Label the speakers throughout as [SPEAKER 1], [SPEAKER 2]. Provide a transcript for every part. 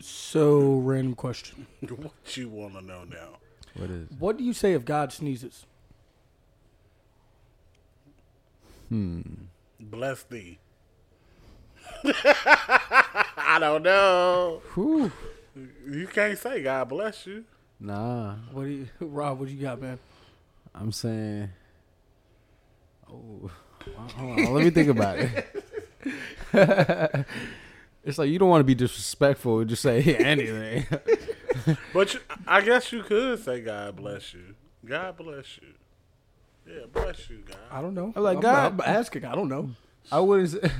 [SPEAKER 1] So random question.
[SPEAKER 2] What you want to know now?
[SPEAKER 3] What is?
[SPEAKER 1] What do you say if God sneezes?
[SPEAKER 2] Hmm. Bless thee. I don't know.
[SPEAKER 3] Whew.
[SPEAKER 2] You can't say God bless you.
[SPEAKER 3] Nah,
[SPEAKER 1] What do you, Rob? What you got, man?
[SPEAKER 3] I'm saying. Oh, hold on, let me think about it. it's like you don't want to be disrespectful. Just say anything.
[SPEAKER 2] But you, I guess you could say God bless you. God bless you. Yeah, bless you, God.
[SPEAKER 1] I don't know.
[SPEAKER 3] I'm like,
[SPEAKER 1] I'm,
[SPEAKER 3] God-
[SPEAKER 1] I'm asking. I don't know.
[SPEAKER 3] I wouldn't. Say,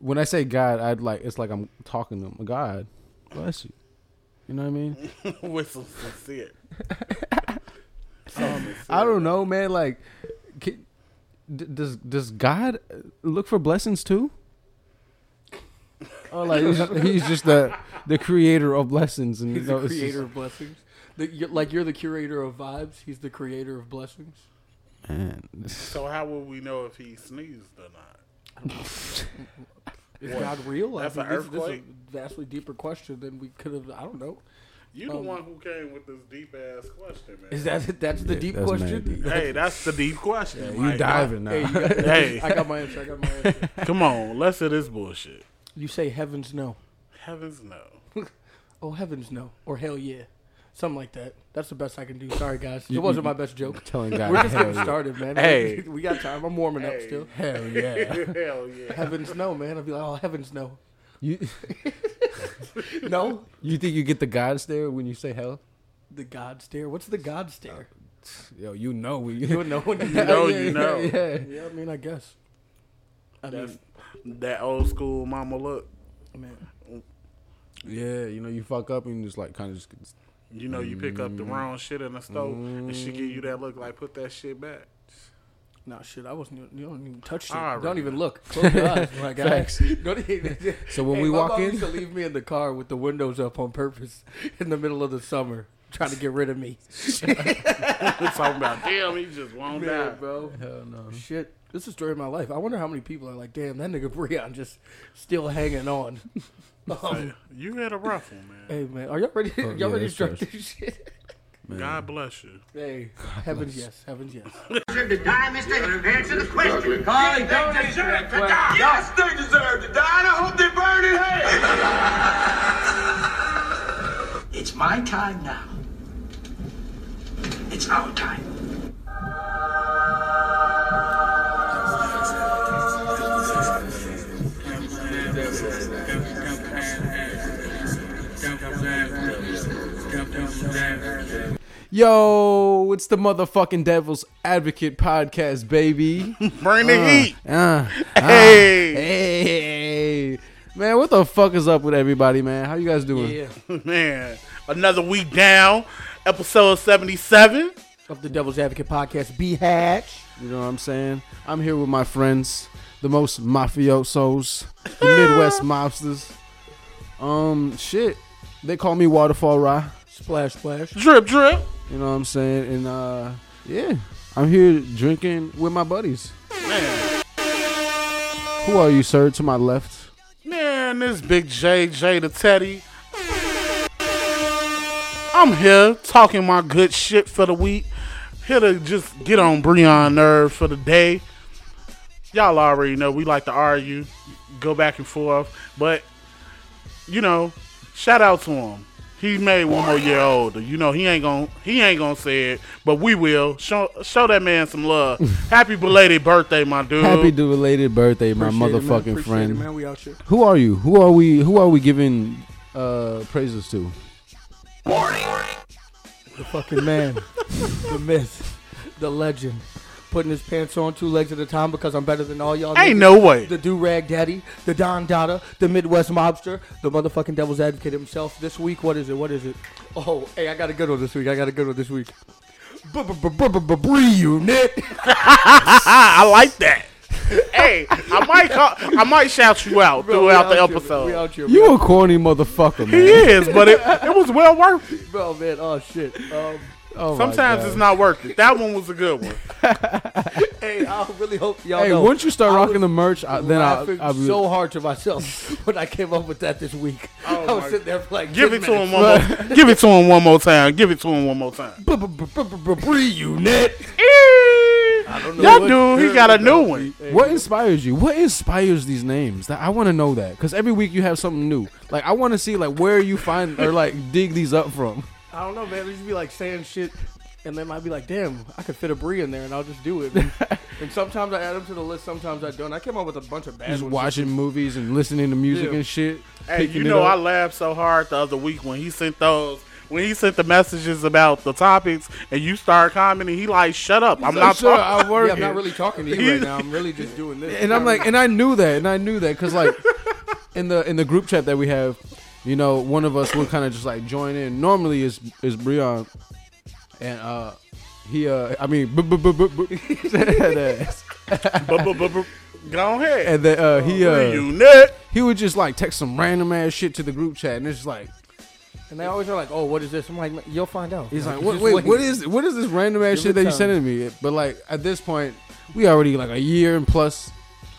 [SPEAKER 3] when I say God, I'd like it's like I'm talking to him. God, bless you. You know what I mean?
[SPEAKER 2] With some sincere.
[SPEAKER 3] I don't know, man. Like, can, d- does does God look for blessings too? Or like he's, he's just the the creator of blessings and
[SPEAKER 1] He's
[SPEAKER 3] you know,
[SPEAKER 1] the
[SPEAKER 3] it's just-
[SPEAKER 1] creator of blessings. The, you like you're the curator of vibes. He's the creator of blessings.
[SPEAKER 3] Man,
[SPEAKER 2] So how will we know if he sneezed or not?
[SPEAKER 1] Is
[SPEAKER 2] What?
[SPEAKER 1] God real?
[SPEAKER 2] That's
[SPEAKER 1] I mean,
[SPEAKER 2] an
[SPEAKER 1] this- this is
[SPEAKER 2] earthquake.
[SPEAKER 1] a vastly deeper question than we could have. I don't know.
[SPEAKER 2] You the
[SPEAKER 1] Um,
[SPEAKER 2] one who came with this deep ass question, man.
[SPEAKER 1] Is that that's the
[SPEAKER 3] Yeah,
[SPEAKER 1] deep
[SPEAKER 3] that's mad
[SPEAKER 1] question?
[SPEAKER 3] deep.
[SPEAKER 2] hey, that's the deep question.
[SPEAKER 3] you
[SPEAKER 2] Like,
[SPEAKER 3] diving now?
[SPEAKER 1] Hey, you got,
[SPEAKER 2] Hey.
[SPEAKER 1] I got my answer. I got my answer.
[SPEAKER 2] Come on, let's hear this bullshit.
[SPEAKER 1] You say heavens no.
[SPEAKER 2] Heavens no.
[SPEAKER 1] Oh heavens no, or hell yeah, something like that. That's the best I can do. Sorry guys, it
[SPEAKER 3] You-
[SPEAKER 1] wasn't
[SPEAKER 3] you-
[SPEAKER 1] my best joke.
[SPEAKER 3] telling God,
[SPEAKER 1] We're just
[SPEAKER 3] hell
[SPEAKER 1] getting
[SPEAKER 3] yeah.
[SPEAKER 1] started, man.
[SPEAKER 2] Hey.
[SPEAKER 1] we got time. I'm warming up
[SPEAKER 2] Hey.
[SPEAKER 1] still.
[SPEAKER 3] Hell yeah!
[SPEAKER 2] Hell yeah.
[SPEAKER 1] Heavens no, man. I'll be like, oh heavens no,
[SPEAKER 3] you
[SPEAKER 1] no.
[SPEAKER 3] you think you get the God stare when you say hell?
[SPEAKER 1] The God stare. What's the God stare?
[SPEAKER 3] Yo, you know we.
[SPEAKER 1] You would know when you
[SPEAKER 2] You know, you know.
[SPEAKER 3] Yeah.
[SPEAKER 1] Yeah, I mean, I guess. I
[SPEAKER 2] That's
[SPEAKER 1] mean,
[SPEAKER 2] that old school mama look.
[SPEAKER 1] I mean,
[SPEAKER 3] Yeah, you know you fuck up and you just like kind of just.
[SPEAKER 2] You know, you pick up the wrong shit in the store and she give you that look like put that shit back.
[SPEAKER 1] nah, shit. I wasn't. Even, you don't even touch it.
[SPEAKER 2] Alright.
[SPEAKER 1] Don't even look. Close your eyes, my guy.
[SPEAKER 3] Facts.
[SPEAKER 1] Don't even.
[SPEAKER 3] So when
[SPEAKER 1] Hey,
[SPEAKER 3] we
[SPEAKER 1] my
[SPEAKER 3] walk
[SPEAKER 1] mom
[SPEAKER 3] in,
[SPEAKER 1] used to leave me in the car with the windows up on purpose in the middle of the summer, trying to get rid of me.
[SPEAKER 2] talking about damn, he just won't die.
[SPEAKER 1] Man, bro.
[SPEAKER 3] hell no.
[SPEAKER 1] Shit, this is story of my life. I wonder how many people are like, damn, that nigga Breon just still hanging on. Um,
[SPEAKER 2] You had a rough one, man.
[SPEAKER 1] hey man, are y'all ready?
[SPEAKER 3] Oh,
[SPEAKER 1] y'all
[SPEAKER 3] yeah,
[SPEAKER 1] ready to
[SPEAKER 3] that's
[SPEAKER 1] start
[SPEAKER 3] fresh.
[SPEAKER 1] this shit?
[SPEAKER 2] God bless you.
[SPEAKER 1] Hey, heavens yes, heavens yes.
[SPEAKER 4] deserve to die, mister? Answer the question. Carly, don't deserve to die. Yes, they deserve to die, and I hope they burn in hell. it's my time now. It's our time.
[SPEAKER 3] Yo, it's the motherfucking Devil's Advocate podcast, baby.
[SPEAKER 2] Bring the heat.
[SPEAKER 3] Uh,
[SPEAKER 2] Hey,
[SPEAKER 3] hey, man, what the fuck is up with everybody, man? How you guys doing?
[SPEAKER 1] Yeah,
[SPEAKER 2] man. Another week down. Episode seventy-seven.
[SPEAKER 1] of the Devil's Advocate podcast, B Hatch.
[SPEAKER 3] You know what I'm saying? I'm here with my friends, the most mafiosos, the Midwest mobsters. Um, shit, they call me Waterfall Rye.
[SPEAKER 1] Splash, splash.
[SPEAKER 2] Drip, drip.
[SPEAKER 3] You know what I'm saying? And uh, yeah, I'm here drinking with my buddies.
[SPEAKER 2] Man,
[SPEAKER 3] Who are you, sir? To my left.
[SPEAKER 2] man, this big JJ the Teddy. I'm here talking my good shit for the week. Here to just get on Breon nerve for the day. Y'all already know we like to argue, go back and forth, but you know, shout out to him. He made one more year older. You know, he ain't gonna he ain't gonna say it, but we will. Show show that man some love. Happy belated birthday, my dude.
[SPEAKER 3] Happy belated birthday, my
[SPEAKER 1] Appreciate it, man.
[SPEAKER 3] motherfucking
[SPEAKER 1] Appreciate
[SPEAKER 3] friend.
[SPEAKER 1] it, man. We out here.
[SPEAKER 3] Who are you? Who are we? Who are we giving uh, praises to?
[SPEAKER 1] The fucking man, the myth, the legend, putting his pants on two legs at a time because I'm better than all y'all.
[SPEAKER 2] Ain't
[SPEAKER 1] niggas.
[SPEAKER 2] no way.
[SPEAKER 1] The do rag daddy, the Don Dada, the Midwest mobster, the motherfucking devil's advocate himself. This week, what is it? What is it? Oh, hey, I got a good one this week. I got a good one this week. Unit.
[SPEAKER 2] I like that. hey, I might call, I might shout you out throughout the
[SPEAKER 1] We
[SPEAKER 2] episode.
[SPEAKER 1] out here.
[SPEAKER 3] You a corny motherfucker,
[SPEAKER 2] He
[SPEAKER 3] man.
[SPEAKER 2] is, but it, it was well worth it.
[SPEAKER 1] Bro, man. Oh, shit. Um,
[SPEAKER 3] Oh my
[SPEAKER 2] Sometimes
[SPEAKER 3] God.
[SPEAKER 2] it's not worth it. That one was a good one.
[SPEAKER 1] Hey, I really hope y'all
[SPEAKER 3] Hey,
[SPEAKER 1] know.
[SPEAKER 3] once you start
[SPEAKER 1] I
[SPEAKER 3] rocking
[SPEAKER 1] was
[SPEAKER 3] the merch, I, then I,
[SPEAKER 1] laughing
[SPEAKER 3] I'll be
[SPEAKER 1] so hard to myself when I came up with that this week. I was
[SPEAKER 2] my-
[SPEAKER 1] sitting there for like
[SPEAKER 2] Give
[SPEAKER 1] 10
[SPEAKER 2] it to him
[SPEAKER 1] minutes.
[SPEAKER 2] one more. Give it to him one more time. Give it to him one more time.
[SPEAKER 1] Reunit.
[SPEAKER 2] Y'all dude, he got a new one.
[SPEAKER 3] What inspires you? What inspires these names? That I want to know that because every week you have something new. Like I want to see like where you find or like dig these up from.
[SPEAKER 1] I don't know, man. They just be like saying shit, and they might be like, "Damn, I could fit a brie in there, and I'll just do it." and sometimes I add them to the list, sometimes I don't. I came up with a bunch of bad
[SPEAKER 3] Just
[SPEAKER 1] ones.
[SPEAKER 3] watching movies and listening to music
[SPEAKER 1] Yeah.
[SPEAKER 3] and shit.
[SPEAKER 2] Hey,
[SPEAKER 3] picking
[SPEAKER 2] you
[SPEAKER 3] it
[SPEAKER 2] know I
[SPEAKER 3] up.
[SPEAKER 2] laughed so hard the other week when he sent those when he sent the messages about the topics and you started commenting. He like, shut up. I'm not
[SPEAKER 3] sure
[SPEAKER 2] talking.
[SPEAKER 3] I work.
[SPEAKER 1] Yeah, I'm not really talking to you right now. I'm really just doing this.
[SPEAKER 3] and I'm like, and I knew that, and I knew that because like in the in the group chat that we have, you know, one of us would kind of just like join in. Normally is is Breon, and uh he uh I mean, bu- bu- bu- bu- bu- that ass.
[SPEAKER 2] Bu- bu- bu- bu- Go ahead.
[SPEAKER 3] and then uh, he
[SPEAKER 1] Oh,
[SPEAKER 3] uh
[SPEAKER 2] You nut.
[SPEAKER 3] he would just like text some random ass shit to the group chat, and it's just like
[SPEAKER 1] and they always are like, "Oh, what is this?" I'm like, "Man, "You'll find out."
[SPEAKER 3] he's like,
[SPEAKER 1] you
[SPEAKER 3] what,
[SPEAKER 1] just
[SPEAKER 3] wait, what is what is this random ass
[SPEAKER 1] Give
[SPEAKER 3] shit
[SPEAKER 1] it
[SPEAKER 3] that you
[SPEAKER 1] time.
[SPEAKER 3] sending me? But like at this point, we already like a year and plus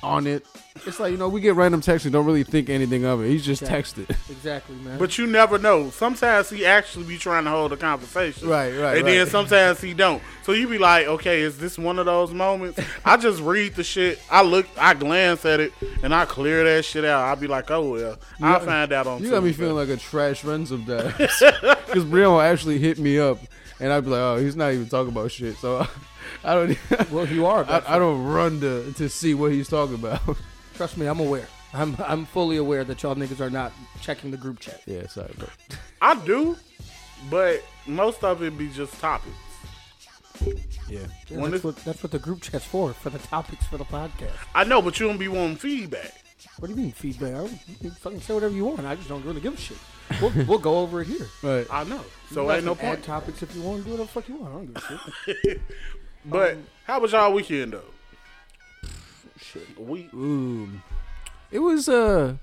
[SPEAKER 3] on it. It's like you know we get random texts and don't really think anything of it. He's just
[SPEAKER 1] Yeah.
[SPEAKER 3] texted.
[SPEAKER 1] Exactly, man.
[SPEAKER 2] But you never know. Sometimes he actually be trying to hold a conversation.
[SPEAKER 3] Right, right,
[SPEAKER 2] And then
[SPEAKER 3] right.
[SPEAKER 2] sometimes he don't. So you be like, okay, is this one of those moments? I just read the shit. I look, I glance at it, and I clear that shit out. I be like, oh well, I'll find out on.
[SPEAKER 3] You got me
[SPEAKER 2] Tuesday.
[SPEAKER 3] feeling like a trash friend sometimes. Because Brian will actually hit me up, and I'd be like, "Oh, he's not even talking about shit." So I don't.
[SPEAKER 1] well, you are.
[SPEAKER 3] I,
[SPEAKER 1] but
[SPEAKER 3] I don't run to to see what he's talking about.
[SPEAKER 1] trust me, I'm aware. I'm I'm fully aware that y'all niggas are not checking the group chat.
[SPEAKER 3] yeah, sorry, bro.
[SPEAKER 2] I do, but most of it be just topics.
[SPEAKER 3] Yeah,
[SPEAKER 1] Yeah,
[SPEAKER 2] When
[SPEAKER 1] that's,
[SPEAKER 2] is-
[SPEAKER 1] what, that's what the group chat's for, for the topics for the podcast.
[SPEAKER 2] I know, but you don't be wanting feedback.
[SPEAKER 1] What do you mean feedback? I don't- you can fucking say whatever you want. I just don't really give a shit. We'll, we'll go over it here.
[SPEAKER 3] right.
[SPEAKER 2] I know, so
[SPEAKER 1] You guys
[SPEAKER 2] ain't no
[SPEAKER 1] can add
[SPEAKER 2] point.
[SPEAKER 1] topics if you want. Do whatever the fuck you want. I don't give a shit.
[SPEAKER 2] But how was y'all weekend though?
[SPEAKER 1] shit.
[SPEAKER 2] We
[SPEAKER 3] Ooh, it was uh,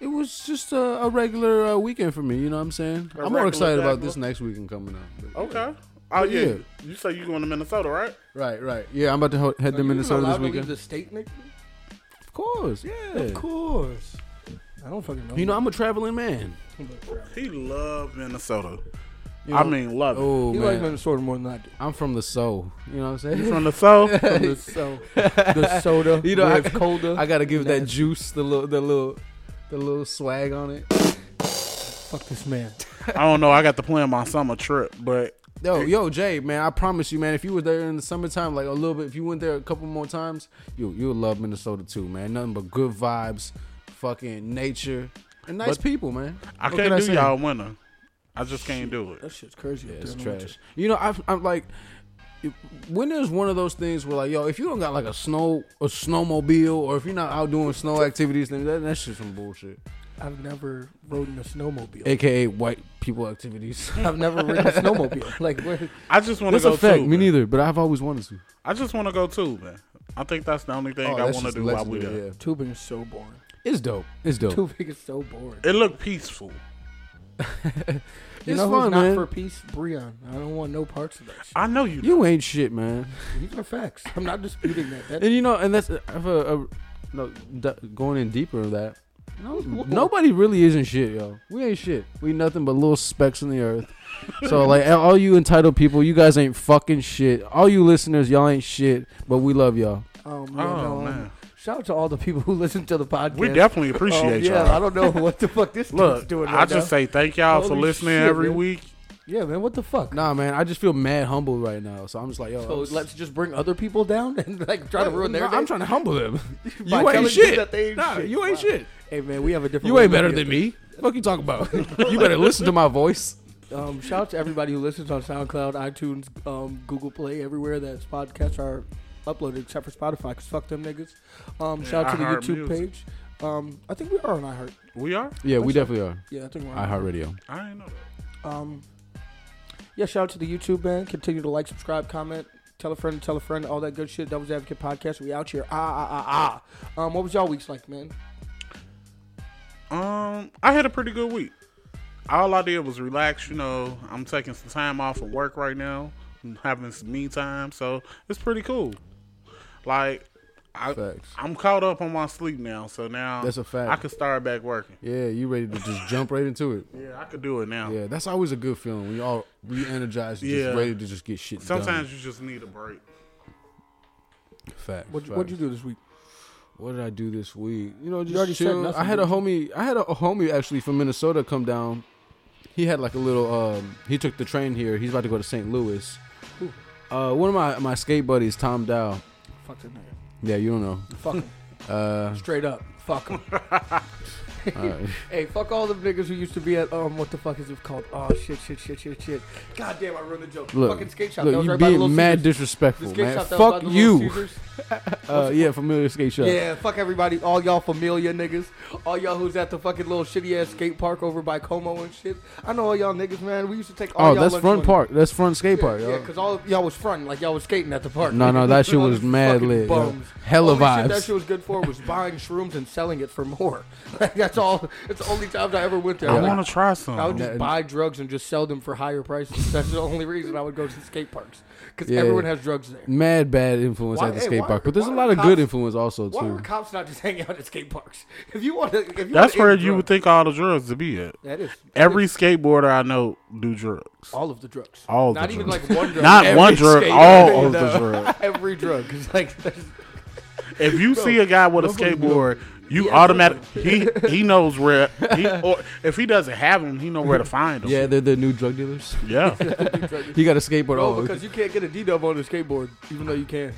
[SPEAKER 3] it was just a, a regular uh, weekend for me. You know what I'm saying?
[SPEAKER 2] A
[SPEAKER 3] I'm more
[SPEAKER 2] regular
[SPEAKER 3] excited about
[SPEAKER 2] regular?
[SPEAKER 3] this next weekend coming up. but-
[SPEAKER 2] okay. Oh yeah,
[SPEAKER 3] yeah.
[SPEAKER 2] you say you going to Minnesota, right?
[SPEAKER 3] Right, right. Yeah, I'm about to ho- head to
[SPEAKER 1] Are you even
[SPEAKER 3] Minnesota
[SPEAKER 1] allowed
[SPEAKER 3] this
[SPEAKER 1] to leave
[SPEAKER 3] weekend.
[SPEAKER 1] The state, nigga?
[SPEAKER 3] Of course, yeah.
[SPEAKER 1] Of course. I don't fucking know.
[SPEAKER 3] You know, I'm a traveling man.
[SPEAKER 2] He love Minnesota.
[SPEAKER 3] You
[SPEAKER 2] I
[SPEAKER 3] know-
[SPEAKER 2] mean, love it.
[SPEAKER 3] Oh
[SPEAKER 1] you
[SPEAKER 3] man,
[SPEAKER 1] like Minnesota more than I do.
[SPEAKER 3] I'm from the soul. You know what I'm saying?
[SPEAKER 2] From the south,
[SPEAKER 1] From the, so, the soda,
[SPEAKER 3] You know, I-
[SPEAKER 1] where it's colder.
[SPEAKER 3] I gotta give that
[SPEAKER 1] Nasty.
[SPEAKER 3] juice the little the little the little swag on it.
[SPEAKER 1] Fuck this man.
[SPEAKER 2] I don't know. I got to plan my summer trip, but
[SPEAKER 3] Yo, yo, Jay, man, I promise you, man, if you were there in the summertime, like a little bit, if you went there a couple more times, you you'll love Minnesota too, man. Nothing but good vibes, fucking nature, and nice
[SPEAKER 2] But-
[SPEAKER 3] people, man.
[SPEAKER 2] I
[SPEAKER 3] What
[SPEAKER 2] can't
[SPEAKER 3] can
[SPEAKER 2] do
[SPEAKER 3] say?
[SPEAKER 2] y'all winter. I just can't do it.
[SPEAKER 1] That shit's crazy.
[SPEAKER 3] It's trash. You know, I've, I'm like, if- winter's one of those things where like, yo, if you don't got like a snow a snowmobile, or if you're not out doing snow activities, then that, that's just some bullshit.
[SPEAKER 1] I've never rode in a snowmobile.
[SPEAKER 3] AKA white people activities.
[SPEAKER 1] I've never ridden a snowmobile. Like, where,
[SPEAKER 2] I just want to
[SPEAKER 3] That's
[SPEAKER 2] go
[SPEAKER 3] a fact.
[SPEAKER 2] too.
[SPEAKER 3] Me
[SPEAKER 2] man.
[SPEAKER 3] neither, but I've always wanted to.
[SPEAKER 2] I just want to go too, man. I think that's the only thing
[SPEAKER 3] Oh,
[SPEAKER 2] I
[SPEAKER 3] that's
[SPEAKER 2] want to
[SPEAKER 3] just
[SPEAKER 2] do while we there.
[SPEAKER 3] legendary, yeah.
[SPEAKER 1] tubing is so boring.
[SPEAKER 3] It's dope. It's dope.
[SPEAKER 1] Tubing is so boring.
[SPEAKER 2] It looked peaceful.
[SPEAKER 1] You
[SPEAKER 3] it's
[SPEAKER 1] know who's
[SPEAKER 3] fun,
[SPEAKER 1] not
[SPEAKER 3] man.
[SPEAKER 1] for peace? Breon. I don't want no parts of that shit.
[SPEAKER 2] I know you.
[SPEAKER 3] you ain't shit, man.
[SPEAKER 1] These are facts. I'm not disputing that. That
[SPEAKER 3] And you know, and that's I have a, a no d- going in deeper of that. No, nobody really isn't shit, yo. We ain't shit. We nothing but little specks in the earth. so like, all you entitled people, you guys ain't fucking shit. All you listeners, y'all ain't shit. But we love y'all.
[SPEAKER 1] um,
[SPEAKER 2] Oh,
[SPEAKER 1] yeah, no, um,
[SPEAKER 2] man.
[SPEAKER 1] shout out to all the people who listen to the podcast.
[SPEAKER 2] We
[SPEAKER 3] Oh,
[SPEAKER 2] definitely
[SPEAKER 1] Um,
[SPEAKER 2] appreciate
[SPEAKER 1] yeah, I
[SPEAKER 2] y'all.
[SPEAKER 1] don't know what the fuck this dude's
[SPEAKER 2] Look,
[SPEAKER 1] doing. Right
[SPEAKER 2] I just
[SPEAKER 1] now.
[SPEAKER 2] say thank y'all for
[SPEAKER 1] Holy
[SPEAKER 2] listening
[SPEAKER 1] shit,
[SPEAKER 2] every
[SPEAKER 1] man.
[SPEAKER 2] week.
[SPEAKER 1] yeah, man. What the fuck?
[SPEAKER 3] Nah, man, I just feel mad humble right now. So I'm just like, yo.
[SPEAKER 1] so
[SPEAKER 3] I'm just-
[SPEAKER 1] let's just bring other people down and like try to ruin their.
[SPEAKER 3] No,
[SPEAKER 1] day?
[SPEAKER 3] I'm trying to humble them.
[SPEAKER 1] By
[SPEAKER 3] you
[SPEAKER 1] telling
[SPEAKER 3] ain't
[SPEAKER 1] them
[SPEAKER 3] shit.
[SPEAKER 1] that they ain't
[SPEAKER 3] nah,
[SPEAKER 1] shit.
[SPEAKER 3] you ain't
[SPEAKER 1] Wow.
[SPEAKER 3] shit.
[SPEAKER 1] Hey man, we have a different.
[SPEAKER 3] You
[SPEAKER 1] way
[SPEAKER 3] ain't
[SPEAKER 1] of
[SPEAKER 3] better
[SPEAKER 1] looking
[SPEAKER 3] than me. Fuck you talking about? you better listen to my voice.
[SPEAKER 1] at it. Um, shout out to everybody who listens on SoundCloud, iTunes, um, Google Play, everywhere that podcasts are uploaded, except for Spotify. Cause fuck them niggas. Um, shout out to the
[SPEAKER 2] iHeart
[SPEAKER 1] YouTube
[SPEAKER 2] Music.
[SPEAKER 1] page. Um, I think we are on iHeart.
[SPEAKER 2] We are.
[SPEAKER 3] Yeah, we definitely are.
[SPEAKER 1] Yeah, I think we're on
[SPEAKER 3] iHeartRadio.
[SPEAKER 2] I ain't know that.
[SPEAKER 1] Um, yeah, shout out to the YouTube man. Continue to like, subscribe, comment, tell a friend, tell a friend, all that good shit. Devil's Advocate podcast. We out here. Ah ah ah ah. Um, what was y'all weeks like, man?
[SPEAKER 2] Um, I had a pretty good week. all I did was relax. You know, I'm taking some time off of work right now. I'm having some me time, so it's pretty cool. Like, I,
[SPEAKER 3] Facts.
[SPEAKER 2] I'm caught up on my sleep now, so now
[SPEAKER 3] That's a fact.
[SPEAKER 2] I can start back working.
[SPEAKER 3] Yeah, you ready to just jump right into it?
[SPEAKER 2] Yeah, I could do it now.
[SPEAKER 3] Yeah, that's always a good feeling when you all re-energized, and
[SPEAKER 2] Yeah.
[SPEAKER 3] just ready to just get shit done.
[SPEAKER 2] Sometimes you just need a break.
[SPEAKER 3] Fact.
[SPEAKER 1] What what'd you do this week?
[SPEAKER 3] What did I do this week? You know, just
[SPEAKER 1] already said
[SPEAKER 3] chill.
[SPEAKER 1] nothing,
[SPEAKER 3] I had a homie. I had a, a homie actually from Minnesota come down. He had like a little. Um, he took the train here. He's about to go to St. Louis. Uh, one of my my skate buddies, Tom Dow.
[SPEAKER 1] Fuck that nigga.
[SPEAKER 3] Yeah, you don't know. Uh,
[SPEAKER 1] Fuck him. Straight up. Fuck him.
[SPEAKER 3] Alright.
[SPEAKER 1] Hey, fuck all the niggas who used to be at um, what the fuck is it called? Oh shit, shit, shit, shit, shit. God damn, I ruined the joke.
[SPEAKER 3] Look,
[SPEAKER 1] Fucking skate shop.
[SPEAKER 3] look,
[SPEAKER 1] that was
[SPEAKER 3] you
[SPEAKER 1] right by the
[SPEAKER 3] being
[SPEAKER 1] Little
[SPEAKER 3] mad
[SPEAKER 1] Caesars. The
[SPEAKER 3] disrespectful,
[SPEAKER 1] skate
[SPEAKER 3] man.
[SPEAKER 1] shop that was by
[SPEAKER 3] Fuck
[SPEAKER 1] the Little
[SPEAKER 3] you.
[SPEAKER 1] Caesars.
[SPEAKER 3] Uh, yeah, familiar skate shop.
[SPEAKER 1] Yeah, fuck everybody. All y'all familiar niggas. All y'all who's at the fucking little shitty ass skate park over by Como and shit. I know all y'all niggas, man. We used to take all
[SPEAKER 3] Oh,
[SPEAKER 1] y'all
[SPEAKER 3] that's
[SPEAKER 1] lunch
[SPEAKER 3] front
[SPEAKER 1] money.
[SPEAKER 3] park. That's front skate
[SPEAKER 1] Yeah,
[SPEAKER 3] park.
[SPEAKER 1] Yeah,
[SPEAKER 3] yo.
[SPEAKER 1] because all y'all was fronting like y'all was skating at the park.
[SPEAKER 3] No, no, that shit
[SPEAKER 1] All
[SPEAKER 3] was
[SPEAKER 1] these
[SPEAKER 3] mad
[SPEAKER 1] fucking
[SPEAKER 3] lit. yo.
[SPEAKER 1] bums.
[SPEAKER 3] Hella
[SPEAKER 1] Only shit that
[SPEAKER 3] vibes.
[SPEAKER 1] shit was good for was buying shrooms and selling it for more. Like, that's all. It's the only times I ever went there.
[SPEAKER 2] I
[SPEAKER 1] Like,
[SPEAKER 2] want to try
[SPEAKER 1] I would
[SPEAKER 2] some.
[SPEAKER 1] just
[SPEAKER 3] Yeah.
[SPEAKER 1] buy drugs and just sell them for higher prices. That's the only reason I would go to skate parks because
[SPEAKER 3] Yeah.
[SPEAKER 1] everyone has drugs there.
[SPEAKER 3] Mad bad influence
[SPEAKER 1] Why-
[SPEAKER 3] at the
[SPEAKER 1] hey,
[SPEAKER 3] skate
[SPEAKER 1] why
[SPEAKER 3] park,
[SPEAKER 1] are-
[SPEAKER 3] but there's a
[SPEAKER 1] why
[SPEAKER 3] lot
[SPEAKER 1] are
[SPEAKER 3] of good
[SPEAKER 1] cops-
[SPEAKER 3] influence also
[SPEAKER 1] Why are
[SPEAKER 3] too.
[SPEAKER 1] cops not just hanging out at skate parks? If you want to,
[SPEAKER 2] That's where you would think all the drugs to be at.
[SPEAKER 1] That is
[SPEAKER 2] Every skateboarder I know do drugs.
[SPEAKER 1] all of the drugs.
[SPEAKER 2] All the
[SPEAKER 1] not even
[SPEAKER 2] drugs.
[SPEAKER 1] like one drug.
[SPEAKER 2] Not
[SPEAKER 1] Every
[SPEAKER 2] one drug,
[SPEAKER 1] skate-
[SPEAKER 2] all of
[SPEAKER 1] No.
[SPEAKER 2] the drugs.
[SPEAKER 1] Every drug. 'Cause, like, that's-
[SPEAKER 2] If you see a guy with a skateboard, you automatic he he knows where he or if he doesn't have them, he know where to find them.
[SPEAKER 3] Yeah, they're the new drug dealers.
[SPEAKER 2] Yeah.
[SPEAKER 3] He got a skateboard.
[SPEAKER 1] oh,
[SPEAKER 3] Oh,
[SPEAKER 1] because you can't get a D dub on a skateboard, even though you can.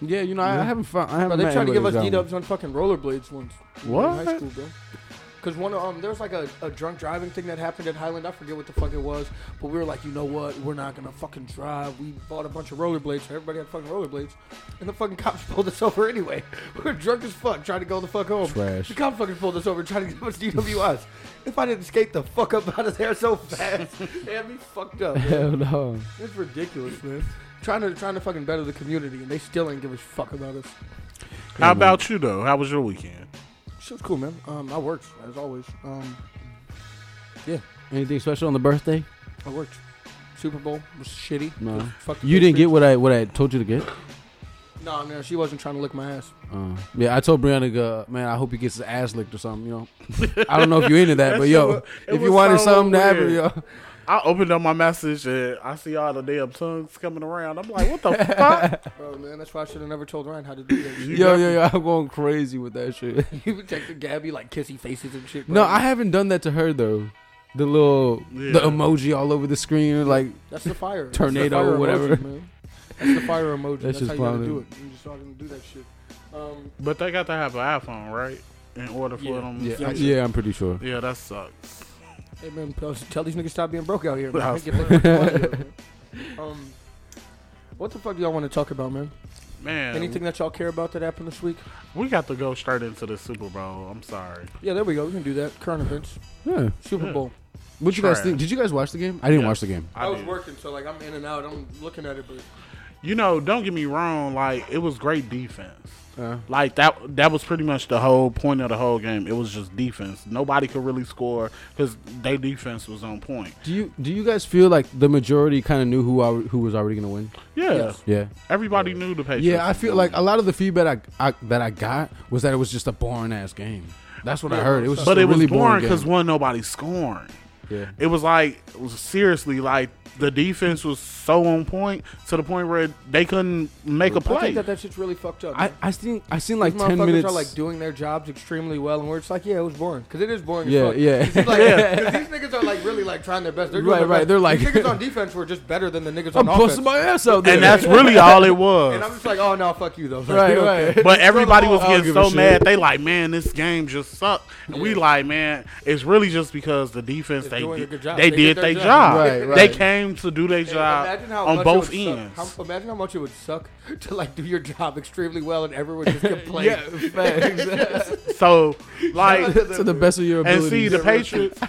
[SPEAKER 3] yeah, you know I, I haven't found. I
[SPEAKER 1] Bro,
[SPEAKER 3] haven't.
[SPEAKER 1] they
[SPEAKER 3] met
[SPEAKER 1] tried to give us
[SPEAKER 2] um,
[SPEAKER 1] D
[SPEAKER 3] anybody who's
[SPEAKER 1] dubs on fucking rollerblades once. In high
[SPEAKER 2] What?
[SPEAKER 1] school, bro. Cause one of um, there was like a, a drunk driving thing that happened at Highland. I forget what the fuck it was, but we were like, you know what? We're not gonna fucking drive. We bought a bunch of rollerblades. So everybody had fucking rollerblades, and the fucking cops pulled us over anyway. We were drunk as fuck, trying to go the fuck home.
[SPEAKER 3] Trash.
[SPEAKER 1] The cops fucking pulled us over, trying to give us DWIs. if I didn't skate the fuck up out of there so fast, they had me fucked up. man.
[SPEAKER 3] down. Hell no.
[SPEAKER 1] It's ridiculous, man. Trying to trying to fucking better the community, and they still ain't give a fuck about us.
[SPEAKER 2] How about you though? How was your weekend?
[SPEAKER 1] Shit was cool, man. Um, I worked as always. Um,
[SPEAKER 3] Anything special on the birthday?
[SPEAKER 1] I worked. Super Bowl was shitty.
[SPEAKER 3] No.
[SPEAKER 1] Was fuck the
[SPEAKER 3] You didn't get
[SPEAKER 1] Patriots.
[SPEAKER 3] what I what I told you to get.
[SPEAKER 1] No, no, she wasn't trying to lick my ass.
[SPEAKER 3] Uh, yeah, I told Brianna, uh, man, I hope he gets his ass licked or something. You know, I don't know if you're into that, but yo,
[SPEAKER 2] shit wa- it
[SPEAKER 3] if you
[SPEAKER 2] was
[SPEAKER 3] wanted
[SPEAKER 2] so
[SPEAKER 3] something to happen,
[SPEAKER 2] weird.
[SPEAKER 3] yo,
[SPEAKER 2] I opened up my message and I see all the damn tongues coming around. I'm like, what the fuck?
[SPEAKER 1] Bro, man, that's why I should have never told Ryan how to do that.
[SPEAKER 3] yo, yo, yo, I'm going crazy with that shit.
[SPEAKER 1] He would texting Gabby like kissy faces and shit. Bro.
[SPEAKER 3] No, I haven't done that to her though. The little the
[SPEAKER 2] Yeah.
[SPEAKER 3] emoji all over the screen, like
[SPEAKER 1] that's the fire that's
[SPEAKER 3] Tornado
[SPEAKER 1] the fire
[SPEAKER 3] or whatever.
[SPEAKER 1] Emoji, man. That's the fire emoji.
[SPEAKER 3] That's
[SPEAKER 1] That's,
[SPEAKER 3] just
[SPEAKER 1] how you gotta
[SPEAKER 3] fine,
[SPEAKER 1] do it.
[SPEAKER 3] man.
[SPEAKER 1] You just all gonna do that shit. Um,
[SPEAKER 2] But they got to have an iPhone, right? In order for
[SPEAKER 1] Yeah.
[SPEAKER 2] them.
[SPEAKER 3] yeah,
[SPEAKER 1] Yeah,
[SPEAKER 3] I-
[SPEAKER 1] I-
[SPEAKER 3] yeah, I'm pretty sure.
[SPEAKER 2] Yeah, that sucks.
[SPEAKER 1] hey man, tell- tell these niggas stop being broke out here.
[SPEAKER 2] Nah.
[SPEAKER 1] Man. Get their fucking money up, man. um, what the fuck do y'all want to talk about, man?
[SPEAKER 2] Man,
[SPEAKER 1] Anything that y'all care about that happened this week?
[SPEAKER 2] we got to go straight into the Super Bowl. I'm sorry.
[SPEAKER 1] Yeah, there we go. We can do that. Current events,
[SPEAKER 3] Yeah.
[SPEAKER 1] Super
[SPEAKER 2] Yeah.
[SPEAKER 1] Bowl.
[SPEAKER 3] What you guys
[SPEAKER 2] Trash.
[SPEAKER 3] think? Did you guys watch the game? I didn't
[SPEAKER 2] Yeah.
[SPEAKER 3] watch the game.
[SPEAKER 1] I, was
[SPEAKER 2] did.
[SPEAKER 1] working, so like I'm in and out. I'm looking at it, but
[SPEAKER 2] You know, don't get me wrong. Like it was great defense.
[SPEAKER 3] Uh,
[SPEAKER 2] Like that. That was pretty much the whole point of the whole game. It was just defense. Nobody could really score because their defense was on point.
[SPEAKER 3] do you do you guys feel like the majority kind of knew who al- who was already gonna win?
[SPEAKER 2] Yeah,
[SPEAKER 1] Yes.
[SPEAKER 3] Yeah.
[SPEAKER 2] everybody knew the Patriots.
[SPEAKER 3] Yeah, I
[SPEAKER 2] was
[SPEAKER 3] feel
[SPEAKER 2] gonna
[SPEAKER 3] like a lot of the feedback I, I that I got was that it was just a boring ass game. That's what I heard. It was,
[SPEAKER 2] win.
[SPEAKER 3] just
[SPEAKER 2] but
[SPEAKER 3] a
[SPEAKER 2] it was
[SPEAKER 3] really
[SPEAKER 2] boring because
[SPEAKER 3] game.
[SPEAKER 2] one nobody scoring.
[SPEAKER 3] yeah,
[SPEAKER 2] It was like it was seriously like the defense was so on point to the point where they couldn't make a
[SPEAKER 1] I
[SPEAKER 2] play.
[SPEAKER 1] think that that shit's really fucked up.
[SPEAKER 3] I
[SPEAKER 1] man.
[SPEAKER 3] I seen I seen like
[SPEAKER 1] These
[SPEAKER 3] ten
[SPEAKER 1] motherfuckers
[SPEAKER 3] minutes.
[SPEAKER 1] are like doing their jobs extremely well, and we're just like, yeah, it was boring because it is boring.
[SPEAKER 3] Yeah, yeah.
[SPEAKER 1] as fuck. 'Cause it's like-
[SPEAKER 2] Yeah.
[SPEAKER 1] 'cause these niggas are like really like trying their best. They're
[SPEAKER 3] Right,
[SPEAKER 1] doing their
[SPEAKER 3] right.
[SPEAKER 1] best.
[SPEAKER 3] They're like-
[SPEAKER 1] these niggas on defense were just better than the niggas
[SPEAKER 3] I'm
[SPEAKER 1] on
[SPEAKER 3] busting
[SPEAKER 1] offense.
[SPEAKER 3] my ass out there.
[SPEAKER 2] and that's really all it was.
[SPEAKER 1] And I'm just like, oh no, fuck you though. Like, we
[SPEAKER 3] right,
[SPEAKER 1] don't care.
[SPEAKER 3] right.
[SPEAKER 2] But everybody was
[SPEAKER 3] I don't
[SPEAKER 2] getting
[SPEAKER 3] give a
[SPEAKER 2] so
[SPEAKER 3] shit.
[SPEAKER 2] mad. They like, man, this game just sucked. And we like, man, it's really just because the defense
[SPEAKER 1] They're
[SPEAKER 2] they
[SPEAKER 1] doing a
[SPEAKER 2] did,
[SPEAKER 1] good job.
[SPEAKER 2] they,
[SPEAKER 1] They
[SPEAKER 2] did
[SPEAKER 1] did their
[SPEAKER 2] their job.
[SPEAKER 1] job.
[SPEAKER 3] Right,
[SPEAKER 2] They
[SPEAKER 3] right.
[SPEAKER 2] came to do their
[SPEAKER 1] And
[SPEAKER 2] job
[SPEAKER 1] imagine how
[SPEAKER 2] on
[SPEAKER 1] much
[SPEAKER 2] both
[SPEAKER 1] it would
[SPEAKER 2] ends.
[SPEAKER 1] suck- how- imagine how much it would suck to like do your job extremely well and everyone just complain.
[SPEAKER 3] yeah, facts.
[SPEAKER 2] So like,
[SPEAKER 3] to the best of your
[SPEAKER 2] and
[SPEAKER 3] abilities.
[SPEAKER 2] see the Patriots.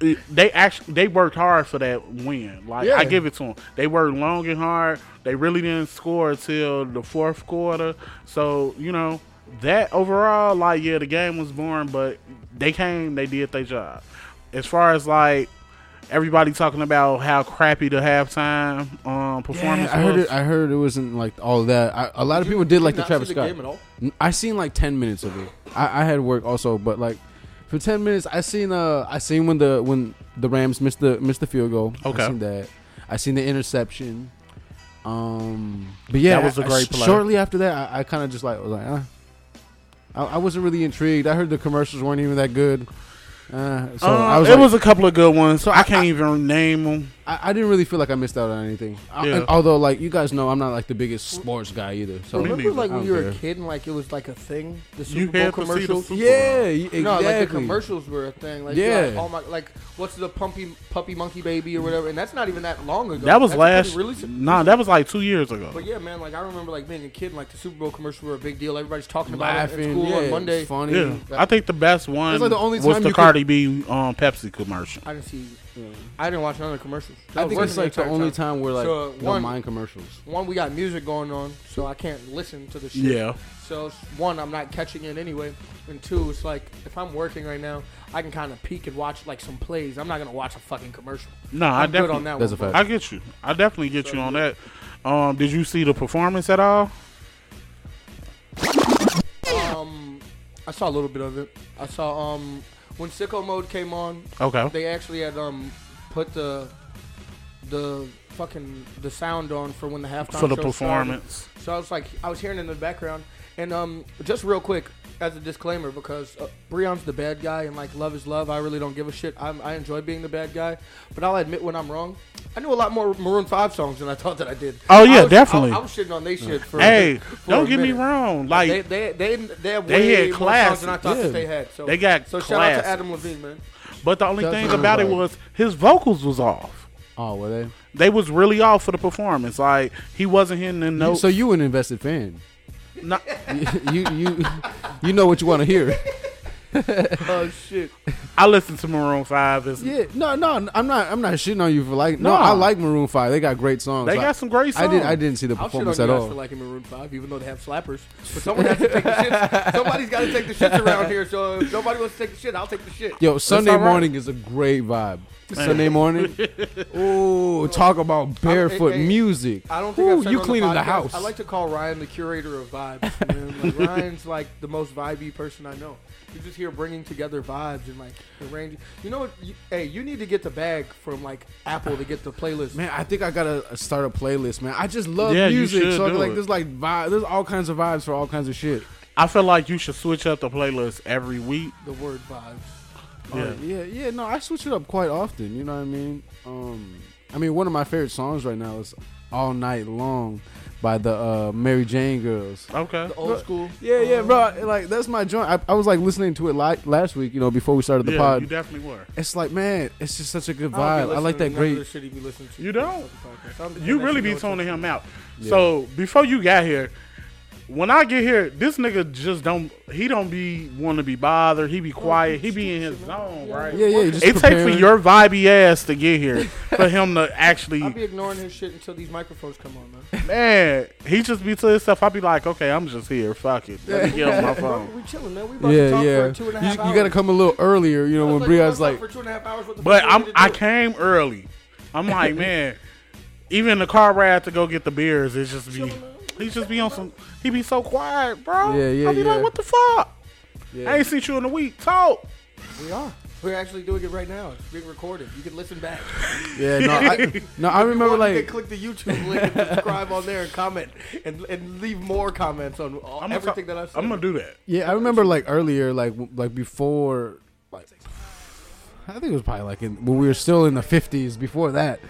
[SPEAKER 2] They actually they worked hard for that win. Like
[SPEAKER 3] Yeah.
[SPEAKER 2] I give it to them. They worked long and hard. They really didn't score till the fourth quarter. So you know that overall, like yeah, the game was boring, but they came. They did their job. as far as like everybody talking about how crappy the halftime um, performance
[SPEAKER 3] I heard
[SPEAKER 2] was.
[SPEAKER 3] it. I heard it wasn't like all that. I, a lot of
[SPEAKER 1] You-
[SPEAKER 3] people did like the
[SPEAKER 1] not
[SPEAKER 3] Travis
[SPEAKER 1] see
[SPEAKER 3] Scott.
[SPEAKER 1] game at all?
[SPEAKER 3] N- I seen like ten minutes of it. I, I had work also, but like for ten minutes, I seen uh I seen when the when the Rams missed the missed the field goal.
[SPEAKER 2] Okay.
[SPEAKER 3] I seen that. I seen the interception. Um, but yeah,
[SPEAKER 2] That was a
[SPEAKER 3] I-
[SPEAKER 2] great
[SPEAKER 3] sh-
[SPEAKER 2] play.
[SPEAKER 3] Shortly after that, I, I kind of just like was like, uh, I, I wasn't really intrigued. I heard the commercials weren't even that good. Uh, so
[SPEAKER 2] Um,
[SPEAKER 3] I was
[SPEAKER 2] it
[SPEAKER 3] like,
[SPEAKER 2] was a couple of good ones. So I can't even name them.
[SPEAKER 3] I, I didn't really feel like I missed out on anything. I-
[SPEAKER 2] Yeah.
[SPEAKER 3] and although, like you guys know, I'm not like the biggest sports guy either. So
[SPEAKER 1] Remember,
[SPEAKER 2] neither.
[SPEAKER 1] like
[SPEAKER 3] I don't
[SPEAKER 1] when you were a
[SPEAKER 3] care.
[SPEAKER 1] kid and like it was like a thing, the Super
[SPEAKER 2] You
[SPEAKER 1] Bowl
[SPEAKER 2] had to see the
[SPEAKER 1] commercials.
[SPEAKER 2] Super
[SPEAKER 3] yeah,
[SPEAKER 2] e-,
[SPEAKER 3] y- exactly.
[SPEAKER 1] No, like the commercials were a thing. Like,
[SPEAKER 3] Yeah.
[SPEAKER 1] yeah. Like, oh my, like what's the pumpy puppy monkey baby or whatever? And that's not even that long ago.
[SPEAKER 2] That was
[SPEAKER 1] That's
[SPEAKER 2] last.
[SPEAKER 1] pretty recent.
[SPEAKER 2] Nah, that was like two years ago.
[SPEAKER 1] But yeah, man, like I remember like being a kid, and, like the Super Bowl commercials were a big deal. Everybody's talking about it
[SPEAKER 3] laughing.
[SPEAKER 1] in school
[SPEAKER 3] yeah,
[SPEAKER 1] on Monday.
[SPEAKER 3] it's funny.
[SPEAKER 2] Yeah, I think the best one
[SPEAKER 3] That's like the only
[SPEAKER 2] was
[SPEAKER 3] time
[SPEAKER 2] the
[SPEAKER 3] you
[SPEAKER 2] Cardi B um, Pepsi commercial.
[SPEAKER 1] I didn't see. I didn't watch none of the commercials.
[SPEAKER 3] I think it's like the only time where like you
[SPEAKER 1] So,
[SPEAKER 3] don't
[SPEAKER 1] one-
[SPEAKER 3] mind commercials.
[SPEAKER 1] One, we got music going on, so I can't listen to the shit.
[SPEAKER 2] Yeah,
[SPEAKER 1] So it's- one, I'm not catching it anyway, and two, it's like if I'm working right now, I can kind of peek and watch like some plays. I'm not gonna watch a fucking commercial.
[SPEAKER 2] no, I
[SPEAKER 1] I'm good
[SPEAKER 2] definitely.
[SPEAKER 1] on that
[SPEAKER 3] That's
[SPEAKER 1] one.
[SPEAKER 3] a fact.
[SPEAKER 2] I get you. I definitely get you on that. Um, did you see the performance at all?
[SPEAKER 1] fact. Um, I saw a little bit of it. I saw um when sicko mode came on,
[SPEAKER 2] Okay.
[SPEAKER 1] they actually had um put the the fucking the sound on for when the halftime
[SPEAKER 2] For the
[SPEAKER 1] show started.
[SPEAKER 2] performance.
[SPEAKER 1] So I was like, I was hearing in the background, and um, just real quick as a disclaimer, because uh, Breon's the bad guy, and like love is love. I really don't give a shit. I'm, I enjoy being the bad guy, but I'll admit when I'm wrong. I knew a lot more Maroon Five songs than I thought that I did.
[SPEAKER 2] Oh, yeah,
[SPEAKER 1] I was,
[SPEAKER 2] definitely.
[SPEAKER 1] I, I was shitting on they shit for.
[SPEAKER 2] Hey,
[SPEAKER 1] for
[SPEAKER 2] don't
[SPEAKER 1] a
[SPEAKER 2] get me
[SPEAKER 1] minute.
[SPEAKER 2] wrong.
[SPEAKER 1] They
[SPEAKER 2] Like
[SPEAKER 1] they they they have
[SPEAKER 2] They
[SPEAKER 1] way
[SPEAKER 2] had
[SPEAKER 1] more songs
[SPEAKER 2] classics.
[SPEAKER 1] than I thought
[SPEAKER 3] Yeah.
[SPEAKER 1] that they had. So
[SPEAKER 2] They got
[SPEAKER 1] so shout out
[SPEAKER 2] classics.
[SPEAKER 1] to Adam Levine, man.
[SPEAKER 2] But the only
[SPEAKER 3] That's
[SPEAKER 2] thing
[SPEAKER 3] what I'm
[SPEAKER 2] about it
[SPEAKER 3] about.
[SPEAKER 2] was his vocals was off.
[SPEAKER 3] Oh, were they?
[SPEAKER 2] They was really off for the performance. Like he wasn't hitting the notes.
[SPEAKER 3] So you an invested fan?
[SPEAKER 2] No-
[SPEAKER 3] you you you know what you want to hear?
[SPEAKER 1] Oh shit.
[SPEAKER 2] I listened to Maroon Five. It's,
[SPEAKER 3] Yeah. No, no, I'm not. I'm not shitting on you for like. No, I
[SPEAKER 2] Nah.
[SPEAKER 3] like Maroon Five. They got great songs.
[SPEAKER 2] They
[SPEAKER 3] Like,
[SPEAKER 2] got some great
[SPEAKER 3] I didn't.
[SPEAKER 2] songs.
[SPEAKER 3] I didn't see the
[SPEAKER 1] I'll shit on you
[SPEAKER 3] performance
[SPEAKER 1] guys
[SPEAKER 3] at all.
[SPEAKER 1] for liking Maroon Five, even though they have slappers. But someone has to take the shit. Somebody's got to take the shits around here. So if nobody wants to take the shit, I'll take the shit.
[SPEAKER 3] Yo, Sunday
[SPEAKER 2] alright.
[SPEAKER 3] morning is a great vibe. Sunday morning, ooh, talk about barefoot
[SPEAKER 1] hey, hey.
[SPEAKER 3] music.
[SPEAKER 1] I don't think
[SPEAKER 3] Ooh,
[SPEAKER 1] I've said
[SPEAKER 3] you
[SPEAKER 1] on
[SPEAKER 3] cleaning the,
[SPEAKER 1] podcast,
[SPEAKER 3] house.
[SPEAKER 1] I like to call Ryan the curator of vibes. Man. Like, Ryan's like the most vibey person I know. He's just here bringing together vibes and like arranging. You know what? You, hey, you need to get the bag from like Apple to get the playlist.
[SPEAKER 3] Man, I think I gotta start a playlist, man. I just love
[SPEAKER 2] Yeah, you
[SPEAKER 3] music,
[SPEAKER 2] should
[SPEAKER 3] so
[SPEAKER 2] do
[SPEAKER 3] like
[SPEAKER 2] it.
[SPEAKER 3] there's like vibe, there's all kinds of vibes for all kinds of shit.
[SPEAKER 2] I feel like you should switch up the playlist every week.
[SPEAKER 1] The word vibes. Oh,
[SPEAKER 2] Yeah.
[SPEAKER 3] Like, yeah, yeah. No, I switch it up quite often. You know what I mean? Um, I mean, one of my favorite songs right now is "All Night Long" by the uh, Mary Jane Girls.
[SPEAKER 2] Okay.
[SPEAKER 1] The old school.
[SPEAKER 3] Yeah, yeah,
[SPEAKER 1] um,
[SPEAKER 3] bro. Like that's my joint. I, I was like listening to it like last week, you know, before we started the
[SPEAKER 2] yeah,
[SPEAKER 3] pod.
[SPEAKER 2] you definitely were.
[SPEAKER 3] It's like, man, it's just such a good
[SPEAKER 1] I don't be
[SPEAKER 3] vibe. I like
[SPEAKER 1] listening
[SPEAKER 3] that
[SPEAKER 1] to none of
[SPEAKER 3] great.
[SPEAKER 1] the shit he be listening to.
[SPEAKER 2] You don't?
[SPEAKER 1] Podcast. I'm-
[SPEAKER 2] You
[SPEAKER 1] I'm
[SPEAKER 2] really
[SPEAKER 1] actually
[SPEAKER 2] be
[SPEAKER 1] know it's
[SPEAKER 2] toning
[SPEAKER 1] a-
[SPEAKER 2] him out. So before you got here, when I get here, this nigga just don't. He don't be want to be bothered. He be quiet. He be in his zone, right?
[SPEAKER 3] Oh, Yeah, yeah. Just
[SPEAKER 2] It takes for
[SPEAKER 3] preparing.
[SPEAKER 2] your vibey ass to get here for him to actually.
[SPEAKER 1] I'll be ignoring his shit until these microphones come on, man.
[SPEAKER 2] Man, he just be to himself. I be like, okay, I'm just here. Fuck it. Let me get on
[SPEAKER 1] Bro,
[SPEAKER 2] my phone.
[SPEAKER 1] we chilling, man. We about to
[SPEAKER 3] Yeah,
[SPEAKER 1] talk
[SPEAKER 3] yeah.
[SPEAKER 1] for two and a
[SPEAKER 3] You,
[SPEAKER 1] half
[SPEAKER 3] you
[SPEAKER 1] hours.
[SPEAKER 3] gotta come a little earlier, you know,
[SPEAKER 1] I
[SPEAKER 3] when
[SPEAKER 1] was like, we about
[SPEAKER 3] Brian's
[SPEAKER 1] to
[SPEAKER 3] like,
[SPEAKER 1] talk for two and a half hours. What the
[SPEAKER 2] But
[SPEAKER 1] fuck we
[SPEAKER 2] I'm
[SPEAKER 1] need to
[SPEAKER 2] I
[SPEAKER 1] do?
[SPEAKER 2] came early. I'm like, man. Even the car ride to go get the beers, it's just be he just be on some he be so quiet, bro.
[SPEAKER 3] Yeah, yeah,
[SPEAKER 2] I be
[SPEAKER 3] yeah.
[SPEAKER 2] like, what the fuck? I
[SPEAKER 3] yeah.
[SPEAKER 2] ain't seen you in a week. Talk.
[SPEAKER 1] We are. We're actually doing it right now. It's being recorded. You can listen back.
[SPEAKER 3] yeah, no, I, no, I remember
[SPEAKER 1] Want, you
[SPEAKER 3] like,
[SPEAKER 1] can click the YouTube link and subscribe on there and comment and, and leave more comments on all,
[SPEAKER 2] I'm
[SPEAKER 1] everything that
[SPEAKER 2] gonna, ta-
[SPEAKER 1] I've said.
[SPEAKER 2] I'm gonna do that.
[SPEAKER 3] yeah, I remember like earlier, like, w- like before, like, I think it was probably like in, when we were still in the fifties. Before that,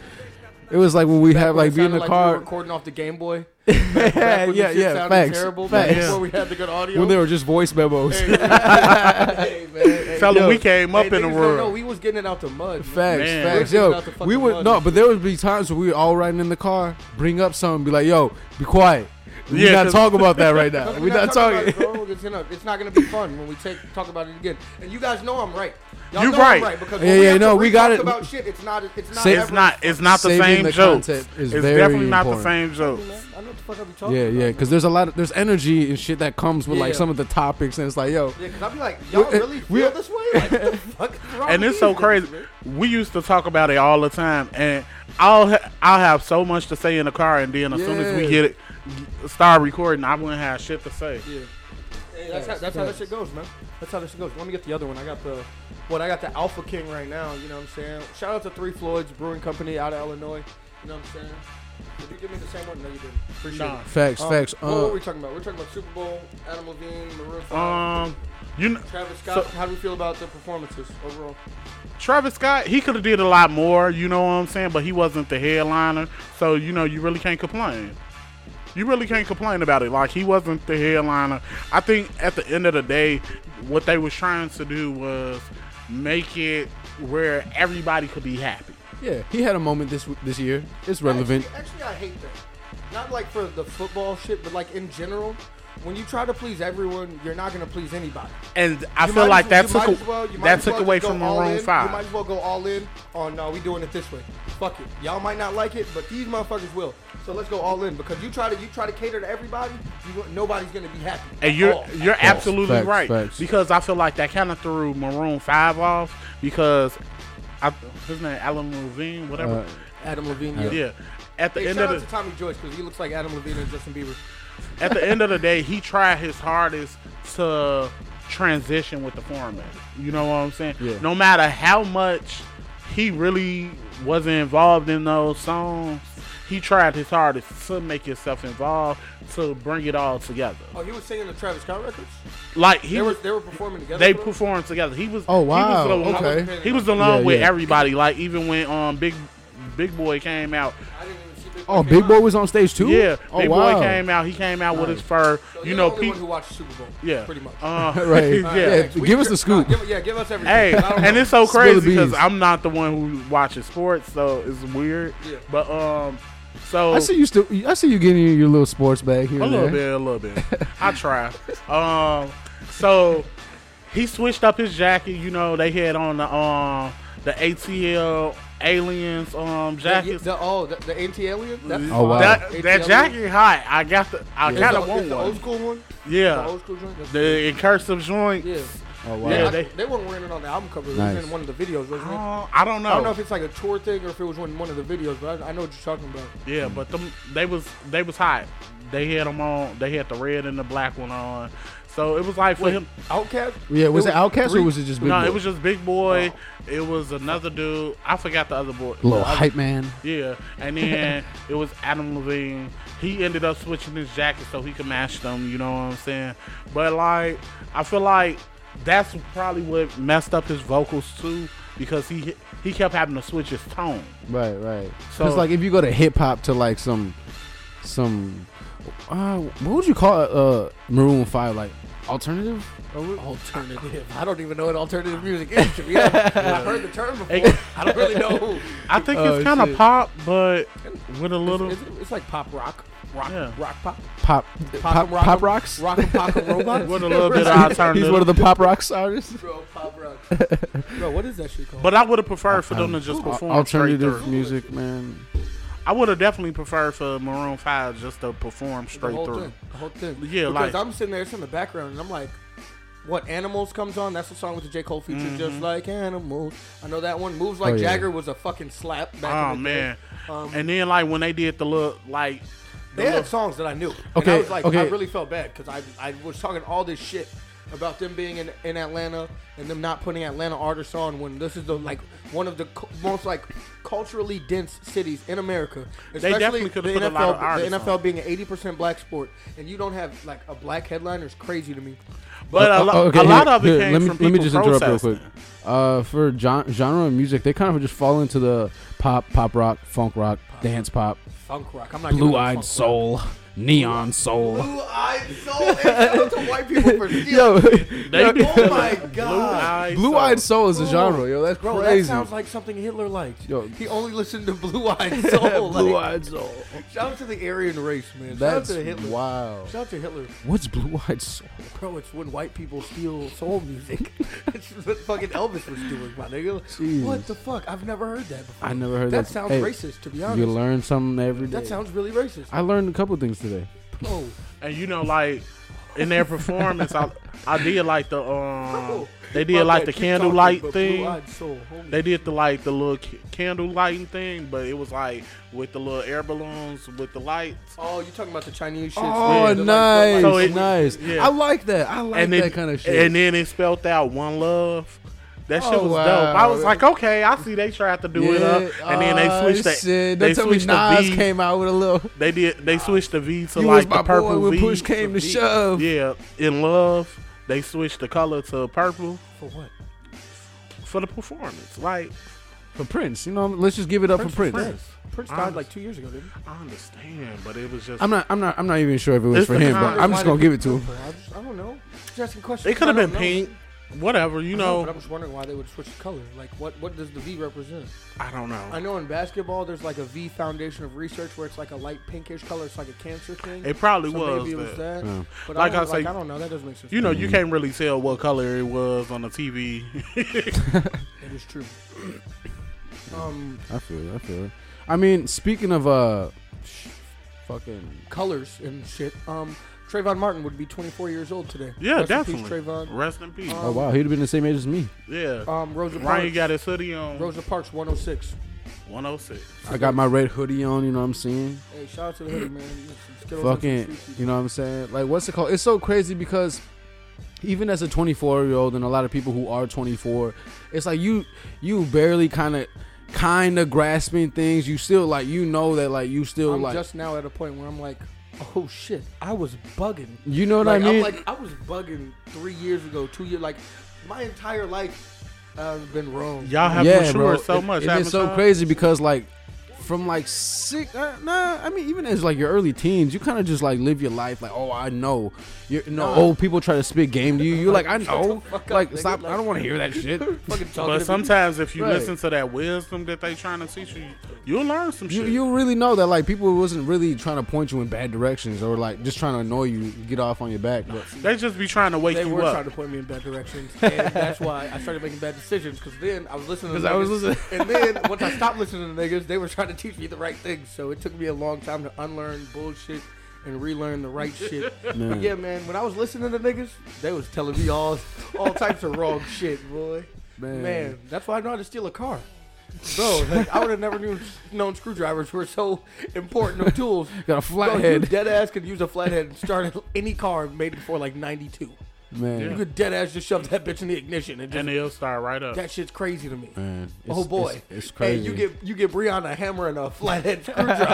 [SPEAKER 3] it was like when we had
[SPEAKER 1] When it
[SPEAKER 3] like be in
[SPEAKER 1] sounded
[SPEAKER 3] the
[SPEAKER 1] like we were
[SPEAKER 3] car.
[SPEAKER 1] recording off the Game Boy.
[SPEAKER 3] yeah,
[SPEAKER 1] Back when the
[SPEAKER 3] yeah,
[SPEAKER 1] shit
[SPEAKER 3] yeah.
[SPEAKER 1] sounded
[SPEAKER 3] Facts,
[SPEAKER 1] Terrible. back
[SPEAKER 3] facts.
[SPEAKER 1] Before we had the good audio.
[SPEAKER 3] When they were just voice memos.
[SPEAKER 1] hey, hey, man, hey,
[SPEAKER 2] Tell him
[SPEAKER 1] yo.
[SPEAKER 2] we came up
[SPEAKER 1] Hey,
[SPEAKER 2] in the
[SPEAKER 1] niggas don't
[SPEAKER 2] world.
[SPEAKER 1] know, we was getting it out the mud. man.
[SPEAKER 3] Facts,
[SPEAKER 2] Man.
[SPEAKER 3] facts.
[SPEAKER 1] We're
[SPEAKER 3] Yo,
[SPEAKER 1] out the fucking
[SPEAKER 3] we would
[SPEAKER 1] mud.
[SPEAKER 3] no, but there would be times where we were all riding in the car, bring up something, be like, "Yo, be quiet. We
[SPEAKER 2] Yeah,
[SPEAKER 3] not
[SPEAKER 2] 'cause-
[SPEAKER 3] talk about that right now.
[SPEAKER 1] We're
[SPEAKER 3] we not
[SPEAKER 1] talking about
[SPEAKER 3] talking."
[SPEAKER 1] it, bro. It's, gonna- it's not going to be fun when we take, talk about it again. And you guys know I'm right. Y'all
[SPEAKER 2] You're
[SPEAKER 1] know I'm
[SPEAKER 2] right.
[SPEAKER 1] because
[SPEAKER 3] Yeah,
[SPEAKER 1] when we
[SPEAKER 3] yeah,
[SPEAKER 1] have to
[SPEAKER 3] no, we
[SPEAKER 1] re-talk
[SPEAKER 3] got it.
[SPEAKER 1] About shit, it's not. It's not.
[SPEAKER 3] Say-
[SPEAKER 2] It's
[SPEAKER 1] ever-
[SPEAKER 2] not. It's not the
[SPEAKER 3] Saving
[SPEAKER 2] same
[SPEAKER 3] the
[SPEAKER 2] jokes.
[SPEAKER 3] content is
[SPEAKER 2] It's
[SPEAKER 3] very
[SPEAKER 2] definitely not the
[SPEAKER 3] important.
[SPEAKER 2] same jokes.
[SPEAKER 1] Man, I know what the fuck I be talking
[SPEAKER 3] Yeah,
[SPEAKER 1] about,
[SPEAKER 3] yeah,
[SPEAKER 1] man.
[SPEAKER 3] because there's a lot of there's energy and shit that comes with like
[SPEAKER 1] Yeah.
[SPEAKER 3] some of the topics, and it's like, yo,
[SPEAKER 1] Yeah, because I'll be like, y'all really
[SPEAKER 3] we-
[SPEAKER 1] feel this way? Like, what the fuck is wrong
[SPEAKER 2] And
[SPEAKER 1] with
[SPEAKER 2] it's so
[SPEAKER 1] these niggas,
[SPEAKER 2] crazy.
[SPEAKER 1] man?
[SPEAKER 2] We used to talk about it all the time, and I'll ha- I'll have so much to say in the car, and then as soon as we
[SPEAKER 3] Yeah.
[SPEAKER 2] get it, start recording, I wouldn't have shit to say.
[SPEAKER 1] Yeah. Hey, that's how, that's how that shit goes, man. That's how that shit goes. Let me get the other one. I got the, what I got the Alpha King right now. You know what I'm saying? Shout out to Three Floyds Brewing Company out of Illinois. You know what I'm saying? Did you give me the same one? No, you didn't. Appreciate
[SPEAKER 2] Nah.
[SPEAKER 1] it.
[SPEAKER 3] facts,
[SPEAKER 1] Um,
[SPEAKER 3] facts.
[SPEAKER 1] what were
[SPEAKER 3] Uh,
[SPEAKER 1] we talking about? We're talking about Super Bowl, Adam Levine, Maroon Five,
[SPEAKER 2] Um, you know,
[SPEAKER 1] Travis Scott.
[SPEAKER 2] so-
[SPEAKER 1] how do we feel about the performances overall?
[SPEAKER 2] Travis Scott, he could have did a lot more, you know what I'm saying, but he wasn't the headliner, so you know you really can't complain. You really can't complain about it. Like he wasn't the headliner. I think at the end of the day, what they was trying to do was make it where everybody could be happy.
[SPEAKER 3] yeah, he had a moment this this year. It's relevant.
[SPEAKER 1] Actually, actually, I hate that. Not like for the football shit, but like in general. When you try to please everyone, you're not gonna please anybody.
[SPEAKER 2] And I
[SPEAKER 1] You
[SPEAKER 2] feel
[SPEAKER 1] might
[SPEAKER 2] like
[SPEAKER 1] as-
[SPEAKER 2] that
[SPEAKER 1] you might
[SPEAKER 2] took a,
[SPEAKER 1] as well- you might
[SPEAKER 2] that
[SPEAKER 1] as
[SPEAKER 2] took
[SPEAKER 1] well
[SPEAKER 2] away
[SPEAKER 1] just go
[SPEAKER 2] from
[SPEAKER 1] all
[SPEAKER 2] Maroon
[SPEAKER 1] in. You might
[SPEAKER 2] Five.
[SPEAKER 1] as well go all in on no, we doing it this way. Fuck it. Y'all might not like it, but these motherfuckers will. So let's go all in because you try to you try to cater to everybody, you, nobody's gonna be happy.
[SPEAKER 2] And
[SPEAKER 1] at
[SPEAKER 2] you're
[SPEAKER 1] all.
[SPEAKER 2] you're absolutely
[SPEAKER 3] Facts,
[SPEAKER 2] right
[SPEAKER 3] facts.
[SPEAKER 2] because I feel like that kind of threw Maroon Five off because I, his name Alan Levine, whatever.
[SPEAKER 3] Uh,
[SPEAKER 1] Adam Levine. yeah.
[SPEAKER 2] Yeah. At the
[SPEAKER 1] Hey,
[SPEAKER 2] end
[SPEAKER 1] shout out
[SPEAKER 2] of
[SPEAKER 1] to
[SPEAKER 2] the
[SPEAKER 1] Tommy Joyce because he looks like Adam Levine and Justin Bieber.
[SPEAKER 2] at the end of the day, he tried his hardest to transition with the format. You know what I'm saying?
[SPEAKER 3] Yeah.
[SPEAKER 2] No matter how much he really wasn't involved in those songs, he tried his hardest to make himself involved to bring it all together.
[SPEAKER 1] Oh, he was singing the Travis Scott records.
[SPEAKER 2] Like he
[SPEAKER 1] They were
[SPEAKER 2] was,
[SPEAKER 1] they were performing together.
[SPEAKER 2] they
[SPEAKER 1] bro?
[SPEAKER 2] performed together. He was
[SPEAKER 3] Oh,
[SPEAKER 2] he was
[SPEAKER 3] wow,
[SPEAKER 2] alone-
[SPEAKER 3] okay.
[SPEAKER 2] He was alone
[SPEAKER 3] Yeah,
[SPEAKER 2] with
[SPEAKER 3] yeah.
[SPEAKER 2] everybody. Like even when um big big boy came out,
[SPEAKER 1] I didn't even see Big Boy
[SPEAKER 3] oh,
[SPEAKER 1] came
[SPEAKER 3] Big
[SPEAKER 1] out.
[SPEAKER 3] Boy was on stage too.
[SPEAKER 2] Yeah,
[SPEAKER 3] oh
[SPEAKER 2] Big
[SPEAKER 3] wow.
[SPEAKER 2] Boy came out. He came out with his fur.
[SPEAKER 1] So
[SPEAKER 2] you
[SPEAKER 1] you're
[SPEAKER 2] know,
[SPEAKER 1] the only
[SPEAKER 2] people.
[SPEAKER 1] one who watched Super Bowl.
[SPEAKER 2] yeah,
[SPEAKER 1] pretty much.
[SPEAKER 2] Uh,
[SPEAKER 3] Right.
[SPEAKER 2] yeah.
[SPEAKER 1] All
[SPEAKER 3] Yeah,
[SPEAKER 1] thanks. We
[SPEAKER 3] give us
[SPEAKER 1] tri-
[SPEAKER 3] the scoop.
[SPEAKER 1] nah, give- yeah, give us everything.
[SPEAKER 2] Hey,
[SPEAKER 1] I don't
[SPEAKER 2] and
[SPEAKER 1] know.
[SPEAKER 2] it's so
[SPEAKER 3] Spill the
[SPEAKER 2] crazy because
[SPEAKER 3] beans.
[SPEAKER 2] I'm not the one who watches sports, so it's weird.
[SPEAKER 1] Yeah.
[SPEAKER 2] But um, so
[SPEAKER 3] I see you still. I see you getting your, your little sports bag here.
[SPEAKER 2] a
[SPEAKER 3] and
[SPEAKER 2] little
[SPEAKER 3] there.
[SPEAKER 2] bit, a little bit. I try. Um, so he switched up his jacket. You know, they had on the um the ATL aliens um
[SPEAKER 1] Yeah,
[SPEAKER 2] jackets.
[SPEAKER 1] the, oh, the, the anti alien.
[SPEAKER 3] Oh, wow.
[SPEAKER 2] That, that jacket hot. I got the. I
[SPEAKER 1] It's
[SPEAKER 2] kind
[SPEAKER 1] the,
[SPEAKER 2] of want
[SPEAKER 1] it's the old
[SPEAKER 2] one.
[SPEAKER 1] school one. The
[SPEAKER 2] Yeah,
[SPEAKER 1] old school joint. That's-
[SPEAKER 2] the incursive joints.
[SPEAKER 1] Yeah.
[SPEAKER 3] Oh wow.
[SPEAKER 1] Yeah,
[SPEAKER 2] Yeah,
[SPEAKER 1] I-
[SPEAKER 2] they-
[SPEAKER 1] they, weren't wearing it on the album cover. It
[SPEAKER 3] Nice.
[SPEAKER 1] was in one of the videos, wasn't it?
[SPEAKER 2] Uh, I don't know.
[SPEAKER 1] I don't know if it's like a tour thing or if it was in one of the videos, but I, I know what you're talking about.
[SPEAKER 2] yeah, but them they was they was hot. They had them on. They had the red and the black one on. So it was like for him.
[SPEAKER 1] Outcast?
[SPEAKER 3] Yeah, was it Outcast or
[SPEAKER 1] three-
[SPEAKER 3] was it just Big
[SPEAKER 2] no,
[SPEAKER 3] Boy? Oh.
[SPEAKER 2] it was just Big Boy. It was another dude. I forgot the other boy.
[SPEAKER 3] little
[SPEAKER 2] the other-
[SPEAKER 3] hype man.
[SPEAKER 2] Yeah, and then it was Adam Levine. He ended up switching his jacket so he could match them. You know what I'm saying? But like, I feel like that's probably what messed up his vocals too, because he he kept having to switch his tone.
[SPEAKER 3] Right, right.
[SPEAKER 2] So-
[SPEAKER 3] So it's like if you go to hip hop to like some, some, uh, what would you call it? Uh, Maroon Five, like alternative.
[SPEAKER 1] Alternative. I don't even know what alternative music is. To be honest. I've heard the term before.
[SPEAKER 2] Hey.
[SPEAKER 1] I don't really know.
[SPEAKER 2] I think
[SPEAKER 3] Oh,
[SPEAKER 2] it's kind of
[SPEAKER 3] shit.
[SPEAKER 2] pop, but with a little.
[SPEAKER 1] It's, it's like pop rock. Rock,
[SPEAKER 2] Yeah.
[SPEAKER 1] rock pop.
[SPEAKER 3] Pop, pop,
[SPEAKER 1] rock,
[SPEAKER 3] pop rocks.
[SPEAKER 1] Rock and pop and robots.
[SPEAKER 2] With a little bit of alternative.
[SPEAKER 3] He's one of the pop rocks artists.
[SPEAKER 1] Bro, pop rocks. Bro, what is that shit called?
[SPEAKER 2] but I would have preferred for them to just
[SPEAKER 3] Al-
[SPEAKER 2] perform straight
[SPEAKER 3] alternative
[SPEAKER 2] through.
[SPEAKER 3] music, man.
[SPEAKER 2] I would have definitely preferred for Maroon Five just to perform
[SPEAKER 1] the
[SPEAKER 2] straight
[SPEAKER 1] whole
[SPEAKER 2] through.
[SPEAKER 1] thing. The whole thing.
[SPEAKER 2] Yeah,
[SPEAKER 1] because
[SPEAKER 2] like-
[SPEAKER 1] I'm sitting there, it's in the background, and I'm like, "What Animals comes on? That's the song with the J Cole feature,
[SPEAKER 2] Mm-hmm.
[SPEAKER 1] just like Animals. I know that one. Moves like
[SPEAKER 3] Oh, yeah.
[SPEAKER 1] Jagger was a fucking slap. Back
[SPEAKER 2] Oh
[SPEAKER 1] in the day.
[SPEAKER 2] man!
[SPEAKER 1] Um,
[SPEAKER 2] and then like when they did the look, like the
[SPEAKER 1] They had
[SPEAKER 2] look-
[SPEAKER 1] songs that I knew. and I
[SPEAKER 3] Okay,
[SPEAKER 1] was like,
[SPEAKER 3] okay.
[SPEAKER 1] I really felt bad because I, I was talking all this shit about them being in, in Atlanta and them not putting Atlanta artists on when this is the like one of the cu- most like culturally dense cities in America. Especially
[SPEAKER 2] definitely could've
[SPEAKER 1] the
[SPEAKER 2] put a
[SPEAKER 1] NFL,
[SPEAKER 2] lot of artists
[SPEAKER 1] The NFL
[SPEAKER 2] on.
[SPEAKER 1] being an eighty percent black sport, and you don't have like a black headliner is crazy to me.
[SPEAKER 2] but a,
[SPEAKER 3] Uh,
[SPEAKER 2] lo-
[SPEAKER 3] okay,
[SPEAKER 2] a
[SPEAKER 3] here-
[SPEAKER 2] lot of it
[SPEAKER 3] here,
[SPEAKER 2] came
[SPEAKER 3] let me,
[SPEAKER 2] from
[SPEAKER 3] Let
[SPEAKER 2] people
[SPEAKER 3] me just interrupt real
[SPEAKER 2] protesting.
[SPEAKER 3] quick. Uh, for gen- genre of music, they kind of just fall into the pop, pop rock, funk rock, dance pop,
[SPEAKER 1] Funk rock. I'm not giving
[SPEAKER 3] blue
[SPEAKER 1] them
[SPEAKER 3] eyed
[SPEAKER 1] funk
[SPEAKER 3] soul, Neon soul.
[SPEAKER 1] Blue-eyed soul. Shout out to white people for stealing.
[SPEAKER 3] Yo,
[SPEAKER 2] They be
[SPEAKER 1] oh my god.
[SPEAKER 2] blue-eyed
[SPEAKER 3] Blue Eyed
[SPEAKER 2] soul.
[SPEAKER 3] Soul is a genre, yo. That's
[SPEAKER 1] Bro, that
[SPEAKER 3] crazy.
[SPEAKER 1] sounds like something Hitler liked.
[SPEAKER 3] Yo.
[SPEAKER 1] He only listened to Blue Eyed Soul. like,
[SPEAKER 3] Blue Eyed Soul.
[SPEAKER 1] Shout out to the Aryan race, man. Shout
[SPEAKER 3] That's
[SPEAKER 1] out to Hitler.
[SPEAKER 3] wow.
[SPEAKER 1] Shout out to Hitler.
[SPEAKER 3] What's Blue Eyed Soul?
[SPEAKER 1] Bro, it's when white people steal soul music. That's what fucking Elvis was doing, my nigga.
[SPEAKER 3] Jesus.
[SPEAKER 1] What the fuck? I've never heard that before.
[SPEAKER 3] I never heard
[SPEAKER 1] that.
[SPEAKER 3] that.
[SPEAKER 1] sounds
[SPEAKER 3] Hey,
[SPEAKER 1] racist, to be
[SPEAKER 3] You
[SPEAKER 1] honest.
[SPEAKER 3] learn something every day.
[SPEAKER 1] that sounds really racist.
[SPEAKER 3] I learned a couple things today.
[SPEAKER 1] Bro,
[SPEAKER 2] And you know, like in their performance, I I did like the um,
[SPEAKER 1] Bro.
[SPEAKER 2] they
[SPEAKER 1] My
[SPEAKER 2] did like
[SPEAKER 1] bad,
[SPEAKER 2] the
[SPEAKER 1] keep talking,
[SPEAKER 2] candlelight
[SPEAKER 1] but
[SPEAKER 2] thing.
[SPEAKER 1] Blue-eyed soul. Holy
[SPEAKER 2] They did the like the little c- candle lighting thing, but it was like with the little air balloons with the lights.
[SPEAKER 1] Oh, you talking about the Chinese shit?
[SPEAKER 3] Oh,
[SPEAKER 2] Yeah.
[SPEAKER 3] nice,
[SPEAKER 2] So it-
[SPEAKER 3] nice.
[SPEAKER 2] yeah.
[SPEAKER 3] I like that. I like
[SPEAKER 2] and
[SPEAKER 3] that
[SPEAKER 2] then,
[SPEAKER 3] kind of shit.
[SPEAKER 2] And then it spelled out one love. That shit
[SPEAKER 3] Oh,
[SPEAKER 2] was
[SPEAKER 3] wow.
[SPEAKER 2] dope. I was like, okay, I see they tried to do it up, and then
[SPEAKER 3] ah,
[SPEAKER 2] they switched the
[SPEAKER 3] shit.
[SPEAKER 2] they
[SPEAKER 3] Don't tell me
[SPEAKER 2] switched the
[SPEAKER 3] Nas
[SPEAKER 2] V.
[SPEAKER 3] came out with a little.
[SPEAKER 2] They did they switched the V to
[SPEAKER 3] You was
[SPEAKER 2] like
[SPEAKER 3] my
[SPEAKER 2] the purple
[SPEAKER 3] boy when
[SPEAKER 2] V.
[SPEAKER 3] push came to shove.
[SPEAKER 2] Yeah, in love, they switched the color to purple
[SPEAKER 1] For what?
[SPEAKER 2] for the performance. Like
[SPEAKER 3] For Prince, you know, let's just give it up for Prince.
[SPEAKER 2] Prince.
[SPEAKER 1] Prince
[SPEAKER 2] Honest.
[SPEAKER 1] died like two years ago, didn't he?
[SPEAKER 2] I understand, but it was just
[SPEAKER 3] I'm not. I'm not. I'm not even sure if it was
[SPEAKER 2] It's
[SPEAKER 3] for
[SPEAKER 2] the
[SPEAKER 3] him, but
[SPEAKER 2] kind-
[SPEAKER 3] I'm just
[SPEAKER 1] Why
[SPEAKER 3] gonna
[SPEAKER 1] did
[SPEAKER 3] give it to
[SPEAKER 1] they do
[SPEAKER 3] him.
[SPEAKER 1] I, just, I don't know. Just asking questions.
[SPEAKER 2] it could have
[SPEAKER 1] I
[SPEAKER 2] been
[SPEAKER 1] don't know.
[SPEAKER 2] pink, whatever. You
[SPEAKER 1] I know,
[SPEAKER 2] know,
[SPEAKER 1] but I'm just wondering why they would switch the color. Like, what, what does the V represent?
[SPEAKER 2] I don't know.
[SPEAKER 1] I know in basketball, there's like a V foundation of research where it's like a light pinkish color. It's like a cancer thing.
[SPEAKER 2] It probably
[SPEAKER 1] So
[SPEAKER 2] was,
[SPEAKER 1] Maybe it was that.
[SPEAKER 2] that.
[SPEAKER 3] Yeah.
[SPEAKER 1] But
[SPEAKER 2] Like
[SPEAKER 1] I, don't,
[SPEAKER 2] I say-
[SPEAKER 1] like, I don't know. That doesn't make sense.
[SPEAKER 2] You know, you can't really tell what color it was on the TV.
[SPEAKER 1] it is true. um,
[SPEAKER 3] I feel. It, I feel. It. I mean, speaking of uh, sh- fucking.
[SPEAKER 1] colors and shit. Um, Trayvon Martin would be 24 years old today.
[SPEAKER 2] yeah,
[SPEAKER 1] Rest in peace,
[SPEAKER 2] definitely.
[SPEAKER 1] Trayvon. Uh,
[SPEAKER 2] Rest in peace.
[SPEAKER 3] Oh wow, he'd have been the same age as me.
[SPEAKER 2] yeah.
[SPEAKER 1] Um, Rosa
[SPEAKER 2] Ryan
[SPEAKER 1] Parks.
[SPEAKER 2] got his hoodie on.
[SPEAKER 1] Rosa Parks, 106.
[SPEAKER 2] 106.
[SPEAKER 3] I got my red hoodie on. You know what I'm saying?
[SPEAKER 1] Hey, shout out to the hoodie, man. You got some Skittles and some
[SPEAKER 3] fucking
[SPEAKER 1] Sweeties.
[SPEAKER 3] you know what i'm saying like what's it called it's so crazy because even as a 24 year old and a lot of people who are 24 it's like you you barely kind of kind of grasping things you still like you know that like you still
[SPEAKER 1] I'm
[SPEAKER 3] like
[SPEAKER 1] just now at a point where I'm like, oh shit, I was bugging.
[SPEAKER 3] you know what
[SPEAKER 1] like,
[SPEAKER 3] i mean
[SPEAKER 1] am like, I was bugging three years ago, two years, like my entire life, I've been wrong.
[SPEAKER 2] Y'all have
[SPEAKER 3] yeah bro
[SPEAKER 2] matured so
[SPEAKER 3] it-
[SPEAKER 2] much.
[SPEAKER 3] it
[SPEAKER 2] haven't
[SPEAKER 3] is so
[SPEAKER 2] y'all?
[SPEAKER 3] crazy because like from like six uh, nah i mean even as like your early teens you kind of just like live your life like oh i know you know
[SPEAKER 1] Nah.
[SPEAKER 3] old people try to spit game to you you're like i know
[SPEAKER 1] fuck up,
[SPEAKER 3] like
[SPEAKER 1] nigga.
[SPEAKER 3] stop
[SPEAKER 1] Like-
[SPEAKER 3] i don't want to hear that shit
[SPEAKER 1] Fucking talking
[SPEAKER 2] But
[SPEAKER 1] to
[SPEAKER 2] sometimes if you
[SPEAKER 3] Right.
[SPEAKER 2] listen to that wisdom that they trying to teach you, you'll learn some
[SPEAKER 3] you,
[SPEAKER 2] shit.
[SPEAKER 3] you really know that like people wasn't really trying to point you in bad directions or like just trying to annoy you, get off on your back. But
[SPEAKER 2] they just be trying to wake
[SPEAKER 1] They
[SPEAKER 2] you
[SPEAKER 1] were
[SPEAKER 2] up.
[SPEAKER 1] trying to point me in bad directions, and that's why I started making bad decisions. Because then I was listening. Because
[SPEAKER 3] I was
[SPEAKER 1] listening, and then once I stopped listening to niggas, they were trying to teach me the right things. So it took me a long time to unlearn bullshit and relearn the right shit. But yeah, man, when I was listening to niggas, they was telling me all all types of wrong shit, boy.
[SPEAKER 3] Man.
[SPEAKER 1] Man. that's why I know how to steal a car. Bro, like, I would have never knew, known screwdrivers were so important of tools.
[SPEAKER 3] Got a
[SPEAKER 1] Bro, you
[SPEAKER 3] flathead,
[SPEAKER 1] dead ass could use a flathead and start any car made before like 92. You
[SPEAKER 3] man.
[SPEAKER 1] could dead ass just shove that bitch in the ignition and just
[SPEAKER 2] and they'll start right up.
[SPEAKER 1] that shit's crazy to me.
[SPEAKER 3] Man, it's-
[SPEAKER 1] oh boy,
[SPEAKER 3] it's, it's crazy.
[SPEAKER 1] Hey, you get you get Brianna a hammer and a flathead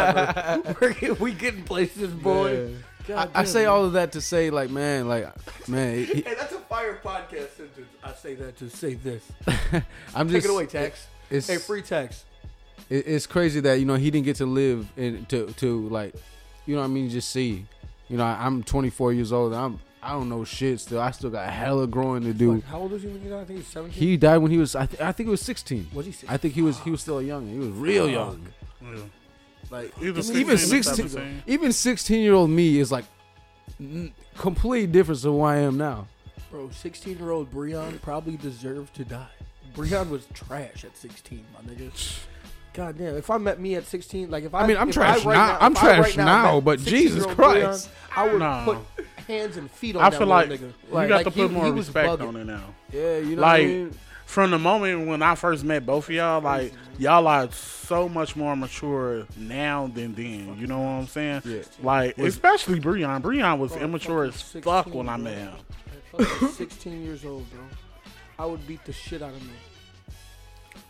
[SPEAKER 1] screwdriver. We're get- we getting places, boy.
[SPEAKER 3] Man.
[SPEAKER 1] God
[SPEAKER 3] I, I
[SPEAKER 1] damn,
[SPEAKER 3] say
[SPEAKER 1] man.
[SPEAKER 3] all of that to say, like, man, like, man, it- it-
[SPEAKER 1] Hey, that's a fire podcast sentence. I say that to say this.
[SPEAKER 3] I'm
[SPEAKER 1] Take
[SPEAKER 3] just
[SPEAKER 1] it away, Tex.
[SPEAKER 3] it's-
[SPEAKER 1] hey, free Tex.
[SPEAKER 3] it- it's crazy that you know he didn't get to live and to to like, you know what I mean, just see. You know, I, I'm 24 years old. And I'm I don't know shit still. I still got hella growing to do.
[SPEAKER 1] Fuck, how old is he when you died? I think he's 17.
[SPEAKER 3] He died when he was I, th- I think he was 16.
[SPEAKER 1] Was he 16?
[SPEAKER 3] I think he was he was still young. He was real young.
[SPEAKER 2] Yeah.
[SPEAKER 3] Like
[SPEAKER 2] Either
[SPEAKER 3] even
[SPEAKER 2] 16 or
[SPEAKER 3] 16
[SPEAKER 2] 17.
[SPEAKER 3] even 16 year old me is like n- complete difference of who I am now.
[SPEAKER 1] Bro, 16 year old Breon probably deserved to die. Breon was trash at 16, my nigga. God damn, if I met me at 16, like if I.
[SPEAKER 3] I mean, I'm
[SPEAKER 1] if
[SPEAKER 3] trash
[SPEAKER 1] right
[SPEAKER 3] now- I'm
[SPEAKER 1] if I
[SPEAKER 3] trash
[SPEAKER 1] right
[SPEAKER 3] now,
[SPEAKER 1] met
[SPEAKER 3] but
[SPEAKER 1] 16-year-old
[SPEAKER 3] Jesus
[SPEAKER 1] Breon,
[SPEAKER 3] Christ.
[SPEAKER 1] I would
[SPEAKER 2] Nah.
[SPEAKER 1] put hands and feet on
[SPEAKER 2] I
[SPEAKER 1] that
[SPEAKER 2] feel
[SPEAKER 1] little
[SPEAKER 2] like
[SPEAKER 1] nigga.
[SPEAKER 2] you got
[SPEAKER 1] like,
[SPEAKER 2] to put
[SPEAKER 1] he-
[SPEAKER 2] more
[SPEAKER 1] he was
[SPEAKER 2] respect
[SPEAKER 1] bugging.
[SPEAKER 2] on it now.
[SPEAKER 3] Yeah, you know
[SPEAKER 2] Like from the moment when I first met both of y'all, like y'all are so much more mature now than then. You know what I'm saying?
[SPEAKER 3] Yeah.
[SPEAKER 2] Like especially Breon. Breon was immature
[SPEAKER 1] fucking
[SPEAKER 2] as fuck
[SPEAKER 1] 16,
[SPEAKER 2] when I
[SPEAKER 1] bro.
[SPEAKER 2] met him.
[SPEAKER 1] At fucking 16 years old, bro. I would beat the shit out of me.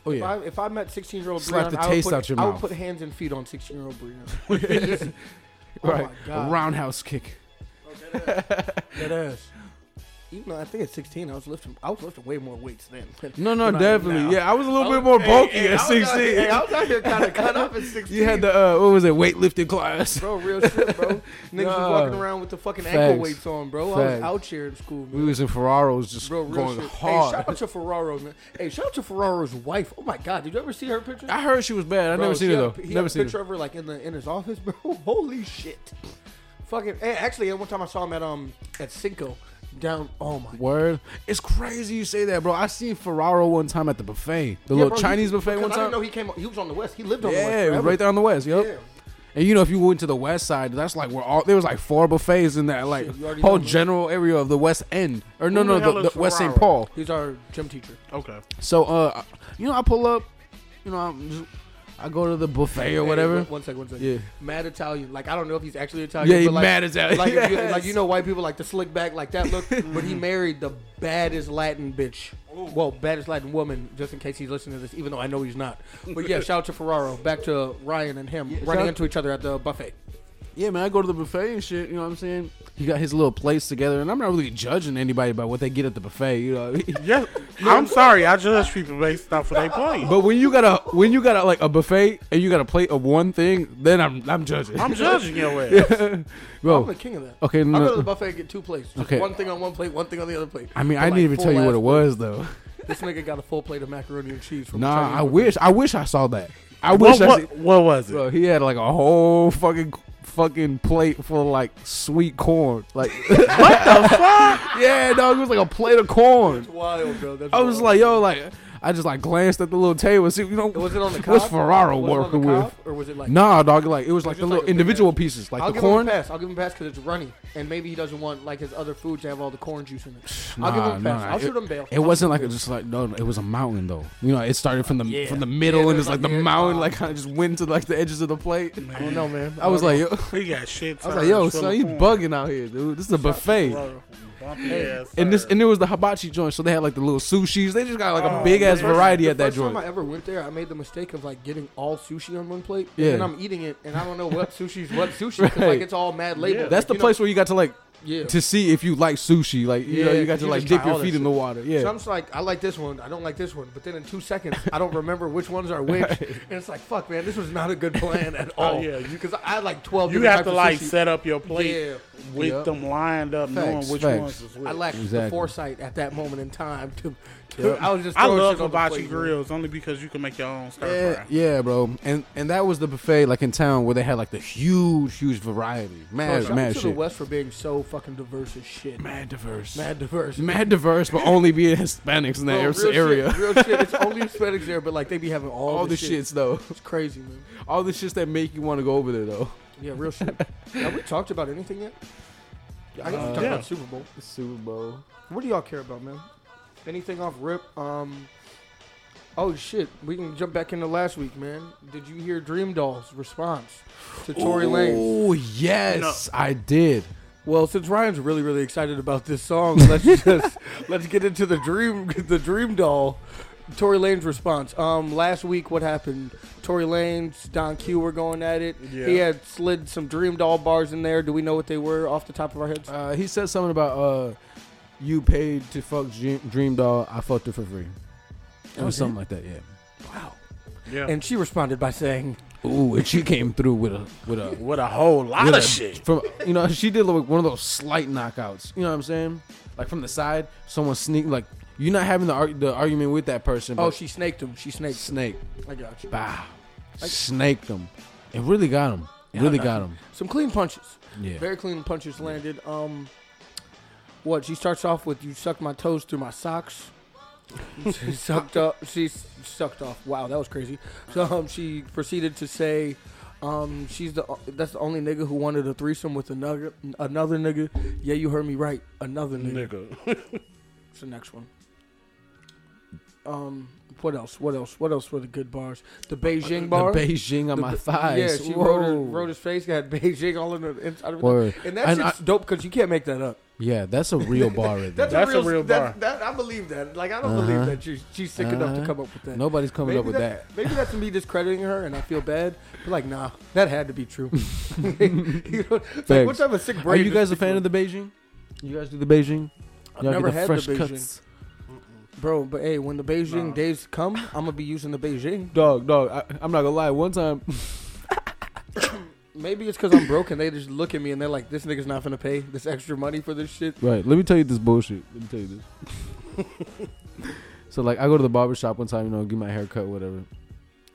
[SPEAKER 3] Oh
[SPEAKER 1] If,
[SPEAKER 3] yeah.
[SPEAKER 1] I, if I met 16 year old
[SPEAKER 3] Slap
[SPEAKER 1] Breon,
[SPEAKER 3] the
[SPEAKER 1] I, would
[SPEAKER 3] taste
[SPEAKER 1] put,
[SPEAKER 3] out your
[SPEAKER 1] I
[SPEAKER 3] mouth.
[SPEAKER 1] would put hands and feet on 16 year old Breon. oh
[SPEAKER 3] right.
[SPEAKER 1] my God.
[SPEAKER 3] A roundhouse kick.
[SPEAKER 1] That ass. even though I think at 16 I was lifting, I was lifting way more weights then. than-
[SPEAKER 3] No, no,
[SPEAKER 1] than I am now.
[SPEAKER 3] definitely. Yeah, I was a little
[SPEAKER 1] I
[SPEAKER 3] bit more
[SPEAKER 1] was-
[SPEAKER 3] bulky
[SPEAKER 1] hey, hey,
[SPEAKER 3] at
[SPEAKER 1] I was out-
[SPEAKER 3] 16.
[SPEAKER 1] hey, I was out here kind of cut off at 16.
[SPEAKER 3] you had the uh, what was it? Weightlifting class.
[SPEAKER 1] bro, real shit, bro. Niggas
[SPEAKER 3] Nah.
[SPEAKER 1] was walking around with the fucking
[SPEAKER 3] Facts.
[SPEAKER 1] ankle weights on, bro. I was
[SPEAKER 3] Facts.
[SPEAKER 1] out here in school,
[SPEAKER 3] We
[SPEAKER 1] bro.
[SPEAKER 3] was in Ferraros, just
[SPEAKER 1] Bro, real
[SPEAKER 3] going
[SPEAKER 1] shit. Hey,
[SPEAKER 3] hard.
[SPEAKER 1] shout out to Ferraro, man. Hey, shout out to Ferraro's wife. Oh my god, did you ever see her picture?
[SPEAKER 3] I heard she was bad. I
[SPEAKER 1] Bro,
[SPEAKER 3] never seen
[SPEAKER 1] she
[SPEAKER 3] her
[SPEAKER 1] had
[SPEAKER 3] though.
[SPEAKER 1] a pi- He
[SPEAKER 3] never
[SPEAKER 1] had a
[SPEAKER 3] seen
[SPEAKER 1] picture
[SPEAKER 3] her.
[SPEAKER 1] of her like in the in his office, bro. Holy shit! Fucking hey, actually, one time I saw him at um at Cinco down. Oh my.
[SPEAKER 3] Word, it's crazy you say that, bro. I seen Ferraro one time at the buffet, the
[SPEAKER 1] Yeah,
[SPEAKER 3] little
[SPEAKER 1] bro, he-
[SPEAKER 3] Chinese buffet
[SPEAKER 1] because
[SPEAKER 3] one
[SPEAKER 1] I didn't know
[SPEAKER 3] time.
[SPEAKER 1] he came. He was on the west. He lived on
[SPEAKER 3] Yeah,
[SPEAKER 1] the
[SPEAKER 3] it
[SPEAKER 1] west.
[SPEAKER 3] was
[SPEAKER 1] forever.
[SPEAKER 3] right there on the west. Yep.
[SPEAKER 1] Yeah.
[SPEAKER 3] And you know, if you went to the west side, that's like where all there was like four buffets in that like
[SPEAKER 1] you already
[SPEAKER 3] whole
[SPEAKER 1] know, man.
[SPEAKER 3] general area of the west end, or no,
[SPEAKER 2] Who the
[SPEAKER 3] no,
[SPEAKER 2] hell
[SPEAKER 3] the,
[SPEAKER 2] is
[SPEAKER 3] the west St.
[SPEAKER 2] Ferraro?
[SPEAKER 3] Paul.
[SPEAKER 1] He's our gym teacher.
[SPEAKER 2] Okay.
[SPEAKER 3] So, uh, you know, I pull up, you know, I'm just, I go to the buffet or
[SPEAKER 1] Hey,
[SPEAKER 3] whatever.
[SPEAKER 1] one- one second, one second.
[SPEAKER 3] Yeah.
[SPEAKER 1] Mad Italian. Like I don't know if he's actually Italian.
[SPEAKER 3] Yeah, he
[SPEAKER 1] but, like,
[SPEAKER 3] mad Italian.
[SPEAKER 1] Like, if you,
[SPEAKER 3] Yes.
[SPEAKER 1] like you know, white people like the slick back, like that look. but he married the baddest Latin bitch. Well, baddest Latin woman. Just in case he's listening to this, even though I know he's not. But yeah, shout out to Ferraro. Back to Ryan and him running
[SPEAKER 3] shout-
[SPEAKER 1] into each other at the buffet.
[SPEAKER 3] Yeah, man, I go to the buffet and shit. You know what I'm saying? He got his little plates together, and I'm not really judging anybody by what they get at the buffet. You know,
[SPEAKER 2] Yeah, I'm sorry. I judge people based off of their play.
[SPEAKER 3] but when you got a when you got a, like a buffet and you got a plate of one thing, then I'm I'm judging.
[SPEAKER 2] I'm judging your ass.
[SPEAKER 1] I'm the
[SPEAKER 3] Bro,
[SPEAKER 1] king of that.
[SPEAKER 3] Okay,
[SPEAKER 1] I
[SPEAKER 3] no-
[SPEAKER 1] go to the buffet and get two plates. Just
[SPEAKER 3] Okay.
[SPEAKER 1] one thing on one plate, one thing on the other plate.
[SPEAKER 3] I mean,
[SPEAKER 1] For,
[SPEAKER 3] I
[SPEAKER 1] like,
[SPEAKER 3] didn't even
[SPEAKER 1] full
[SPEAKER 3] tell you what it
[SPEAKER 1] ass-
[SPEAKER 3] was though.
[SPEAKER 1] This nigga got a full plate of macaroni and cheese. From
[SPEAKER 3] Nah,
[SPEAKER 1] Chinese
[SPEAKER 3] I
[SPEAKER 1] buffet.
[SPEAKER 3] wish I wish I saw that. I wish
[SPEAKER 2] What,
[SPEAKER 3] I. see-
[SPEAKER 2] what, what was it?
[SPEAKER 3] Bro, he had like a whole fucking fucking plate full of like sweet corn. Like
[SPEAKER 2] What the fuck?
[SPEAKER 3] yeah, dog, it was like a plate of corn.
[SPEAKER 1] That's wild, bro. That's
[SPEAKER 3] I was
[SPEAKER 1] wild.
[SPEAKER 3] like, yo, like I just like glanced at the little table, and see, you know,
[SPEAKER 1] Was it on the cob?
[SPEAKER 3] what's Ferraro
[SPEAKER 1] Was it on
[SPEAKER 3] working
[SPEAKER 1] the
[SPEAKER 3] with?
[SPEAKER 1] cob, Or was it like
[SPEAKER 3] Nah, dog. Like it was like
[SPEAKER 1] just
[SPEAKER 3] the
[SPEAKER 1] like
[SPEAKER 3] little
[SPEAKER 1] a big
[SPEAKER 3] individual
[SPEAKER 1] ass-
[SPEAKER 3] pieces, like
[SPEAKER 1] I'll
[SPEAKER 3] the
[SPEAKER 1] give
[SPEAKER 3] corn.
[SPEAKER 1] him a pass. I'll give him a pass because it's runny, and maybe he doesn't want like his other food to have all the corn juice in it. I'll give him a pass.
[SPEAKER 3] nah,
[SPEAKER 1] I'll
[SPEAKER 3] it,
[SPEAKER 1] shoot him bail.
[SPEAKER 3] It wasn't like a- just like no, no, it was a mountain though. You know, it started from the
[SPEAKER 1] Yeah.
[SPEAKER 3] from the
[SPEAKER 1] Yeah,
[SPEAKER 3] middle
[SPEAKER 1] there
[SPEAKER 3] and
[SPEAKER 1] was
[SPEAKER 3] it's like
[SPEAKER 1] like
[SPEAKER 3] the
[SPEAKER 1] the- uh,
[SPEAKER 3] mountain, like kind of just went to like the edges of the plate.
[SPEAKER 1] I don't know, man.
[SPEAKER 3] I was like, yo,
[SPEAKER 2] He got shit.
[SPEAKER 3] I was like, yo,
[SPEAKER 2] turned
[SPEAKER 3] son,
[SPEAKER 2] full
[SPEAKER 3] you
[SPEAKER 2] of
[SPEAKER 3] bugging out here, dude. This is a buffet.
[SPEAKER 2] corn. Bumpy ass
[SPEAKER 3] And this
[SPEAKER 2] sir.
[SPEAKER 3] and it was the hibachi joint, so they had like the little sushis. They just got like a
[SPEAKER 2] Oh,
[SPEAKER 3] big ass
[SPEAKER 2] man.
[SPEAKER 3] variety
[SPEAKER 1] the
[SPEAKER 3] at that
[SPEAKER 1] first
[SPEAKER 3] joint.
[SPEAKER 1] time I ever went there, I made the mistake of like getting all sushi on one plate,
[SPEAKER 3] Yeah.
[SPEAKER 1] and then I'm eating it, and I don't know what sushi's what sushi. 'cause,
[SPEAKER 3] Right.
[SPEAKER 1] Like it's all mad labeled.
[SPEAKER 2] Yeah.
[SPEAKER 3] That's
[SPEAKER 1] Like,
[SPEAKER 3] the
[SPEAKER 1] you know-
[SPEAKER 3] place where you got to like
[SPEAKER 1] Yeah.
[SPEAKER 3] to see if you like sushi. Like you know,
[SPEAKER 1] Yeah,
[SPEAKER 3] you got to
[SPEAKER 1] you
[SPEAKER 3] like
[SPEAKER 1] just
[SPEAKER 3] dip
[SPEAKER 1] try
[SPEAKER 3] your
[SPEAKER 1] all
[SPEAKER 3] feet
[SPEAKER 1] that
[SPEAKER 3] in the water. Yeah.
[SPEAKER 1] So I'm just like, I like this one. I don't like this one. But then in two seconds, I don't remember which ones are which. And it's like, fuck, man, this was not a good plan at all.
[SPEAKER 2] Oh, yeah, you-
[SPEAKER 1] because I had like twelve.
[SPEAKER 2] You
[SPEAKER 1] different
[SPEAKER 2] have to
[SPEAKER 1] types
[SPEAKER 2] like
[SPEAKER 1] of sushi.
[SPEAKER 2] set up your plate
[SPEAKER 1] Yeah.
[SPEAKER 2] with
[SPEAKER 3] Yep.
[SPEAKER 2] them lined up,
[SPEAKER 3] Facts,
[SPEAKER 2] knowing which
[SPEAKER 3] facts.
[SPEAKER 2] ones is which.
[SPEAKER 1] I lacked
[SPEAKER 3] Exactly.
[SPEAKER 1] the foresight at that moment in time to. to I was just.
[SPEAKER 2] I
[SPEAKER 1] throwing
[SPEAKER 2] love
[SPEAKER 1] shit on the
[SPEAKER 2] hibachi
[SPEAKER 1] plate, man.
[SPEAKER 2] grills only because you can make your own stir
[SPEAKER 3] Yeah,
[SPEAKER 2] fry.
[SPEAKER 3] yeah, bro. And and that was the buffet like in town where they had like the huge, huge variety.
[SPEAKER 1] Bro,
[SPEAKER 3] Mad,
[SPEAKER 1] shout out
[SPEAKER 3] mad
[SPEAKER 1] to the
[SPEAKER 3] shit.
[SPEAKER 1] West for being so fucking diverse as shit. Mad,
[SPEAKER 3] diverse. Mad,
[SPEAKER 1] mad diverse.
[SPEAKER 3] diverse, but only being Hispanics in
[SPEAKER 1] Bro,
[SPEAKER 3] that
[SPEAKER 1] real shit,
[SPEAKER 3] area.
[SPEAKER 1] real shit. It's only Hispanics there, but like they be having all,
[SPEAKER 3] All the
[SPEAKER 1] this shit.
[SPEAKER 3] shits though.
[SPEAKER 1] It's crazy, man.
[SPEAKER 3] All the shits that make you want to go over there though.
[SPEAKER 1] Yeah, real shit. Have we talked about anything yet? I guess we talked
[SPEAKER 2] Uh, yeah.
[SPEAKER 1] about Super Bowl.
[SPEAKER 3] The Super Bowl.
[SPEAKER 1] What do y'all care about, man? Anything off rip? Um. Oh shit, we can jump back into last week, man. Did you hear Dream Doll's response to Tory Lanez?
[SPEAKER 3] Oh yes, I did.
[SPEAKER 1] Well, since Ryan's really really excited about this song, let's just let's get into the dream the dream doll. Tory Lane's response. Um, last week, what happened? Tory Lanez, Don Q were going at it. He
[SPEAKER 2] Yeah.
[SPEAKER 1] had slid some Dream Doll bars in there. Do we know what they were off the top of our heads?
[SPEAKER 3] Uh, he said something about uh, you paid to fuck Dream, Dream Doll. I fucked her for free. It was something like that. Yeah.
[SPEAKER 1] Wow.
[SPEAKER 2] Yeah.
[SPEAKER 1] And she responded by saying,
[SPEAKER 3] Ooh, and she came through with a with a
[SPEAKER 2] with a whole lot
[SPEAKER 3] with
[SPEAKER 2] of
[SPEAKER 3] a-
[SPEAKER 2] shit.
[SPEAKER 3] From you know, she did like one of those slight knockouts. You know what I'm saying? Like from the side, someone sneak like you're not having the ar- the argument with that person.
[SPEAKER 1] "Oh,
[SPEAKER 3] but
[SPEAKER 1] she snaked him. She snaked." him.
[SPEAKER 3] snake,
[SPEAKER 1] I got you.
[SPEAKER 3] bow, snaked him, and really got him. Really got him.
[SPEAKER 1] Some clean punches.
[SPEAKER 3] Yeah.
[SPEAKER 1] Very clean punches landed. Um, what she starts off with? You sucked my toes through my socks. she sucked up. She s- sucked off. Wow, that was crazy. So um, she proceeded to say, um, "She's the that's the only nigga who wanted a threesome with another another nigga." Yeah, you heard me right. Another nigga.
[SPEAKER 2] Nigga.
[SPEAKER 1] What's the next one? Um, what else? What else? What else were the good bars? The Beijing bar.
[SPEAKER 3] The Beijing on
[SPEAKER 1] The
[SPEAKER 3] my
[SPEAKER 1] ba-
[SPEAKER 3] thighs.
[SPEAKER 1] Yeah, she wrote, her, wrote his face, got Beijing all in the inside of
[SPEAKER 3] Word.
[SPEAKER 1] it. And that
[SPEAKER 3] And
[SPEAKER 1] shit's dope because you can't make that up.
[SPEAKER 3] Yeah, that's a real bar right there.
[SPEAKER 1] That's,
[SPEAKER 2] That's
[SPEAKER 1] a
[SPEAKER 2] a
[SPEAKER 1] real,
[SPEAKER 2] real
[SPEAKER 1] that, that, I believe that. Like, I don't
[SPEAKER 3] Uh-huh.
[SPEAKER 1] believe that she's, she's sick enough to
[SPEAKER 3] Uh-huh.
[SPEAKER 1] come up with that.
[SPEAKER 3] Nobody's coming
[SPEAKER 1] Maybe
[SPEAKER 3] up with that.
[SPEAKER 1] Maybe that's me discrediting her, and I feel bad. But like, nah, that had to be true. you know, it's like, what
[SPEAKER 3] Thanks.
[SPEAKER 1] type of sick
[SPEAKER 3] Are
[SPEAKER 1] brain?
[SPEAKER 3] you guys a fan of the Beijing? You guys do the Beijing? Y'all
[SPEAKER 1] never
[SPEAKER 3] get the
[SPEAKER 1] had the
[SPEAKER 3] fresh
[SPEAKER 1] Beijing.
[SPEAKER 3] cuts.
[SPEAKER 1] Bro, but hey, when the Beijing days come, I'm gonna be using the Beijing.
[SPEAKER 3] Dog, dog. I, I'm not gonna lie. One time,
[SPEAKER 1] Maybe it's because I'm broke and they just look at me and they're like, "This nigga's not gonna pay this extra money for this shit."
[SPEAKER 3] Right. Let me tell you this bullshit. Let me tell you this. so like, I go to the barber shop one time, you know, get my hair cut, whatever.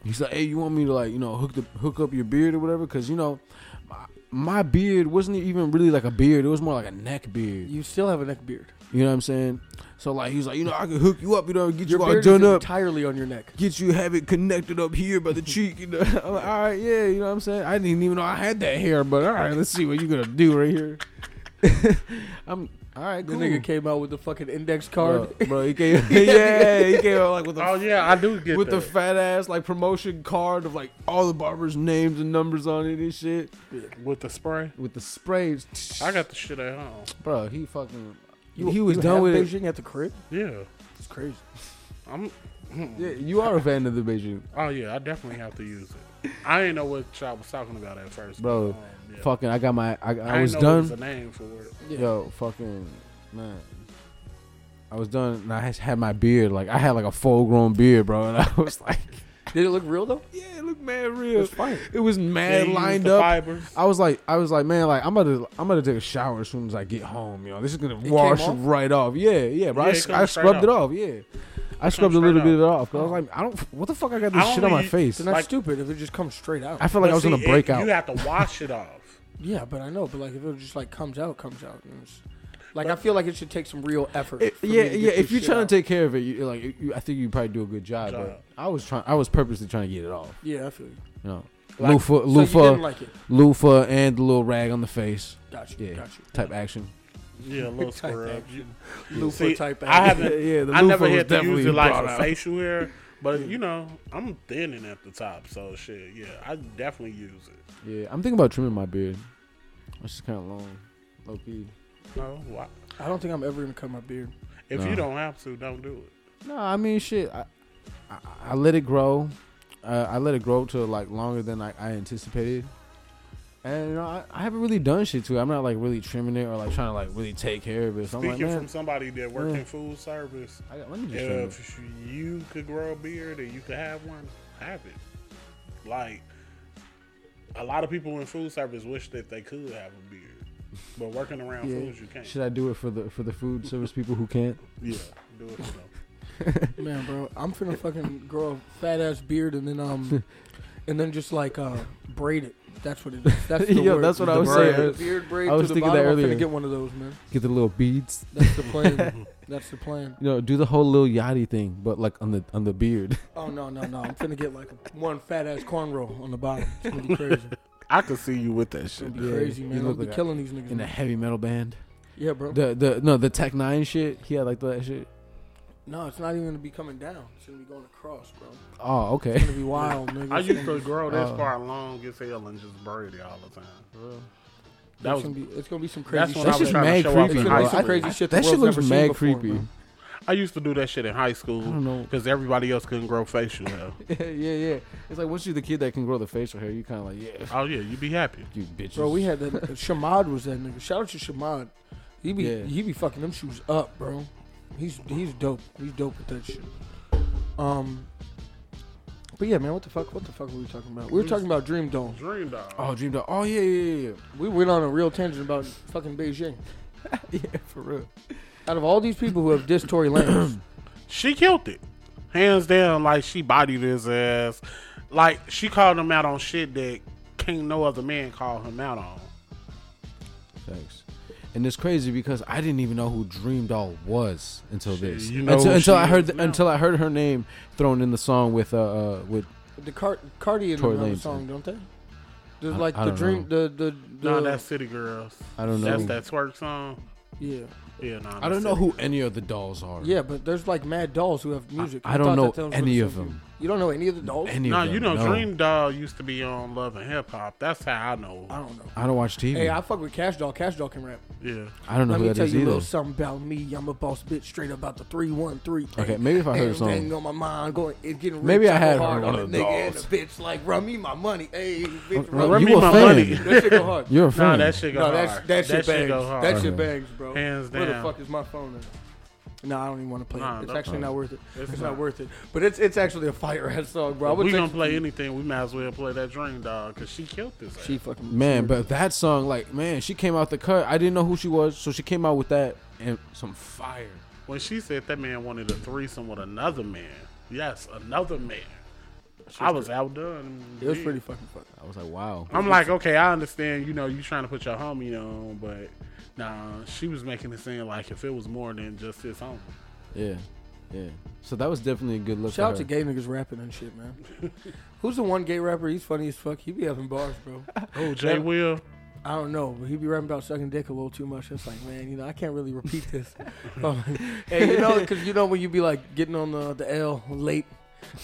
[SPEAKER 3] He's like, "Hey, you want me to like, you know, hook the hook up your beard or whatever?" Because you know, my, my beard wasn't even really like a beard. It was more like a neck beard.
[SPEAKER 1] You still have a neck beard.
[SPEAKER 3] You know what I'm saying? So like, he's like, you know, I can hook you up, you know, get
[SPEAKER 1] Your
[SPEAKER 3] you all
[SPEAKER 1] beard
[SPEAKER 3] done
[SPEAKER 1] is
[SPEAKER 3] up,
[SPEAKER 1] entirely on your neck.
[SPEAKER 3] get you have it connected up here by the cheek. You know, I'm like, all right, yeah, you know what I'm saying? I didn't even know I had that hair, but all right, let's see what you're gonna do right here. I'm all right.
[SPEAKER 1] The
[SPEAKER 3] Cool.
[SPEAKER 1] nigga came out with the fucking index card.
[SPEAKER 3] Bro, bro, he came. yeah, he came out like with the
[SPEAKER 2] Oh yeah, I do get
[SPEAKER 3] with the
[SPEAKER 2] that.
[SPEAKER 3] fat ass like promotion card of like all the barbers' names and numbers on it and shit.
[SPEAKER 2] with the spray.
[SPEAKER 3] With the sprays,
[SPEAKER 2] I got the shit at home.
[SPEAKER 3] bro. He fucking.
[SPEAKER 1] You-
[SPEAKER 3] he was
[SPEAKER 1] you
[SPEAKER 3] done
[SPEAKER 1] have
[SPEAKER 3] with it.
[SPEAKER 1] Beijing at the crib.
[SPEAKER 2] Yeah,
[SPEAKER 1] It's crazy.
[SPEAKER 2] I'm.
[SPEAKER 3] Yeah, you are a fan of the Beijing,
[SPEAKER 2] Oh yeah, I definitely have to use it. I didn't know what y'all was talking about at first,
[SPEAKER 3] bro.
[SPEAKER 2] Um, yeah.
[SPEAKER 3] Fucking, I got my. I, I
[SPEAKER 2] didn't
[SPEAKER 3] was
[SPEAKER 2] know
[SPEAKER 3] done.
[SPEAKER 2] There was a name for it.
[SPEAKER 3] Yo, fucking man. I was done, and I had- had my beard like I had like a full grown beard, bro. And I was like,
[SPEAKER 1] Did it look real though?
[SPEAKER 3] yeah, it looked mad real.
[SPEAKER 1] It's fine.
[SPEAKER 3] It was
[SPEAKER 2] Yeah,
[SPEAKER 3] mad
[SPEAKER 2] you use
[SPEAKER 3] lined
[SPEAKER 2] the
[SPEAKER 3] up.
[SPEAKER 2] Fibers.
[SPEAKER 3] I was like, I was like, man, like I'm gonna, I'm gonna take a shower as soon as I get home. You know, this is gonna
[SPEAKER 1] came
[SPEAKER 3] wash
[SPEAKER 1] off?
[SPEAKER 3] right off. Yeah, yeah, bro.
[SPEAKER 2] Yeah,
[SPEAKER 3] I
[SPEAKER 2] it
[SPEAKER 3] s-
[SPEAKER 2] comes
[SPEAKER 3] I,
[SPEAKER 2] straight
[SPEAKER 3] scrubbed it
[SPEAKER 2] off.
[SPEAKER 3] off. Yeah, I scrubbed a
[SPEAKER 2] straight
[SPEAKER 3] little bit of it
[SPEAKER 2] off.
[SPEAKER 3] off. 'cause I was like, I don't. What the fuck? I got
[SPEAKER 2] I
[SPEAKER 3] this shit on my
[SPEAKER 2] only-
[SPEAKER 3] face.
[SPEAKER 1] They're not
[SPEAKER 2] Like-
[SPEAKER 1] stupid if it just comes straight out.
[SPEAKER 3] I felt like I
[SPEAKER 2] But
[SPEAKER 3] was
[SPEAKER 2] see,
[SPEAKER 3] gonna
[SPEAKER 2] it-
[SPEAKER 3] break out.
[SPEAKER 2] You have to wash it off.
[SPEAKER 1] yeah, but I know. But like, if it just like comes out, comes out. And it's- like, I feel like it should take some real effort.
[SPEAKER 3] It-
[SPEAKER 1] for me
[SPEAKER 3] yeah,
[SPEAKER 1] to get
[SPEAKER 3] yeah.
[SPEAKER 1] this
[SPEAKER 3] If you're
[SPEAKER 1] shit
[SPEAKER 3] trying
[SPEAKER 1] out.
[SPEAKER 3] to take care of it, you, like, you- you, I think you probably do a good job.
[SPEAKER 2] Job.
[SPEAKER 3] But I was trying. I was purposely trying to get it off.
[SPEAKER 1] yeah, I feel you.
[SPEAKER 3] You know,
[SPEAKER 1] Like-
[SPEAKER 3] loofah,
[SPEAKER 1] So
[SPEAKER 3] loofah,
[SPEAKER 1] you didn't like it?
[SPEAKER 3] loofah, and the little rag on the face.
[SPEAKER 1] Gotcha,
[SPEAKER 3] Yeah,
[SPEAKER 1] gotcha.
[SPEAKER 3] type action.
[SPEAKER 2] Yeah, a little
[SPEAKER 1] Type
[SPEAKER 2] scrub.
[SPEAKER 1] action.
[SPEAKER 2] You-
[SPEAKER 1] Loofah
[SPEAKER 2] See,
[SPEAKER 1] type.
[SPEAKER 2] I
[SPEAKER 1] action.
[SPEAKER 2] haven't.
[SPEAKER 3] Yeah, the
[SPEAKER 2] I
[SPEAKER 3] loofah
[SPEAKER 2] never
[SPEAKER 3] was
[SPEAKER 2] had to use
[SPEAKER 3] definitely
[SPEAKER 2] it like
[SPEAKER 3] brought
[SPEAKER 2] for
[SPEAKER 3] out.
[SPEAKER 2] facial hair, but you know, I'm thinning at the top, so shit. Yeah, I definitely use it.
[SPEAKER 3] Yeah, I'm thinking about trimming my beard. It's just kind of long, low key.
[SPEAKER 2] No, why?
[SPEAKER 1] I don't think I'm ever gonna cut my beard.
[SPEAKER 2] If
[SPEAKER 3] No.
[SPEAKER 2] you don't have to, don't do it.
[SPEAKER 3] No, I mean shit. I, I, I let it grow. Uh, I let it grow to like longer than I, I anticipated, and you know, I, I haven't really done shit to it. I'm not like really trimming it or like trying to like really take care of it. So I'm like,
[SPEAKER 2] Speaking
[SPEAKER 3] man,
[SPEAKER 2] from somebody that worked
[SPEAKER 3] Yeah.
[SPEAKER 2] in food service,
[SPEAKER 3] I got, let me just trim it.
[SPEAKER 2] if you could grow a beard and you could have one, have it. Like a lot of people in food service wish that they could have a beard, but working around
[SPEAKER 3] Yeah.
[SPEAKER 2] foods, you can't.
[SPEAKER 3] Should I do it for the for the food service people who can't?
[SPEAKER 2] Yeah, do it. for them.
[SPEAKER 1] Man, bro, I'm finna fucking grow a fat ass beard and then um, and then just like uh, braid it. That's what it is. That's the
[SPEAKER 3] Yeah,
[SPEAKER 1] word.
[SPEAKER 3] that's what
[SPEAKER 1] The
[SPEAKER 3] I was
[SPEAKER 1] braid.
[SPEAKER 3] saying.
[SPEAKER 1] Beard braid
[SPEAKER 3] I was
[SPEAKER 1] to the
[SPEAKER 3] thinking
[SPEAKER 1] bottom.
[SPEAKER 3] that
[SPEAKER 1] I'm
[SPEAKER 3] earlier.
[SPEAKER 1] finna get one of those, man.
[SPEAKER 3] Get the little beads.
[SPEAKER 1] That's the plan. that's the plan.
[SPEAKER 3] You know, do the whole little yachty thing, but like on the on the beard.
[SPEAKER 1] Oh no, no, no! I'm finna get like one fat ass cornrow on the bottom. It's gonna be crazy.
[SPEAKER 2] I could see you with that shit.
[SPEAKER 1] It'll be
[SPEAKER 3] Yeah,
[SPEAKER 1] crazy,
[SPEAKER 3] you
[SPEAKER 1] man. I'll
[SPEAKER 3] look
[SPEAKER 1] be
[SPEAKER 3] like a-
[SPEAKER 1] killing these niggas.
[SPEAKER 3] in a
[SPEAKER 1] man.
[SPEAKER 3] heavy metal band.
[SPEAKER 1] Yeah, bro.
[SPEAKER 3] The the no the Tech Nine shit. He had like that shit.
[SPEAKER 1] No, it's not even gonna be coming down. It's gonna be going across, bro. It's
[SPEAKER 3] Oh okay.
[SPEAKER 1] gonna be wild, nigga.
[SPEAKER 2] I
[SPEAKER 1] It's
[SPEAKER 2] used
[SPEAKER 1] gonna
[SPEAKER 2] to
[SPEAKER 1] be-
[SPEAKER 2] grow this
[SPEAKER 3] Oh.
[SPEAKER 2] far long as hell and just braid it all the time.
[SPEAKER 1] It's
[SPEAKER 2] That was
[SPEAKER 1] gonna be. It's gonna be some
[SPEAKER 2] That's
[SPEAKER 3] That's
[SPEAKER 1] crazy. shit.
[SPEAKER 2] when I was
[SPEAKER 3] just
[SPEAKER 2] trying to
[SPEAKER 3] mad
[SPEAKER 2] show off
[SPEAKER 3] creepy.
[SPEAKER 2] in
[SPEAKER 1] It's gonna
[SPEAKER 2] high
[SPEAKER 1] be
[SPEAKER 3] bro.
[SPEAKER 1] some
[SPEAKER 2] school.
[SPEAKER 1] crazy shit.
[SPEAKER 3] That
[SPEAKER 1] the
[SPEAKER 3] shit
[SPEAKER 1] world's
[SPEAKER 3] looks
[SPEAKER 1] never
[SPEAKER 3] mad
[SPEAKER 1] seen before,
[SPEAKER 3] creepy.
[SPEAKER 1] man.
[SPEAKER 2] I used to do that shit in high school
[SPEAKER 3] I don't know.
[SPEAKER 2] because everybody else couldn't grow facial hair.
[SPEAKER 3] yeah, yeah. It's like once you're the kid that can grow the facial hair, you kind of like yeah,
[SPEAKER 2] oh yeah, you'd be happy.
[SPEAKER 3] you bitches.
[SPEAKER 1] Bro, we had that. Shamad was that nigga. Shout out to Shamad. He be
[SPEAKER 3] Yeah.
[SPEAKER 1] he be fucking them shoes up, bro. He's he's dope. He's dope with that shit. Um. But yeah, man, what the fuck? What the fuck were we talking about? We were talking about Dream Dome.
[SPEAKER 2] Dream dog.
[SPEAKER 3] oh dreamed up. Oh yeah, yeah, yeah,
[SPEAKER 1] We went on a real tangent about fucking Beijing.
[SPEAKER 3] yeah. yeah for real.
[SPEAKER 1] Out of all these people who have dissed Tory Lanez,
[SPEAKER 2] she killed it. Hands down, like she bodied his ass. Like she called him out on shit that can't no other man call him out on.
[SPEAKER 3] Thanks. And it's crazy because I didn't even know who Dream Doll was until this.
[SPEAKER 2] you know
[SPEAKER 3] until
[SPEAKER 2] who
[SPEAKER 3] until
[SPEAKER 2] she
[SPEAKER 3] I heard
[SPEAKER 2] is now.
[SPEAKER 3] until I heard her name thrown in the song with uh, uh with
[SPEAKER 1] the Car- Cardi and
[SPEAKER 3] Tory
[SPEAKER 1] another
[SPEAKER 3] Lanez,
[SPEAKER 1] song, don't they? There's
[SPEAKER 3] I-
[SPEAKER 1] like
[SPEAKER 3] I
[SPEAKER 1] the
[SPEAKER 3] don't
[SPEAKER 1] Dream, the the the.
[SPEAKER 2] No, that's City Girls.
[SPEAKER 3] I don't know.
[SPEAKER 2] That's that twerk song.
[SPEAKER 1] yeah,
[SPEAKER 2] Yeah, no.
[SPEAKER 3] I don't know who any of the dolls are.
[SPEAKER 1] yeah, but there's like Mad Dolls who have music.
[SPEAKER 3] I don't
[SPEAKER 1] thought
[SPEAKER 3] know
[SPEAKER 1] that those were the
[SPEAKER 3] any
[SPEAKER 1] same
[SPEAKER 3] of them.
[SPEAKER 1] people. You don't know any of the dolls?
[SPEAKER 3] Any of
[SPEAKER 2] No,
[SPEAKER 3] them,
[SPEAKER 2] you know, Dream Doll used to be on Love and Hip Hop. That's how I know.
[SPEAKER 1] I don't know.
[SPEAKER 3] I don't watch TV.
[SPEAKER 1] Hey, I
[SPEAKER 3] I,
[SPEAKER 1] fuck with Cash Doll. Cash Doll can rap.
[SPEAKER 2] Yeah.
[SPEAKER 3] don't know who
[SPEAKER 1] Let me
[SPEAKER 3] that
[SPEAKER 1] tell
[SPEAKER 3] is
[SPEAKER 1] you a
[SPEAKER 3] either.
[SPEAKER 1] little something about me. I'm a boss bitch, straight about the three one three.
[SPEAKER 3] Okay, maybe if I heard a song.
[SPEAKER 1] something on my mind, going, it's getting rich,
[SPEAKER 3] Maybe I
[SPEAKER 1] I'm
[SPEAKER 3] had
[SPEAKER 1] go
[SPEAKER 3] heard
[SPEAKER 1] hard on
[SPEAKER 3] one
[SPEAKER 1] a
[SPEAKER 3] of
[SPEAKER 1] nigga and a
[SPEAKER 3] those.
[SPEAKER 1] bitch. Like, run me my money, hey,
[SPEAKER 3] Run-
[SPEAKER 1] bitch, run,
[SPEAKER 2] Run
[SPEAKER 3] you
[SPEAKER 2] me
[SPEAKER 3] a
[SPEAKER 2] my
[SPEAKER 3] fan.
[SPEAKER 2] money.
[SPEAKER 1] That shit go hard.
[SPEAKER 3] You're a fan.
[SPEAKER 2] Nah, that shit go
[SPEAKER 1] no,
[SPEAKER 2] hard.
[SPEAKER 1] that's that shit bangs.
[SPEAKER 2] go hard.
[SPEAKER 1] That shit bangs, bro.
[SPEAKER 2] Hands
[SPEAKER 1] Where
[SPEAKER 2] down.
[SPEAKER 1] the fuck is my phone? At? No, I don't even want to play
[SPEAKER 2] Nah,
[SPEAKER 1] it. It's
[SPEAKER 2] don't-
[SPEAKER 1] actually not worth it. It's, not.
[SPEAKER 2] not.
[SPEAKER 1] worth it. But it's it's actually a fire ass song, bro. I
[SPEAKER 2] If
[SPEAKER 1] would
[SPEAKER 2] we
[SPEAKER 1] take-
[SPEAKER 2] gonna play anything, we might as well play that Dream Dog because she killed this.
[SPEAKER 1] She fucking
[SPEAKER 3] Man, but that song, like, man, she came out the cut. I didn't know who she was, so she came out with that and some fire.
[SPEAKER 2] When she said that man wanted a threesome with another man, yes, another man. I was outdone.
[SPEAKER 1] it was pretty fucking fun.
[SPEAKER 3] I was like, wow.
[SPEAKER 2] I'm like, okay, I understand. You know, you trying to put your homie on, but nah, she was making it seem like if it was more than just his homie.
[SPEAKER 3] Yeah, yeah. So that was definitely a good look.
[SPEAKER 1] Shout out
[SPEAKER 3] for
[SPEAKER 1] to
[SPEAKER 3] her.
[SPEAKER 1] gay niggas rapping and shit, man. Who's the one gay rapper? He's funny as fuck. He be having bars, bro.
[SPEAKER 2] Oh, Jay Will.
[SPEAKER 1] I don't know, but he be rapping about sucking dick a little too much. It's like, man, you know, I can't really repeat this. hey, you know, because you know when you be like getting on the the L late,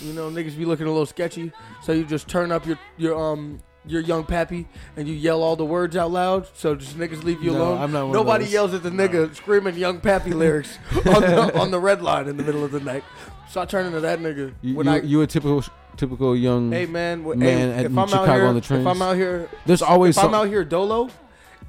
[SPEAKER 1] you know, niggas be looking a little sketchy. So you just turn up your your um your young pappy and you yell all the words out loud. So just niggas leave you
[SPEAKER 3] No,
[SPEAKER 1] alone.
[SPEAKER 3] I'm not one of
[SPEAKER 1] Nobody
[SPEAKER 3] those.
[SPEAKER 1] yells at the nigga screaming young pappy lyrics on the, on the red line in the middle of the night. So I turn into that nigga
[SPEAKER 3] you.
[SPEAKER 1] when
[SPEAKER 3] you,
[SPEAKER 1] I.
[SPEAKER 3] you a typical, typical young.
[SPEAKER 1] Hey man, w-
[SPEAKER 3] Man,
[SPEAKER 1] hey,
[SPEAKER 3] at-
[SPEAKER 1] if
[SPEAKER 3] in
[SPEAKER 1] I'm out
[SPEAKER 3] Chicago
[SPEAKER 1] here,
[SPEAKER 3] on the
[SPEAKER 1] if
[SPEAKER 3] trains.
[SPEAKER 1] I'm out here,
[SPEAKER 3] There's always
[SPEAKER 1] if I'm
[SPEAKER 3] some-
[SPEAKER 1] out here dolo,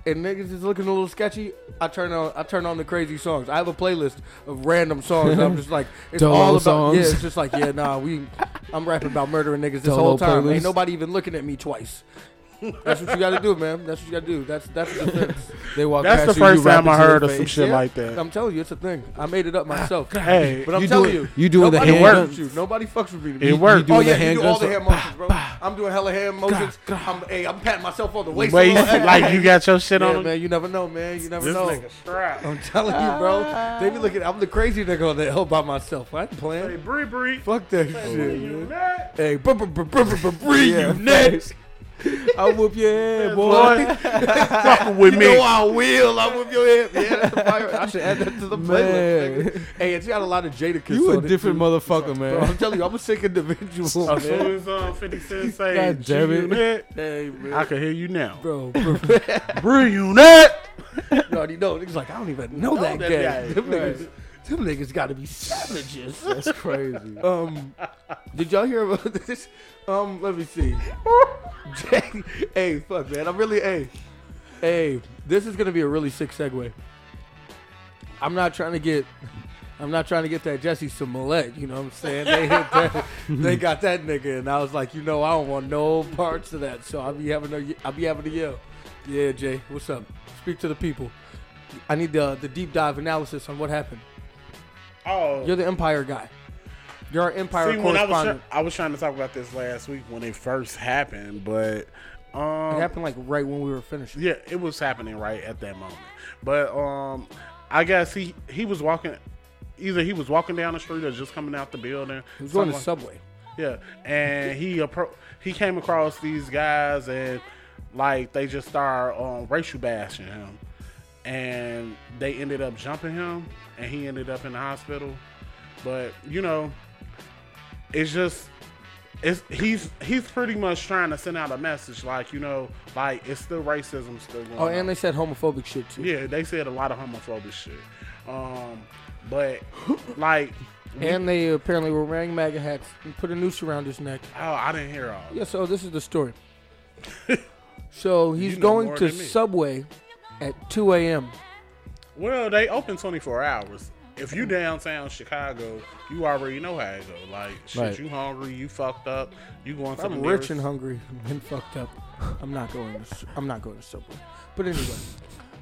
[SPEAKER 1] and niggas is looking a little sketchy, I turn on I turn on the crazy songs. I have a playlist of random songs. that I'm just like it's
[SPEAKER 3] Dolo
[SPEAKER 1] all about yeah.
[SPEAKER 3] songs.
[SPEAKER 1] It's just like yeah, nah, we I'm rapping about murdering niggas this
[SPEAKER 3] Dolo
[SPEAKER 1] whole time.
[SPEAKER 3] playlist.
[SPEAKER 1] Ain't nobody even looking at me twice. That's what you got to do, man. That's what you got to do. That's that's the thing.
[SPEAKER 3] they walk
[SPEAKER 2] That's
[SPEAKER 3] past
[SPEAKER 2] the
[SPEAKER 3] you, you
[SPEAKER 2] first
[SPEAKER 3] rap
[SPEAKER 2] time I
[SPEAKER 3] into their
[SPEAKER 2] heard of some
[SPEAKER 3] face.
[SPEAKER 2] shit
[SPEAKER 1] Yeah,
[SPEAKER 2] like that.
[SPEAKER 1] I'm telling you, it's a thing. I made it up myself.
[SPEAKER 2] Hey,
[SPEAKER 1] But I'm
[SPEAKER 3] Ah, You
[SPEAKER 1] telling
[SPEAKER 3] doing-
[SPEAKER 1] you,
[SPEAKER 3] you doing the
[SPEAKER 1] nobody
[SPEAKER 3] hand
[SPEAKER 1] fucks
[SPEAKER 2] guns?
[SPEAKER 1] with you. Nobody fucks with me.
[SPEAKER 2] It worked.
[SPEAKER 1] Oh
[SPEAKER 3] doing the
[SPEAKER 1] yeah, you
[SPEAKER 3] hand
[SPEAKER 1] do
[SPEAKER 3] guns,
[SPEAKER 1] all the
[SPEAKER 3] so-
[SPEAKER 1] hand motions, bro. I'm doing hella hand motions. I'm, hey, I'm patting myself on the waist. a
[SPEAKER 2] Waist,
[SPEAKER 1] little. Hey,
[SPEAKER 2] like
[SPEAKER 1] hey,
[SPEAKER 2] you got your shit
[SPEAKER 1] yeah,
[SPEAKER 2] on.
[SPEAKER 1] man. You never know, man. You never
[SPEAKER 2] This
[SPEAKER 1] know.
[SPEAKER 2] nigga strapped.
[SPEAKER 1] I'm telling you, bro. They be looking. I'm the crazy nigga on the hill by myself. I ain't playing.
[SPEAKER 2] Hey, Bree Bree.
[SPEAKER 1] Fuck that shit.
[SPEAKER 2] you
[SPEAKER 1] man.
[SPEAKER 2] nut.
[SPEAKER 1] Hey, br- br- br- br- br- br-
[SPEAKER 3] Yeah.
[SPEAKER 1] you next,
[SPEAKER 3] I'll whoop your head, boy.
[SPEAKER 2] Boy, fucking with
[SPEAKER 1] You
[SPEAKER 2] me.
[SPEAKER 1] know I will. I whip your head. Yeah, that's the fire. I should add that to the playlist.
[SPEAKER 3] Man.
[SPEAKER 1] nigga. Hey, it's got a lot of Jada. Kiss
[SPEAKER 3] You
[SPEAKER 1] on
[SPEAKER 3] a
[SPEAKER 1] it,
[SPEAKER 3] different
[SPEAKER 1] too.
[SPEAKER 3] motherfucker,
[SPEAKER 1] Bro, I'm
[SPEAKER 3] man.
[SPEAKER 1] telling you, I'm a sick individual.
[SPEAKER 2] As
[SPEAKER 1] Oh, man.
[SPEAKER 2] soon as uh, 50 Cent say,
[SPEAKER 3] God damn it.
[SPEAKER 2] G-Unit,
[SPEAKER 1] Hey, man.
[SPEAKER 2] I can hear you now.
[SPEAKER 1] bro,
[SPEAKER 2] Bree Unit.
[SPEAKER 1] you already know. Niggas like, I don't even know, that,
[SPEAKER 2] that
[SPEAKER 1] guy.
[SPEAKER 2] guy.
[SPEAKER 1] Them niggas, them niggas got to be savages.
[SPEAKER 3] That's crazy.
[SPEAKER 1] um, did y'all hear about this? Um, let me see. Jay- hey, fuck, man. I'm really, hey, hey. This is gonna be a really sick segue. I'm not trying to get. I'm not trying to get that Jesse Smollett, you know what I'm saying? They hit that, they got that nigga, and I was like, you know, I don't want no parts of that, so I'll be having a, I'll be having to yell, yeah, Jay, what's up? Speak to the people. I need the the deep dive analysis on what happened.
[SPEAKER 2] Oh,
[SPEAKER 1] You're the Empire guy. You're our Empire
[SPEAKER 2] See, when I was,
[SPEAKER 1] correspondent.
[SPEAKER 2] try- I was trying to talk about this last week when it first happened, but um,
[SPEAKER 1] it happened like right when we were finishing.
[SPEAKER 2] yeah, it was happening right at that moment. But um, I guess he he was walking, either he was walking down the street or just coming out the building.
[SPEAKER 1] He was going to
[SPEAKER 2] something
[SPEAKER 1] Subway.
[SPEAKER 2] yeah, and he appro- he came across these guys and like they just started um, racial bashing him, and they ended up jumping him, and he ended up in the hospital. But you know, it's just it's he's he's pretty much trying to send out a message like you know like it's still racism still going.
[SPEAKER 1] Oh,
[SPEAKER 2] on.
[SPEAKER 1] and they said homophobic shit too.
[SPEAKER 2] yeah, they said a lot of homophobic shit, um, but like.
[SPEAKER 1] And they apparently were wearing MAGA hats and put a noose around his neck.
[SPEAKER 2] Oh, I didn't hear all.
[SPEAKER 1] Yeah, so this is the story. so he's
[SPEAKER 2] know
[SPEAKER 1] going
[SPEAKER 2] more
[SPEAKER 1] to
[SPEAKER 2] than me.
[SPEAKER 1] Subway at 2 a.m.
[SPEAKER 2] Well, they open 24 hours. If you downtown Chicago, you already know how it go. Like, shit,
[SPEAKER 3] Right.
[SPEAKER 2] you hungry, you fucked up, you going to the
[SPEAKER 1] I'm
[SPEAKER 2] nearest-
[SPEAKER 1] rich and hungry and fucked up. I'm not going. To, I'm not going to Subway. But anyway,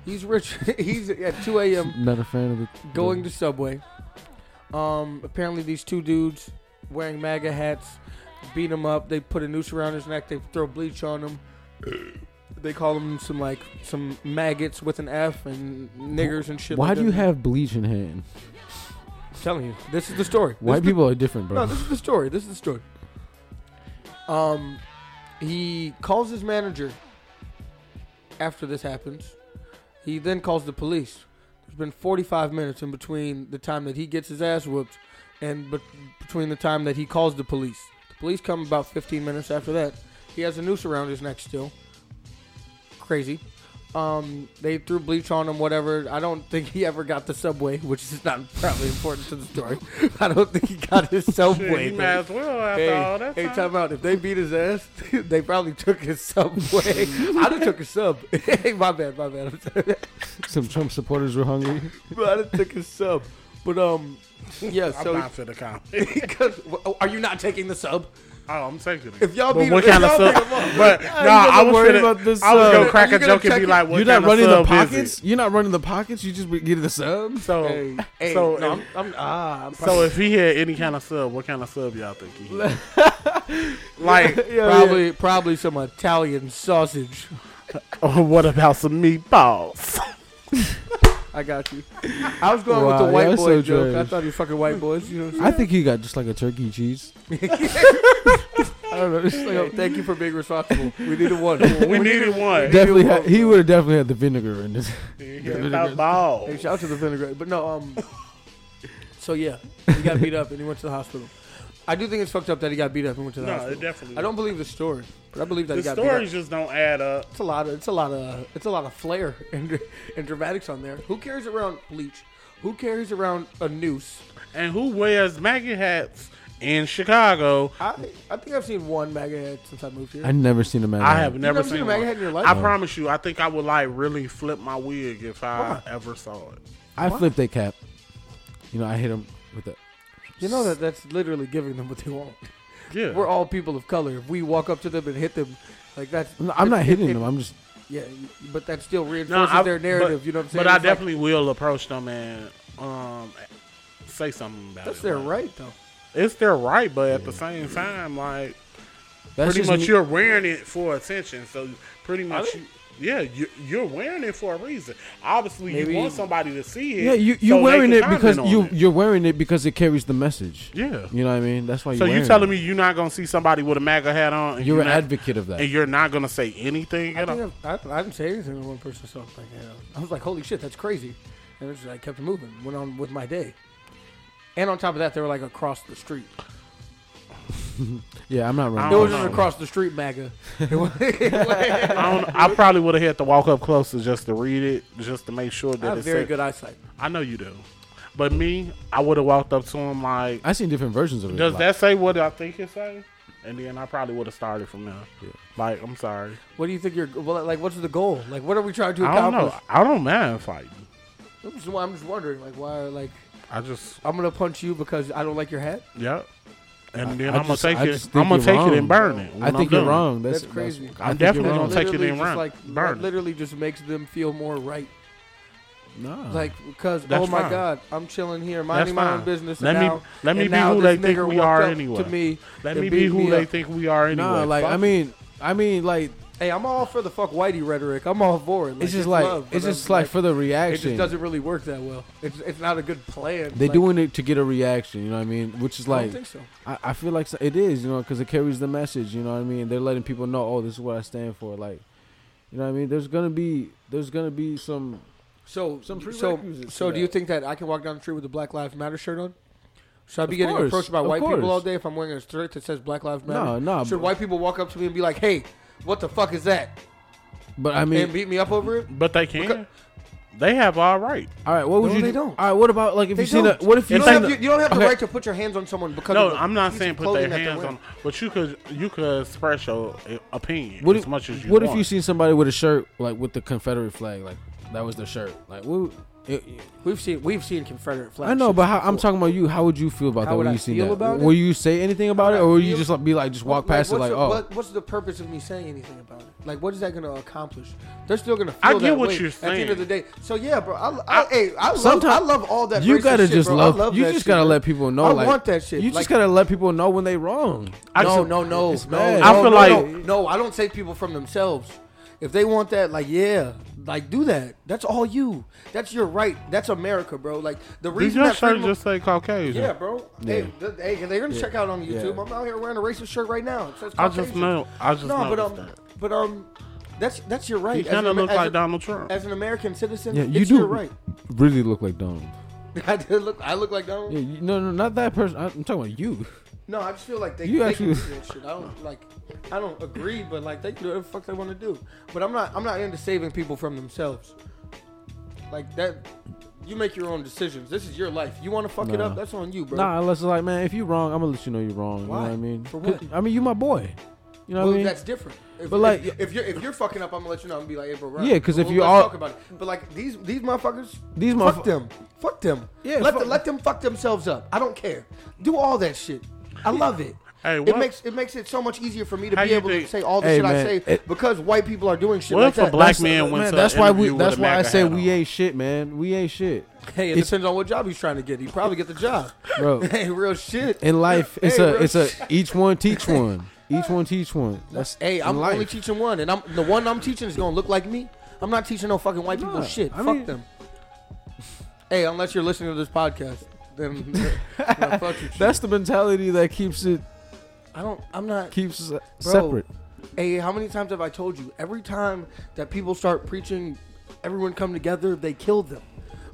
[SPEAKER 1] he's rich. he's at 2 a.m.
[SPEAKER 3] Not a fan of the
[SPEAKER 1] going to Subway. Um, apparently these two dudes wearing MAGA hats beat him up. They put a noose around his neck. They throw bleach on him. They call him some like some maggots with an F and niggers and shit.
[SPEAKER 3] Why
[SPEAKER 1] like
[SPEAKER 3] do
[SPEAKER 1] that.
[SPEAKER 3] you have bleach in hand?
[SPEAKER 1] I'm telling you, this is the story. This
[SPEAKER 3] White
[SPEAKER 1] is the-
[SPEAKER 3] people are different,
[SPEAKER 1] no,
[SPEAKER 3] bro.
[SPEAKER 1] this is the story. This is the story. Um, he calls his manager after this happens. He then calls the police. There's been 45 minutes in between the time that he gets his ass whooped and but between the time that he calls the police. Police come about 15 minutes after that. He has a noose around his neck still. Crazy. Um, they threw bleach on him, whatever. I don't think he ever got the subway, which is not probably important to the story. I don't think he got his subway.
[SPEAKER 2] He might as well after
[SPEAKER 1] Hey,
[SPEAKER 2] all that
[SPEAKER 1] hey,
[SPEAKER 2] time.
[SPEAKER 1] time out. If they beat his ass, they probably took his subway. I'd have took his sub. hey, my bad, my bad. I'm sorry.
[SPEAKER 3] Some Trump supporters were hungry.
[SPEAKER 1] I'd have took his sub. But um, yeah.
[SPEAKER 2] I'm
[SPEAKER 1] So
[SPEAKER 2] not for the comment.
[SPEAKER 1] because are you not taking the sub?
[SPEAKER 2] Oh, I'm taking it.
[SPEAKER 1] If y'all
[SPEAKER 2] But
[SPEAKER 1] beat
[SPEAKER 2] what
[SPEAKER 1] him,
[SPEAKER 2] kind of
[SPEAKER 1] if y'all
[SPEAKER 2] sub?
[SPEAKER 1] beat him up-
[SPEAKER 2] But
[SPEAKER 3] I ain't
[SPEAKER 2] nah,
[SPEAKER 3] gonna
[SPEAKER 2] I was
[SPEAKER 3] worry
[SPEAKER 2] gonna,
[SPEAKER 3] about this
[SPEAKER 2] I was
[SPEAKER 3] sub.
[SPEAKER 2] gonna crack
[SPEAKER 1] Are you
[SPEAKER 2] a
[SPEAKER 1] gonna
[SPEAKER 2] joke and
[SPEAKER 1] check
[SPEAKER 2] be
[SPEAKER 1] it?
[SPEAKER 2] like, "What
[SPEAKER 3] You're
[SPEAKER 2] kind
[SPEAKER 3] not running the
[SPEAKER 2] of sub is
[SPEAKER 3] pockets.
[SPEAKER 2] it?
[SPEAKER 3] You're not running the pockets. You just get the subs.
[SPEAKER 2] So,
[SPEAKER 1] Hey, hey,
[SPEAKER 2] so,
[SPEAKER 1] no, I'm,
[SPEAKER 2] if,
[SPEAKER 1] I'm, ah, I'm
[SPEAKER 2] so
[SPEAKER 1] probably,
[SPEAKER 2] if he had any kind of sub, what kind of sub y'all think he had? like,
[SPEAKER 1] probably, probably some Italian sausage.
[SPEAKER 2] oh, what about some meatballs?
[SPEAKER 1] I got you. I was going with
[SPEAKER 3] Wow,
[SPEAKER 1] the white
[SPEAKER 3] y'all
[SPEAKER 1] boy
[SPEAKER 3] so
[SPEAKER 1] joke.
[SPEAKER 3] trash.
[SPEAKER 1] I thought you fucking white boys. You know. What I'm
[SPEAKER 3] I think he got just like a turkey cheese. I don't know. Just like
[SPEAKER 1] saying?
[SPEAKER 3] a,
[SPEAKER 1] Yo, thank you for being responsible. We needed one.
[SPEAKER 2] we needed one.
[SPEAKER 3] definitely, had, he would have definitely had the vinegar in this.
[SPEAKER 2] Yeah,
[SPEAKER 1] Hey,
[SPEAKER 2] balls.
[SPEAKER 1] shout out to the vinaigrette. But no, um. so yeah, he got beat up and he went to the hospital. I do think it's fucked up that he got beat up and went to the
[SPEAKER 2] No,
[SPEAKER 1] hospital.
[SPEAKER 2] it definitely.
[SPEAKER 1] I don't believe the story, but I believe that
[SPEAKER 2] The
[SPEAKER 1] he got beat up.
[SPEAKER 2] stories just don't add up.
[SPEAKER 1] It's a lot of it's a lot of it's a lot of flair and and dramatics on there. Who carries around bleach? Who carries around a noose?
[SPEAKER 2] And who wears Maggie hats in Chicago?
[SPEAKER 1] I I think I've seen one MAGA hat since I moved here.
[SPEAKER 3] I never seen a man.
[SPEAKER 2] I have
[SPEAKER 3] like
[SPEAKER 2] never
[SPEAKER 1] Mm. never seen
[SPEAKER 2] seen
[SPEAKER 1] a
[SPEAKER 2] one.
[SPEAKER 1] MAGA hat in your life?
[SPEAKER 2] I
[SPEAKER 1] No.
[SPEAKER 2] promise you, I think I would like really flip my wig if I ever saw it.
[SPEAKER 3] that. I flipped a cap. You know, I hit him with that.
[SPEAKER 1] you know that that's literally giving them what they want.
[SPEAKER 2] Yeah,
[SPEAKER 1] We're all people of color. If we walk up to them and hit them, like that's
[SPEAKER 3] I'm not- I'm not
[SPEAKER 1] it-
[SPEAKER 3] hitting
[SPEAKER 1] it-
[SPEAKER 3] them. I'm just.
[SPEAKER 1] Yeah, but that still
[SPEAKER 2] No,
[SPEAKER 1] reinforces
[SPEAKER 2] I-
[SPEAKER 1] their narrative.
[SPEAKER 2] but-
[SPEAKER 1] you know what I'm saying?
[SPEAKER 2] But I
[SPEAKER 1] It's like-
[SPEAKER 2] definitely will approach them and um, say something about
[SPEAKER 1] That's
[SPEAKER 2] it.
[SPEAKER 1] their
[SPEAKER 2] like,
[SPEAKER 1] right, though.
[SPEAKER 2] It's their right, but at the same time, like
[SPEAKER 3] That's
[SPEAKER 2] pretty
[SPEAKER 3] just
[SPEAKER 2] much
[SPEAKER 3] me-
[SPEAKER 2] you're wearing it for attention. So pretty much, you, yeah, you, you're wearing it for a reason. Obviously,
[SPEAKER 1] Maybe-
[SPEAKER 2] you want somebody to see it.
[SPEAKER 3] Yeah, you
[SPEAKER 2] so
[SPEAKER 3] you're
[SPEAKER 2] they
[SPEAKER 3] wearing
[SPEAKER 2] can
[SPEAKER 3] it because
[SPEAKER 2] comment on
[SPEAKER 3] you
[SPEAKER 2] it.
[SPEAKER 3] you're wearing it because it carries the message.
[SPEAKER 2] Yeah.
[SPEAKER 3] You know what I mean? That's why you're
[SPEAKER 2] So
[SPEAKER 3] wearing
[SPEAKER 2] you
[SPEAKER 3] it.
[SPEAKER 2] telling me you're not gonna see somebody with a MAGA hat on? And
[SPEAKER 3] you're an
[SPEAKER 2] not-
[SPEAKER 3] advocate of
[SPEAKER 2] and
[SPEAKER 3] that.
[SPEAKER 2] you're not gonna say anything
[SPEAKER 1] I,
[SPEAKER 2] at all.
[SPEAKER 1] think I've- I, I didn't say anything to one person, so I was, like, you know, I was like, holy shit, that's crazy. And it's just, I kept moving, went on with my day. And on top of that, they were like across the street.
[SPEAKER 3] Yeah, I'm not
[SPEAKER 2] I
[SPEAKER 1] It
[SPEAKER 3] running.
[SPEAKER 1] was
[SPEAKER 2] don't
[SPEAKER 1] just
[SPEAKER 2] know.
[SPEAKER 1] across the street, MAGA.
[SPEAKER 2] I, don't, I probably would have had to walk up closer just to read it, just to make sure
[SPEAKER 1] I
[SPEAKER 2] that
[SPEAKER 1] have
[SPEAKER 2] it's
[SPEAKER 1] very
[SPEAKER 2] said-
[SPEAKER 1] good eyesight.
[SPEAKER 2] I know you do, but me, I would have walked up to him like,
[SPEAKER 3] I've seen different versions of it.
[SPEAKER 2] "Does
[SPEAKER 3] like-
[SPEAKER 2] that say what I think it say?" And then I probably would have started from there. Like, I'm sorry,
[SPEAKER 1] What do you think you're, well, like, what's the goal? Like, what are we trying to
[SPEAKER 2] I don't know.
[SPEAKER 1] accomplish?
[SPEAKER 2] I don't mind fighting.
[SPEAKER 1] I'm just, I'm just wondering, like, why, like,
[SPEAKER 2] I just,
[SPEAKER 1] I'm going to punch you because I don't like your hat?
[SPEAKER 2] yeah. And then
[SPEAKER 3] I
[SPEAKER 2] I, am
[SPEAKER 3] just-
[SPEAKER 2] gonna
[SPEAKER 3] I
[SPEAKER 2] take
[SPEAKER 3] just
[SPEAKER 2] it.
[SPEAKER 3] think
[SPEAKER 2] I'm gonna
[SPEAKER 3] you're
[SPEAKER 2] take it
[SPEAKER 3] wrong.
[SPEAKER 2] and burn it. when
[SPEAKER 3] I
[SPEAKER 2] I'm
[SPEAKER 3] think you're
[SPEAKER 2] done.
[SPEAKER 3] wrong. That's,
[SPEAKER 1] That's crazy.
[SPEAKER 3] that's-
[SPEAKER 2] I'm
[SPEAKER 3] I think
[SPEAKER 2] definitely
[SPEAKER 3] you're wrong.
[SPEAKER 2] gonna take it
[SPEAKER 1] Literally
[SPEAKER 2] and
[SPEAKER 1] just,
[SPEAKER 2] run.
[SPEAKER 1] Like,
[SPEAKER 2] Burn it.
[SPEAKER 1] Literally just makes them feel more right.
[SPEAKER 3] No.
[SPEAKER 1] Like, because
[SPEAKER 2] That's
[SPEAKER 1] oh my
[SPEAKER 2] fine.
[SPEAKER 1] god, I'm chilling here, minding
[SPEAKER 2] That's
[SPEAKER 1] my own
[SPEAKER 2] fine.
[SPEAKER 1] business.
[SPEAKER 2] Let
[SPEAKER 1] and
[SPEAKER 2] me-
[SPEAKER 1] now,
[SPEAKER 2] let me
[SPEAKER 1] and
[SPEAKER 2] be
[SPEAKER 1] now
[SPEAKER 2] who
[SPEAKER 1] this
[SPEAKER 2] they think
[SPEAKER 1] nigger
[SPEAKER 2] we
[SPEAKER 1] walked
[SPEAKER 2] are
[SPEAKER 1] up
[SPEAKER 2] anyway.
[SPEAKER 1] To me,
[SPEAKER 2] Let
[SPEAKER 1] and
[SPEAKER 2] me be
[SPEAKER 1] beat
[SPEAKER 2] who
[SPEAKER 1] me
[SPEAKER 2] they
[SPEAKER 1] up.
[SPEAKER 2] think we are. Anyway,
[SPEAKER 3] No, like
[SPEAKER 2] Fuck
[SPEAKER 3] I
[SPEAKER 2] it.
[SPEAKER 3] mean, I mean, like
[SPEAKER 1] Hey, I'm all for the fuck whitey rhetoric. I'm all for it.
[SPEAKER 3] it's just like
[SPEAKER 1] love,
[SPEAKER 3] it's
[SPEAKER 1] but
[SPEAKER 3] just
[SPEAKER 1] I'm
[SPEAKER 3] like for the
[SPEAKER 1] it
[SPEAKER 3] reaction.
[SPEAKER 1] just doesn't really work that well. It's it's not a good plan.
[SPEAKER 3] They
[SPEAKER 1] like,
[SPEAKER 3] doing it to get a reaction. You know what I mean? Which is
[SPEAKER 1] I
[SPEAKER 3] like
[SPEAKER 1] don't think so.
[SPEAKER 3] I, I feel like so- it is. You know, because it carries the message. You know what I mean? They're letting people know, oh, this is what I stand for. Like, you know what I mean? There's gonna be there's gonna be some.
[SPEAKER 1] So
[SPEAKER 3] Some
[SPEAKER 1] so
[SPEAKER 3] prerequisites
[SPEAKER 1] so
[SPEAKER 3] to
[SPEAKER 1] do you
[SPEAKER 3] that.
[SPEAKER 1] think that I can walk down the street with a Black Lives Matter shirt on? Should I be
[SPEAKER 3] Of
[SPEAKER 1] getting
[SPEAKER 3] course,
[SPEAKER 1] approached by
[SPEAKER 3] of
[SPEAKER 1] white
[SPEAKER 3] course.
[SPEAKER 1] people all day if I'm wearing a shirt that says Black Lives Matter?
[SPEAKER 3] No, no,
[SPEAKER 1] Should
[SPEAKER 3] but-
[SPEAKER 1] white people walk up to me and be like, "Hey, what the fuck is that?"
[SPEAKER 3] But I mean,
[SPEAKER 1] and beat me up over it?
[SPEAKER 2] but they can.
[SPEAKER 1] Because-
[SPEAKER 2] they have all right.
[SPEAKER 3] all right, what would
[SPEAKER 1] No,
[SPEAKER 3] you
[SPEAKER 1] they
[SPEAKER 3] do?
[SPEAKER 1] don't.
[SPEAKER 3] All right, what about like if
[SPEAKER 1] They
[SPEAKER 3] you seen
[SPEAKER 1] don't.
[SPEAKER 3] a what if
[SPEAKER 1] you
[SPEAKER 3] you
[SPEAKER 2] It's
[SPEAKER 1] don't
[SPEAKER 3] seen
[SPEAKER 1] have,
[SPEAKER 2] like the-
[SPEAKER 1] you, you don't have the
[SPEAKER 3] okay.
[SPEAKER 1] right to put your hands on someone because of
[SPEAKER 2] No,
[SPEAKER 1] the
[SPEAKER 2] I'm not
[SPEAKER 1] piece
[SPEAKER 2] saying
[SPEAKER 1] of
[SPEAKER 2] put
[SPEAKER 1] clothing
[SPEAKER 2] their
[SPEAKER 1] that they're
[SPEAKER 2] hands on,
[SPEAKER 1] wearing.
[SPEAKER 2] them, but you could you could express your uh, opinion
[SPEAKER 3] What
[SPEAKER 2] as
[SPEAKER 3] if,
[SPEAKER 2] much as you
[SPEAKER 3] what
[SPEAKER 2] want.
[SPEAKER 3] if you seen somebody with a shirt like with the Confederate flag, like that was their shirt? Like, what, it, it-
[SPEAKER 1] We've seen we've seen Confederate flags.
[SPEAKER 3] I know, but how, I'm talking about you. How would you feel about
[SPEAKER 1] How
[SPEAKER 3] that?
[SPEAKER 1] would
[SPEAKER 3] when
[SPEAKER 1] I
[SPEAKER 3] you seen
[SPEAKER 1] feel
[SPEAKER 3] that?
[SPEAKER 1] about it?
[SPEAKER 3] Will you say anything about it,
[SPEAKER 1] How would I
[SPEAKER 3] or will you
[SPEAKER 1] feel?
[SPEAKER 3] just like, be like, just walk past it,
[SPEAKER 1] what's
[SPEAKER 3] like,
[SPEAKER 1] the,
[SPEAKER 3] oh,
[SPEAKER 1] what- what's the purpose of me saying anything about it? Like, what is that going to accomplish? They're still going to.
[SPEAKER 2] I get
[SPEAKER 1] that
[SPEAKER 2] what
[SPEAKER 1] way
[SPEAKER 2] you're
[SPEAKER 1] At the end
[SPEAKER 2] saying.
[SPEAKER 1] of the day, so yeah, bro. I, I, hey, I love,
[SPEAKER 3] Sometime-
[SPEAKER 1] I love all that.
[SPEAKER 3] you
[SPEAKER 1] racist
[SPEAKER 3] gotta
[SPEAKER 1] shit,
[SPEAKER 3] just
[SPEAKER 1] bro. I
[SPEAKER 3] love,
[SPEAKER 1] love.
[SPEAKER 3] You
[SPEAKER 1] that
[SPEAKER 3] just
[SPEAKER 1] shit,
[SPEAKER 3] gotta
[SPEAKER 1] bro.
[SPEAKER 3] let people know.
[SPEAKER 1] I
[SPEAKER 3] like,
[SPEAKER 1] want that shit.
[SPEAKER 3] You
[SPEAKER 1] Like-
[SPEAKER 3] just gotta let people know when they wrong.
[SPEAKER 2] I
[SPEAKER 1] no,
[SPEAKER 2] just-
[SPEAKER 1] no, no,
[SPEAKER 3] it's
[SPEAKER 1] no,
[SPEAKER 3] bad.
[SPEAKER 1] no.
[SPEAKER 3] I
[SPEAKER 2] feel
[SPEAKER 1] no,
[SPEAKER 2] like-
[SPEAKER 1] no, no, I don't save people from themselves. If they want that, like yeah, like do that. That's all you. That's your right. That's America, bro. Like the
[SPEAKER 2] Did
[SPEAKER 1] reason
[SPEAKER 2] your
[SPEAKER 1] that
[SPEAKER 2] shirt
[SPEAKER 1] freedom of-
[SPEAKER 2] just say Caucasian?
[SPEAKER 1] Yeah, bro. Hey, th- hey, they're gonna check out on YouTube.
[SPEAKER 3] Yeah.
[SPEAKER 1] I'm out here wearing a racist shirt right now. It says
[SPEAKER 2] I just
[SPEAKER 1] Caucasian.
[SPEAKER 2] know. I just
[SPEAKER 1] No,
[SPEAKER 2] know
[SPEAKER 1] but um,
[SPEAKER 2] that.
[SPEAKER 1] but um, that's that's your right.
[SPEAKER 2] He
[SPEAKER 1] As
[SPEAKER 2] kind of
[SPEAKER 1] an-
[SPEAKER 2] looks
[SPEAKER 1] as
[SPEAKER 2] like
[SPEAKER 1] a-
[SPEAKER 2] Donald Trump.
[SPEAKER 1] As an American citizen,
[SPEAKER 3] Yeah, you
[SPEAKER 1] it's
[SPEAKER 3] do
[SPEAKER 1] your right.
[SPEAKER 3] really look like Donald.
[SPEAKER 1] I did look. I look like
[SPEAKER 3] Yeah,
[SPEAKER 1] Donald.
[SPEAKER 3] you, no, no, not that person. I- I'm talking about you.
[SPEAKER 1] No, I just feel like they,
[SPEAKER 3] You
[SPEAKER 1] they
[SPEAKER 3] actually-
[SPEAKER 1] can do that shit. I don't like. I don't agree, but like they can do whatever the fuck they want to do. But I'm not. I'm not into saving people from themselves. Like that. You make your own decisions. This is your life. You want to fuck it
[SPEAKER 3] Nah.
[SPEAKER 1] up? That's on you, bro.
[SPEAKER 3] Nah, unless it's like, man, if you wrong, I'm gonna let you know you're wrong.
[SPEAKER 1] Why?
[SPEAKER 3] You know what I mean?
[SPEAKER 1] For what?
[SPEAKER 3] 'Cause- I mean, you my boy. You know
[SPEAKER 1] Well,
[SPEAKER 3] what I mean?
[SPEAKER 1] Oh, that's different. If,
[SPEAKER 3] But, like-
[SPEAKER 1] if, if you're if you're fucking up, I'm gonna let you know. I'm gonna be like, hey, bro. right.
[SPEAKER 3] Yeah, 'cause if
[SPEAKER 1] Well,
[SPEAKER 3] you
[SPEAKER 1] let's
[SPEAKER 3] all-
[SPEAKER 1] talk about it. But like these these motherfuckers,
[SPEAKER 3] These
[SPEAKER 1] fuck
[SPEAKER 3] motherfu-
[SPEAKER 1] them, fuck them.
[SPEAKER 3] Yeah,
[SPEAKER 1] let
[SPEAKER 3] fuck-
[SPEAKER 1] them, let them fuck themselves up. I don't care. Do all that shit. I love it.
[SPEAKER 2] Hey,
[SPEAKER 1] it
[SPEAKER 2] what-
[SPEAKER 1] makes it makes it so much easier for me to
[SPEAKER 2] How
[SPEAKER 1] be
[SPEAKER 2] you
[SPEAKER 1] able to
[SPEAKER 2] think-
[SPEAKER 1] say all the
[SPEAKER 3] Hey,
[SPEAKER 1] shit I
[SPEAKER 3] man,
[SPEAKER 1] say
[SPEAKER 3] it-
[SPEAKER 1] because white people are doing shit
[SPEAKER 2] What
[SPEAKER 1] like
[SPEAKER 2] if a
[SPEAKER 1] that.
[SPEAKER 2] black
[SPEAKER 1] That's-
[SPEAKER 2] man went
[SPEAKER 3] man,
[SPEAKER 2] to
[SPEAKER 3] that's
[SPEAKER 2] an
[SPEAKER 3] why we.
[SPEAKER 2] interview with
[SPEAKER 3] That's
[SPEAKER 2] a
[SPEAKER 3] why I
[SPEAKER 2] MAGA
[SPEAKER 3] say
[SPEAKER 2] hat on?
[SPEAKER 3] we ain't shit, man. We ain't shit.
[SPEAKER 1] Hey, it
[SPEAKER 3] It's-
[SPEAKER 1] depends on what job he's trying to get. He probably get the job,
[SPEAKER 3] Bro.
[SPEAKER 1] Hey, real shit.
[SPEAKER 3] In life, it's
[SPEAKER 1] Hey,
[SPEAKER 3] a
[SPEAKER 1] real
[SPEAKER 3] it's a each one teach one. Each one teach one. That's
[SPEAKER 1] Hey,
[SPEAKER 3] in
[SPEAKER 1] I'm
[SPEAKER 3] life.
[SPEAKER 1] only teaching one, and I'm the one I'm teaching is gonna look like me. I'm not teaching no fucking white people
[SPEAKER 3] Nah,
[SPEAKER 1] shit.
[SPEAKER 3] I
[SPEAKER 1] Fuck
[SPEAKER 3] mean-
[SPEAKER 1] them. Hey, unless you're listening to this podcast, then, then I fuck with you.
[SPEAKER 3] That's the mentality that keeps it
[SPEAKER 1] I don't. I'm not.
[SPEAKER 3] keeps us
[SPEAKER 1] Bro.
[SPEAKER 3] separate.
[SPEAKER 1] Hey, how many times have I told you? Every time that people start preaching, everyone come together, they kill them.